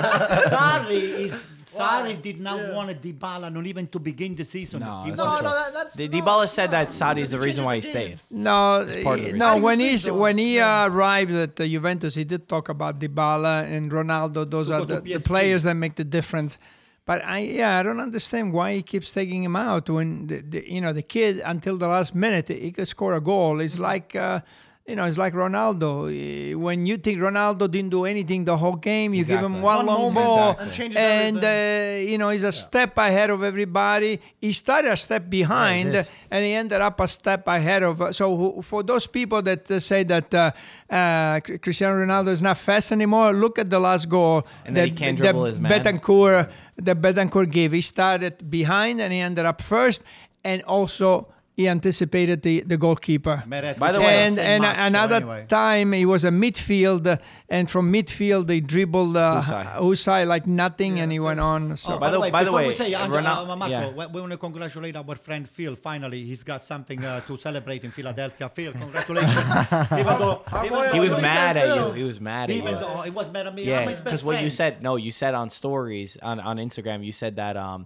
Speaker 1: Sari is Sari did not want a Dybala, not even to begin the season.
Speaker 2: No,
Speaker 1: He
Speaker 2: Uh, that's not
Speaker 1: wa-
Speaker 3: No,
Speaker 2: true.
Speaker 3: no, that- that's
Speaker 2: The,
Speaker 3: no,
Speaker 2: Dybala
Speaker 3: it's
Speaker 2: said that
Speaker 3: not.
Speaker 2: Saudi is the
Speaker 3: It
Speaker 2: reason
Speaker 3: changes
Speaker 2: why he
Speaker 3: the
Speaker 2: stayed.
Speaker 3: games.
Speaker 4: No,
Speaker 2: part of the
Speaker 4: eh,
Speaker 2: reason.
Speaker 4: no.
Speaker 3: How do you
Speaker 4: When
Speaker 3: think
Speaker 4: he's
Speaker 3: so?
Speaker 4: when he uh, arrived at uh, Juventus, he did talk about Dybala and Ronaldo. Those
Speaker 1: To
Speaker 4: are
Speaker 1: go to
Speaker 4: the, the
Speaker 1: PSG.
Speaker 4: players that make the difference. But I, yeah, I don't understand why he keeps taking him out when the, the, you know the kid until the last minute he could score a goal.
Speaker 3: Mm-hmm.
Speaker 4: It's like. Uh, you know, it's like Ronaldo. Eh, When you think Ronaldo didn't do anything the whole game, you give
Speaker 2: Exactly.
Speaker 4: him one,
Speaker 3: One
Speaker 4: long
Speaker 3: moment
Speaker 4: ball,
Speaker 3: and changes
Speaker 4: and
Speaker 3: everything.
Speaker 4: uh, uh, you know, he's a step ahead of everybody. He started a step behind,
Speaker 5: Right, yes.
Speaker 4: and he ended up a step ahead of. So who, for those people that uh, say that uh, uh, Cr- Cristiano Ronaldo is not fast anymore, look at the last goal.
Speaker 2: And that he can't dribble his man.
Speaker 4: Betancourt, the Betancourt gave. He started behind, and he ended up first, and also he anticipated the, the goalkeeper.
Speaker 1: Meret,
Speaker 2: By the
Speaker 1: which is
Speaker 2: way-
Speaker 4: and
Speaker 1: same
Speaker 4: and
Speaker 1: match, though,
Speaker 4: another
Speaker 1: anyway.
Speaker 4: time he was a midfield, uh, and from midfield they dribbled uh,
Speaker 2: Usai.
Speaker 4: Usai like nothing, and he went on. So.
Speaker 1: Oh,
Speaker 2: By the- by the
Speaker 1: before
Speaker 2: way,
Speaker 1: we say, Andrew,
Speaker 2: Ronal-
Speaker 1: uh, Marco,
Speaker 2: yeah.
Speaker 1: we, want to congratulate our friend Phil. Finally, he's got something uh, to celebrate in Philadelphia. Phil, congratulations. even though, even
Speaker 3: boy-
Speaker 1: though
Speaker 2: He was
Speaker 3: He
Speaker 2: mad
Speaker 3: said
Speaker 2: at
Speaker 3: too.
Speaker 2: you. He was mad at
Speaker 1: Even
Speaker 2: you.
Speaker 1: though he was mad at me, I'm
Speaker 2: Yeah,
Speaker 1: his best
Speaker 2: because what you
Speaker 1: friend.
Speaker 2: said, no, you said on stories on, on Instagram, you said that um,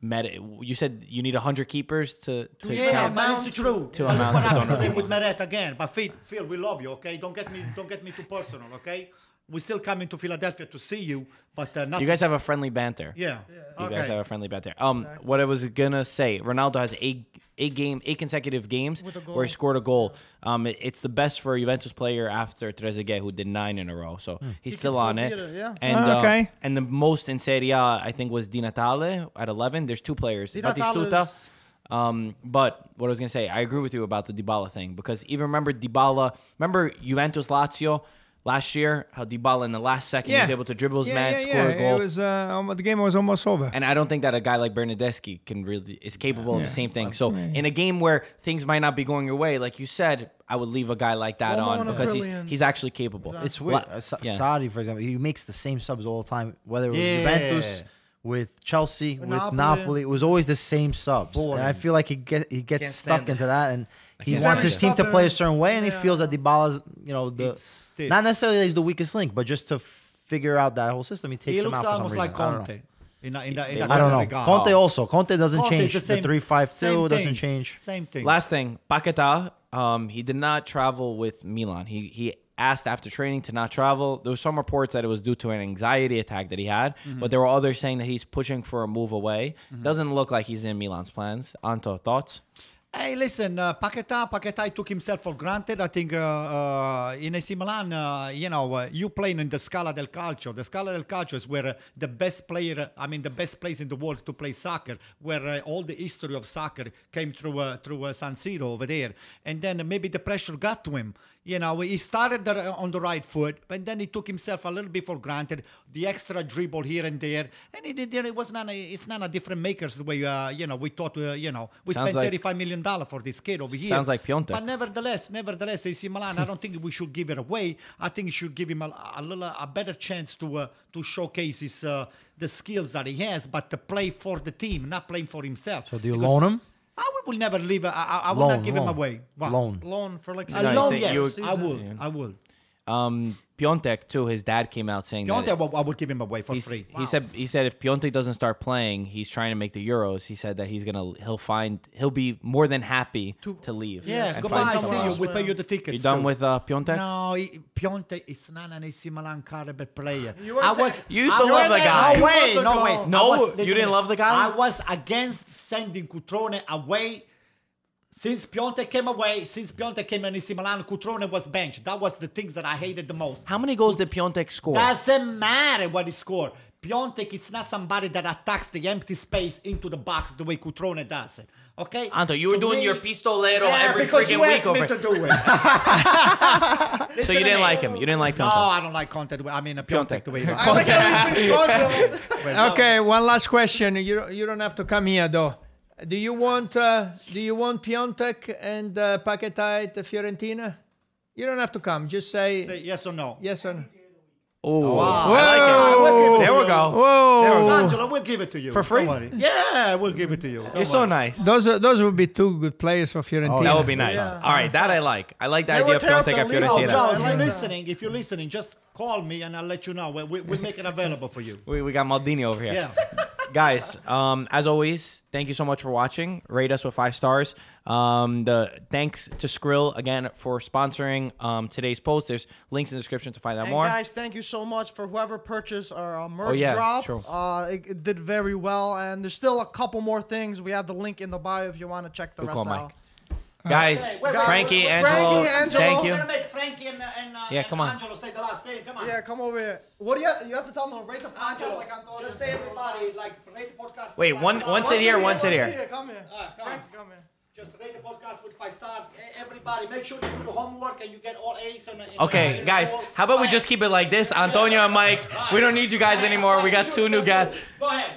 Speaker 2: Meta, you said you need hundred keepers to to
Speaker 1: Yeah,
Speaker 2: count.
Speaker 1: but it's true.
Speaker 2: to
Speaker 1: Look
Speaker 2: amount
Speaker 1: what
Speaker 2: to
Speaker 1: happened
Speaker 2: donor
Speaker 1: today with Meret again. But Phil, Phil, we love you. Okay, don't get me, don't get me too personal. Okay, we're still coming to Philadelphia to see you, but uh, not.
Speaker 2: You guys have a friendly banter.
Speaker 1: yeah.
Speaker 2: You
Speaker 1: okay.
Speaker 2: guys have a friendly bet there. Um, what I was gonna say, Ronaldo has eight, eight game, eight consecutive games where he scored a goal. Um, it- it's the best for a Juventus player after Trezeguet, who did nine in a row. So he's still on it.
Speaker 3: beat it, yeah.
Speaker 2: And
Speaker 4: Ah,
Speaker 2: uh,
Speaker 4: okay.
Speaker 2: and the most in Serie A, I think, was Di Natale at eleven. There's two players,
Speaker 3: Di
Speaker 2: Batistuta.
Speaker 3: Natale's-
Speaker 2: Um, but what I was gonna say, I agree with you about the Dybala thing because even remember Dybala, remember Juventus Lazio. Last year, how Dybala in the last second was able to dribble his
Speaker 4: yeah,
Speaker 2: man,
Speaker 4: yeah,
Speaker 2: score
Speaker 4: yeah.
Speaker 2: a goal.
Speaker 4: It was, uh, almo- the game was almost over.
Speaker 2: And I don't think that a guy like Bernadeschi can really is capable of the same thing. So in a game where things might not be going your way, like you said, I would leave a guy like that
Speaker 3: One
Speaker 2: on
Speaker 3: moment of
Speaker 2: because he's
Speaker 3: brilliance.
Speaker 2: he's actually capable.
Speaker 5: It's weird.
Speaker 2: La-
Speaker 5: Uh, Sa-
Speaker 2: yeah.
Speaker 5: Saudi, for example, he makes the same subs all the time, whether it was
Speaker 1: Yeah.
Speaker 5: Juventus with Chelsea with Napoli.
Speaker 3: Napoli.
Speaker 5: It was always the same subs, and I feel like he get he gets
Speaker 2: Can't
Speaker 5: stuck
Speaker 2: stand
Speaker 5: into that, and he
Speaker 2: can't
Speaker 5: wants
Speaker 2: stand
Speaker 5: his
Speaker 2: it.
Speaker 5: team to play a certain way, and he
Speaker 3: Yeah.
Speaker 5: feels that Dybala's you know the
Speaker 1: It's stiff.
Speaker 5: not necessarily that he's the weakest link, but just to figure out that whole system, he takes
Speaker 1: He
Speaker 5: him
Speaker 1: looks
Speaker 5: out for
Speaker 1: almost
Speaker 5: some
Speaker 1: like
Speaker 5: reason. I don't know.
Speaker 1: Conte. In, that- in, that- in that
Speaker 5: I don't know.
Speaker 1: regard.
Speaker 5: Conte also. Conte doesn't
Speaker 1: Conte is
Speaker 5: change. The, three five two
Speaker 1: same
Speaker 5: doesn't
Speaker 1: thing,
Speaker 5: change.
Speaker 1: Same thing.
Speaker 2: Last thing, Paqueta, um, he did not travel with Milan. He he asked after training to not travel. There were some reports that it was due to an anxiety attack that he had,
Speaker 4: Mm-hmm.
Speaker 2: but there were others saying that he's pushing for a move away. Doesn't look like he's in Milan's plans. Anto, thoughts?
Speaker 1: Hey, listen, uh, Paqueta, Paqueta took himself for granted. I think uh, uh, in AC Milan, uh, you know, uh, you playing in the Scala del Calcio. The Scala del Calcio is where uh, the best player, I mean, the best place in the world to play soccer, where uh, all the history of soccer came through uh, through uh, San Siro over there. And then maybe the pressure got to him. You know, he started the, uh, on the right foot, but then he took himself a little bit for granted. The extra dribble here and there, and it, it, it was not. A, it's not a different makers the way uh, you know we thought. Uh, you know, we
Speaker 2: Sounds
Speaker 1: spent
Speaker 2: like-
Speaker 1: thirty-five million dollar for this kid over here.
Speaker 2: Sounds like Piontek.
Speaker 1: But nevertheless, nevertheless, AC Milan. I don't think we should give it away. I think you should give him a, a little a better chance to uh, to showcase his uh, the skills that he has, but to play for the team, not playing for himself.
Speaker 5: So do you
Speaker 1: Because
Speaker 5: loan him?
Speaker 1: I would- will never leave. I, I, I will
Speaker 5: loan,
Speaker 1: not give
Speaker 5: loan,
Speaker 1: him away. Wow.
Speaker 5: Loan.
Speaker 3: Loan for like
Speaker 1: A
Speaker 2: No,
Speaker 1: loan,
Speaker 2: say
Speaker 1: yes,
Speaker 2: you-
Speaker 1: I will. I will.
Speaker 2: Um, Piontek too. His dad came out saying
Speaker 1: You know,
Speaker 2: that it-
Speaker 1: I would give him away for
Speaker 2: he's-
Speaker 1: free.
Speaker 2: he said he said if Piontek doesn't start playing, he's trying to make the Euros. He said that he's gonna he'll find he'll be more than happy to, leave.
Speaker 1: Yeah,
Speaker 2: and
Speaker 1: goodbye.
Speaker 2: find
Speaker 1: See
Speaker 2: somewhere
Speaker 1: you.
Speaker 2: else.
Speaker 1: We pay you the tickets.
Speaker 2: You done
Speaker 1: too.
Speaker 2: with uh, Piontek?
Speaker 1: No, he- Piontek is not an AC Milan caliber player.
Speaker 3: You were
Speaker 1: I
Speaker 3: saying-
Speaker 1: was.
Speaker 2: You used
Speaker 1: I
Speaker 2: to love
Speaker 1: was-
Speaker 2: the guy.
Speaker 1: No way,
Speaker 3: You
Speaker 1: no
Speaker 3: love the
Speaker 1: way.
Speaker 3: guy.
Speaker 2: No,
Speaker 1: I was-
Speaker 2: you
Speaker 1: listen,
Speaker 2: didn't love the guy?
Speaker 1: I was against sending Cutrone away. Since Piontek came away, since Piontek came in AC Milan, Cutrone was benched. That was the things that I hated the most.
Speaker 2: How many goals did Piontek score?
Speaker 1: Doesn't matter what he scored. Piontek is not somebody that attacks the empty space into the box the way Cutrone does it. Okay?
Speaker 2: Anto, you were
Speaker 1: To
Speaker 2: doing
Speaker 1: me-
Speaker 2: your pistolero
Speaker 1: yeah,
Speaker 2: every
Speaker 1: because
Speaker 2: freaking
Speaker 1: you
Speaker 2: week
Speaker 1: asked
Speaker 2: over.
Speaker 1: me to do it.
Speaker 2: so you didn't like him. You didn't like
Speaker 1: No,
Speaker 2: Piontek.
Speaker 1: Oh, I don't like Conte. the way- I mean, uh, Piontek the way. he-
Speaker 4: Okay, one last question. You don't- you don't have to come here though. Do you want uh, do you want Piontek and uh, Paquetá at the Fiorentina? You don't have to come. Just say,
Speaker 1: Say yes or no.
Speaker 4: yes or no.
Speaker 2: Oh,
Speaker 1: Whoa.
Speaker 2: there we go.
Speaker 4: Whoa!
Speaker 1: Angelo, we'll give it to you.
Speaker 2: For free?
Speaker 1: Don't worry. Yeah, we'll give it to you. Don't
Speaker 2: You're so
Speaker 1: worry.
Speaker 2: nice. Oh,
Speaker 4: Those are, those would be two good players for Fiorentina.
Speaker 2: That would be nice. All right, that I like. I like the
Speaker 3: They
Speaker 2: idea
Speaker 3: were
Speaker 2: of Piontek
Speaker 3: terrible
Speaker 2: at
Speaker 3: leaders.
Speaker 1: No,
Speaker 2: Fiorentina.
Speaker 1: Joe, if you're listening, if you're listening, just call me and I'll let you know. We, we, we'll make it available for you.
Speaker 2: We, we got Maldini over here.
Speaker 1: Yeah.
Speaker 2: Guys, um, as always, thank you so much for watching. Rate us with five stars. Um, the thanks to Skrill again for sponsoring um, today's post. There's links in the description to find out
Speaker 3: And
Speaker 2: more. Oh,
Speaker 3: guys, thank you so much for whoever purchased our uh, merch
Speaker 2: yeah,
Speaker 3: drop.
Speaker 2: true.
Speaker 3: Uh, it, it did very well, and there's still a couple more things. We have the link in the bio if you want to check the
Speaker 2: Good
Speaker 3: rest
Speaker 2: call, Mike.
Speaker 3: out.
Speaker 2: guys, Frankie,
Speaker 3: wait, wait,
Speaker 2: Angelo,
Speaker 3: Frankie, Angelo.
Speaker 2: thank
Speaker 1: We're
Speaker 2: you.
Speaker 1: gonna make Frankie and, uh, and, uh,
Speaker 2: Yeah,
Speaker 1: and
Speaker 2: come on.
Speaker 1: Angelo say the last thing. Come on.
Speaker 3: Yeah, come over here. What do you you have to tell them? to Rate the podcast
Speaker 1: Angelo,
Speaker 3: like Antonio.
Speaker 1: just say everybody like rate the podcast.
Speaker 2: Wait,
Speaker 1: with
Speaker 2: one-
Speaker 1: five
Speaker 2: one
Speaker 1: stars.
Speaker 2: sit here, one sit here.
Speaker 3: Come here.
Speaker 1: All right, Ah, come
Speaker 3: Frank,
Speaker 1: on.
Speaker 3: come here.
Speaker 1: Just rate the podcast with five stars. E- Everybody, make sure you do the homework and you get all A's. And, and
Speaker 2: Okay,
Speaker 1: and uh,
Speaker 2: guys,
Speaker 1: all-
Speaker 2: how about we
Speaker 1: Go
Speaker 2: just
Speaker 1: ahead.
Speaker 2: keep it like this? Antonio and Mike, we don't need you guys anymore. We got two new guys.
Speaker 1: Go ahead.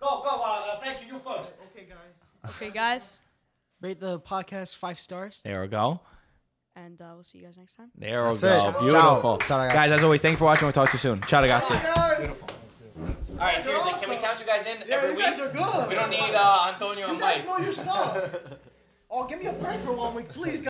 Speaker 1: Go, go, uh, Frankie, you first.
Speaker 3: Okay, guys.
Speaker 6: Okay, guys,
Speaker 7: Rate the podcast five stars.
Speaker 2: There we go.
Speaker 6: and uh, we'll see you guys next time.
Speaker 2: There we go.
Speaker 5: it. Ciao.
Speaker 2: Beautiful.
Speaker 5: Ciao, ragazzi.
Speaker 2: guys, as always, thank you for watching. We'll talk to you soon. Ciao, ragazzi.
Speaker 3: Guys,
Speaker 2: All right, seriously, can we
Speaker 3: awesome.
Speaker 2: count you guys in
Speaker 3: yeah,
Speaker 2: every
Speaker 3: you
Speaker 2: week?
Speaker 3: guys are good.
Speaker 2: we don't need uh, Antonio
Speaker 3: You
Speaker 2: and
Speaker 3: guys
Speaker 2: Mike.
Speaker 3: know your stuff. oh, give me a break for one week, please.